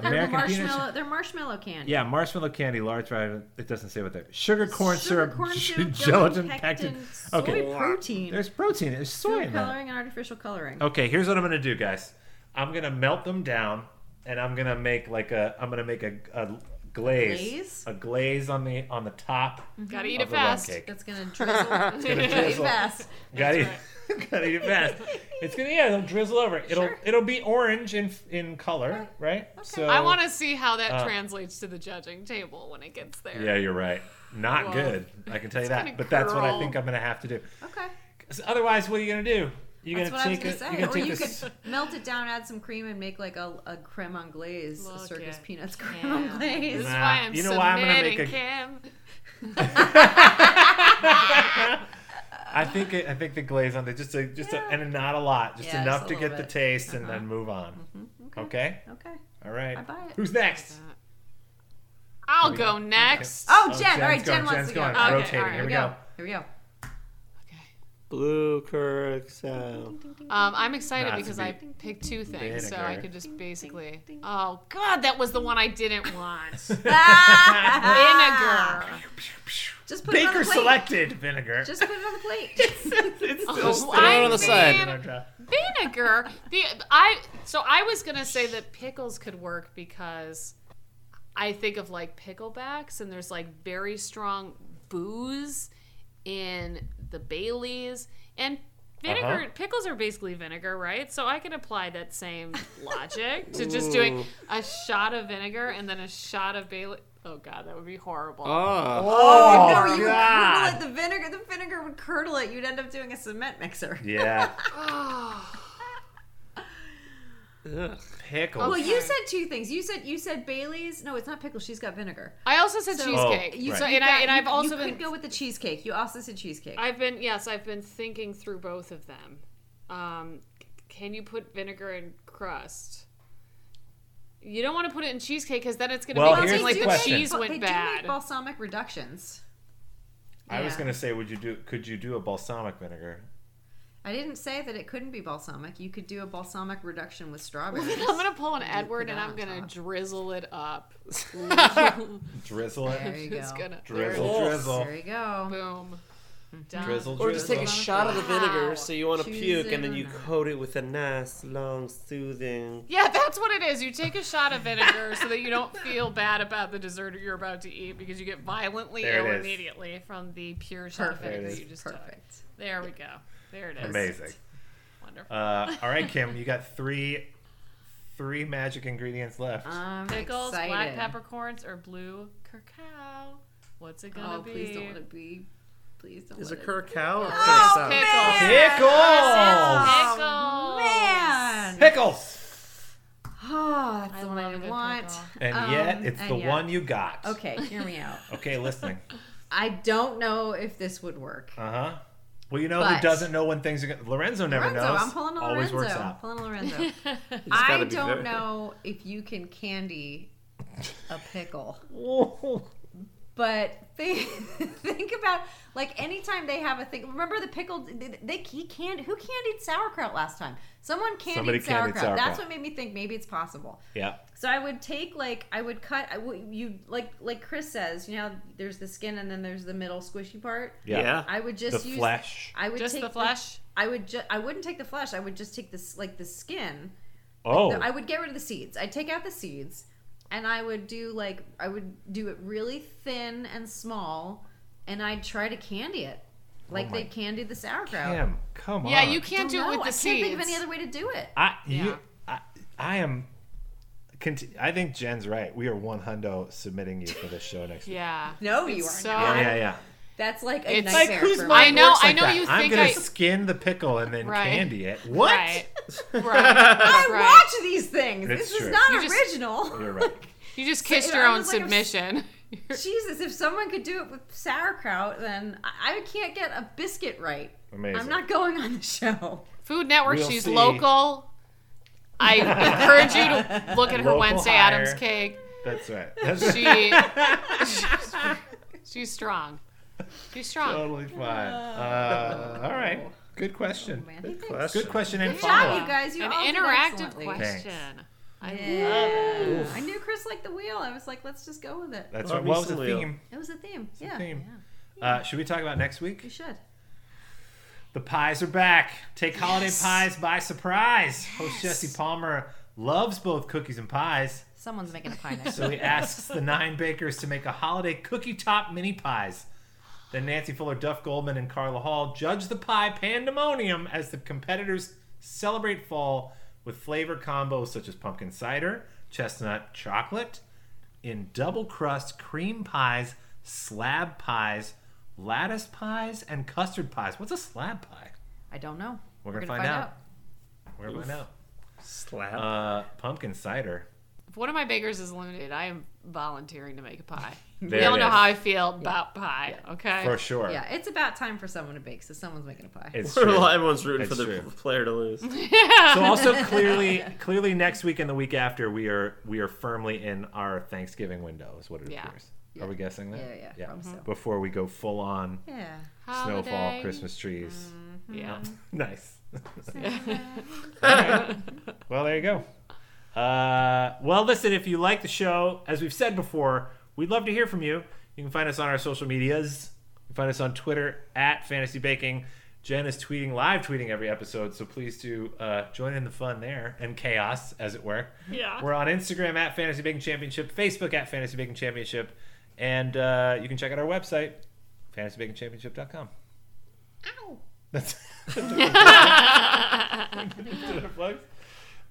S1: American peanut.
S2: Marshmallow. They're marshmallow candy.
S1: Yeah, marshmallow candy, large variety. It doesn't say what they're. Sugar, corn
S2: Sugar,
S1: syrup,
S2: corn
S1: ge-
S2: syrup,
S1: gelatin,
S2: gelatin,
S1: pectin.
S2: pectin,
S1: Okay,
S2: soy protein,
S1: there's protein. There's soy
S2: food
S1: in that.
S2: coloring and artificial coloring.
S1: Okay, here's what I'm gonna do, guys. I'm gonna melt them down, and I'm gonna make like a. I'm gonna make a, a glaze.
S2: glaze?
S1: A glaze on the on the top
S4: Mm-hmm. Gotta eat
S1: of
S4: it
S1: the rum
S4: fast.
S1: cake.
S2: That's gonna drizzle.
S1: drizzle.
S2: fast.
S1: Gotta eat, gotta eat it fast. It's gonna yeah, it'll drizzle over. It'll it'll be orange in in color, right? So
S4: I want to see how that
S1: Uh,
S4: translates to the judging table when it gets there.
S1: Yeah, you're right. Not
S4: Well,
S1: good. I can tell you
S4: it's
S1: that.
S4: gonna
S1: But that's what I
S4: curl.
S1: think I'm gonna have to do.
S2: Okay.
S1: 'Cause otherwise, what are you gonna do? You're
S2: That's
S1: gonna
S2: what I was
S1: take
S2: gonna
S1: it.
S2: say.
S1: You're gonna
S2: or
S1: take
S2: you
S1: this.
S2: could melt it down, add some cream, and make like a, a creme anglaise, a
S4: Look
S2: circus
S4: at
S2: peanuts creme anglaise.
S4: This is
S1: Nah,
S4: why I'm
S1: you know
S4: submitting
S1: why I'm gonna make
S4: Kim.
S1: I think it, I think the glaze on there just a, just
S2: Yeah.
S1: a, and not a lot, just
S2: Yeah,
S1: enough
S2: just a
S1: to get
S2: little
S1: the
S2: bit. Uh-huh. Mm-hmm.
S1: taste and then move on. Okay.
S2: Okay.
S1: All right.
S2: I buy it.
S1: Who's next?
S4: I'll go next.
S2: Oh,
S1: Oh,
S2: Jen. All
S1: Jen's
S2: right,
S1: going,
S2: Jen wants
S1: Jen's
S2: to go.
S1: going.
S2: All right,
S4: Okay,
S1: Rotating.
S4: all
S1: Here
S4: right,
S2: Here
S1: we
S2: we
S1: go.
S2: Here we go.
S3: Blue curacao.
S4: Um, I'm excited
S1: Not to
S4: because
S1: be
S4: I picked two things, so I
S1: vinegar.
S4: could just basically. Oh God, that was the one I didn't want.
S2: Ah!
S4: Vinegar.
S2: Just put it on
S1: Baker
S2: the plate.
S1: selected vinegar.
S2: Just put it on the plate.
S1: it's still
S4: Oh,
S1: stuck
S4: I'm
S1: in
S4: on the
S1: vinegar
S4: side.
S1: jar.
S4: vinegar. The I so I was gonna say that pickles could work because I think of like picklebacks and there's like very strong booze in the Baileys and vinegar
S1: Uh-huh.
S4: pickles are basically vinegar, right? So I can apply that same logic to just doing a shot of vinegar and then a shot of Bailey. Oh god, that would be horrible.
S3: Oh,
S2: no,
S1: Oh, God.
S2: you would curdle it. The vinegar, the vinegar would curdle it. You'd end up doing a cement mixer.
S1: Yeah. Oh.
S3: Ugh.
S1: Pickles.
S2: Well, you
S4: Okay.
S2: said two things. You said you said Bailey's. No, it's not pickle. She's got vinegar.
S4: I also said
S2: So-
S4: cheesecake.
S1: Oh,
S2: You,
S1: right.
S4: So
S2: you
S4: and
S2: got-
S4: I and
S2: you-
S4: I've also
S2: you
S4: been
S2: could go with the cheesecake. You also said cheesecake.
S4: I've been yes, I've been thinking through both of them. Um, c- can you put vinegar in crust? You don't want to put it in cheesecake because then it's going to
S1: Well,
S4: make it
S1: here's
S4: seem like
S1: the
S4: the
S1: question.
S4: cheese
S2: but
S4: went
S2: they do
S4: bad.
S2: make balsamic reductions.
S1: I was
S4: Yeah.
S1: gonna say, would you do? Could you do a balsamic vinegar?
S2: I didn't say that it couldn't be balsamic. You could do a balsamic reduction with strawberries.
S4: I'm going to pull an Edward
S2: put
S4: and
S2: that
S4: I'm
S2: on
S4: going
S2: top.
S4: to drizzle it up.
S1: Drizzle
S2: There
S1: it.
S2: you
S4: It's
S2: go.
S4: going to
S1: Drizzle, drizzle,
S2: There you go.
S4: boom.
S2: Mm-hmm.
S4: Done.
S1: drizzle,
S3: Or just take a
S1: drizzle.
S3: shot of the
S4: Wow.
S3: vinegar so you want to
S2: Choose
S3: puke, and
S2: it
S3: then
S2: or
S3: you
S2: not.
S3: coat it with a nice, long, soothing.
S4: Yeah, that's what it is. You take a shot of vinegar so that you don't feel bad about the dessert you're about to eat because you get violently
S1: There it
S4: ill
S1: is.
S4: immediately from the pure shot of
S2: Perfect.
S4: vinegar
S1: There it
S4: you just took.
S2: Perfect.
S4: There we go. There it is.
S1: Amazing.
S4: Wonderful.
S1: Uh, all right, Kim, you got three, three magic ingredients left.
S2: I'm
S4: Pickles,
S2: excited.
S4: black peppercorns, or blue cacao. What's it gonna
S2: Oh,
S4: be?
S2: please don't let it be. Please don't.
S3: Is
S2: let
S3: it
S2: it
S3: curacao or
S4: Oh,
S3: curacao?
S4: pickles.
S1: Pickles.
S4: Pickles. Oh.
S2: Man.
S1: Pickles.
S2: Oh, that's
S4: I
S2: the one
S4: love a
S2: I
S4: good
S2: want.
S4: pickle.
S1: And
S2: Um,
S1: yet, it's
S2: and
S1: the
S2: yet.
S1: one you got.
S2: Okay, hear me out.
S1: Okay, listening.
S2: I don't know if this would work.
S1: Uh huh. Well, you know who
S2: But-
S1: doesn't know when things are going. Lorenzo never
S2: Lorenzo,
S1: knows.
S2: I'm pulling a Lorenzo.
S1: Always works
S2: I'm
S1: out.
S2: pulling a Lorenzo.
S3: gotta
S2: I
S3: be
S2: don't
S3: very-
S2: know if you can candy a pickle,
S1: Whoa.
S2: but think, think about like anytime they have a thing. Remember the pickled? They, they he can who candied sauerkraut last time? Someone candied,
S1: Somebody candied
S2: sauerkraut. That's
S1: sauerkraut.
S2: what made me think maybe it's possible.
S1: Yeah.
S2: So I would take like I would cut I would, you like like Chris says you know how there's the skin and then there's the middle squishy part.
S1: Yeah.
S2: I would
S1: The
S2: just use
S1: flesh.
S2: I would
S4: Just
S2: take
S4: the flesh.
S2: I would just I wouldn't take the flesh. I would just take this like the skin.
S1: Oh.
S2: I would get rid of the seeds. I'd take out the seeds and I would do like I would do it really thin and small and I'd try to candy it. Like
S1: Oh my
S2: they candied the sauerkraut.
S1: Kim, come
S4: Yeah,
S1: on.
S4: you can't do
S2: Don't
S4: it with
S2: know.
S4: the
S2: I can't
S4: seeds.
S2: think of any other way to do it.
S1: I
S4: Yeah.
S1: you I, I am. Conti- I think Jen's right. We are one hundo submitting you for this show next week.
S4: yeah.
S2: No, you are
S4: so-
S2: not.
S1: Yeah, yeah, yeah.
S2: That's like a
S4: It's-
S2: nightmare.
S4: Like,
S2: for
S4: I
S2: me.
S4: know.
S1: Works
S4: I
S1: like
S4: know
S1: that.
S4: you
S1: I'm
S4: think
S1: gonna
S4: I-
S1: skin the pickle and then
S4: Right.
S1: candy it. What?
S4: Right. Right.
S2: I
S4: Right.
S2: watch these things.
S1: It's
S2: this
S1: true.
S2: is not
S4: You just-
S2: original.
S1: You're right.
S4: You just kissed
S2: So,
S4: your
S2: I
S4: own
S2: was like, I'm s-
S4: submission.
S2: Jesus, if someone could do it with sauerkraut, then I I can't get a biscuit right.
S1: Amazing.
S2: I'm not going on the show.
S4: Food Network.
S1: We'll
S4: she's
S1: see.
S4: local. I encourage you to look at her
S1: Local
S4: Wednesday
S1: hire.
S4: Adams cake.
S1: That's right. That's
S4: She. she's, she's strong. She's strong.
S1: totally fine. Uh, all right. Good
S4: Oh,
S1: question.
S2: Man, he did.
S1: Good question and
S2: Good
S1: follow
S2: job,
S1: up.
S2: you guys. You
S4: An
S2: all did
S4: interactive
S2: excellently.
S4: question. I
S2: Yeah. I knew Chris liked the wheel. I was like, let's just go with it.
S1: That's
S3: Well,
S1: right. What was the
S3: recently, uh,
S1: theme?
S2: It was a theme. yeah,
S1: Theme. Uh, should we talk about next week?
S2: we should.
S1: The pies are back. Take holiday pies by surprise. Host Jesse Palmer loves both cookies and pies.
S2: Someone's making a pie next.
S1: So he asks the nine bakers to make a holiday cookie top mini pies. Then Nancy Fuller, Duff Goldman, and Carla Hall judge the pie pandemonium as the competitors celebrate fall with flavor combos such as pumpkin cider, chestnut, chocolate, in double crust cream pies, slab pies, lattice pies, and custard pies. What's a slab pie?
S2: I don't know.
S1: We're gonna, find, out. We're gonna find out.
S3: Slap.
S1: Uh, pumpkin cider.
S4: If one of my bakers is limited, I am volunteering to make a pie.
S1: There
S4: Y'all
S1: it
S4: know
S1: is.
S4: how I feel about pie, okay?
S1: For sure.
S2: Yeah, it's about time for someone to bake, so someone's making a pie.
S1: It's true.
S3: Well, everyone's rooting for
S1: That's
S3: the
S1: true.
S3: player to lose.
S1: So also clearly, clearly next week and the week after, we are we are firmly in our Thanksgiving window. Is what it
S4: Yeah.
S1: appears. Are we guessing that?
S2: Yeah, yeah, probably so.
S1: Before we go full on
S2: yeah.
S1: snowfall,
S4: Holiday.
S1: Christmas trees.
S2: Mm.
S4: Yeah.
S1: nice. All right. Well, there you go. Uh, well, listen, if you like the show, as we've said before, we'd love to hear from you. You can find us on our social medias Find us on Twitter at Fantasy Baking. Jen is tweeting, live tweeting every episode, so please do uh, join in the fun there and chaos, as it were.
S4: Yeah.
S1: We're on Instagram at Fantasy Baking Championship, Facebook at Fantasy Baking Championship, and uh, you can check out our website, fantasybakingchampionship.com.
S10: Ow!
S1: That's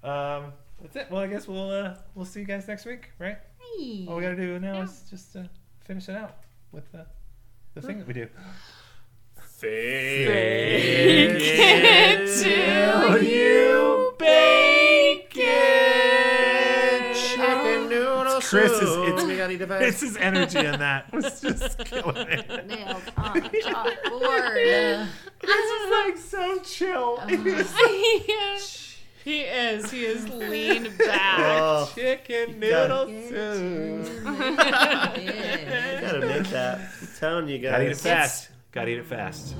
S1: um, that's it. Well, I guess we'll uh, we'll see you guys next week, right?
S2: Hey.
S1: All we gotta do now is just uh, finish it out with the the thing that we do.
S4: Until you bake it.
S3: Chicken noodle
S1: Chris is-
S3: soup.
S1: it's-
S3: spaghetti device.
S1: This is energy in that. It's just killing it.
S2: Nailed on chalkboard.
S1: This is like so chill.
S2: Mm-hmm.
S4: he is. He is leaned back.
S3: Oh,
S1: Chicken
S3: noodle
S1: soup.
S2: Yeah.
S3: gotta make that. I'm telling you
S1: Gotta eat it
S3: guys.
S1: fast. Gotta eat it fast.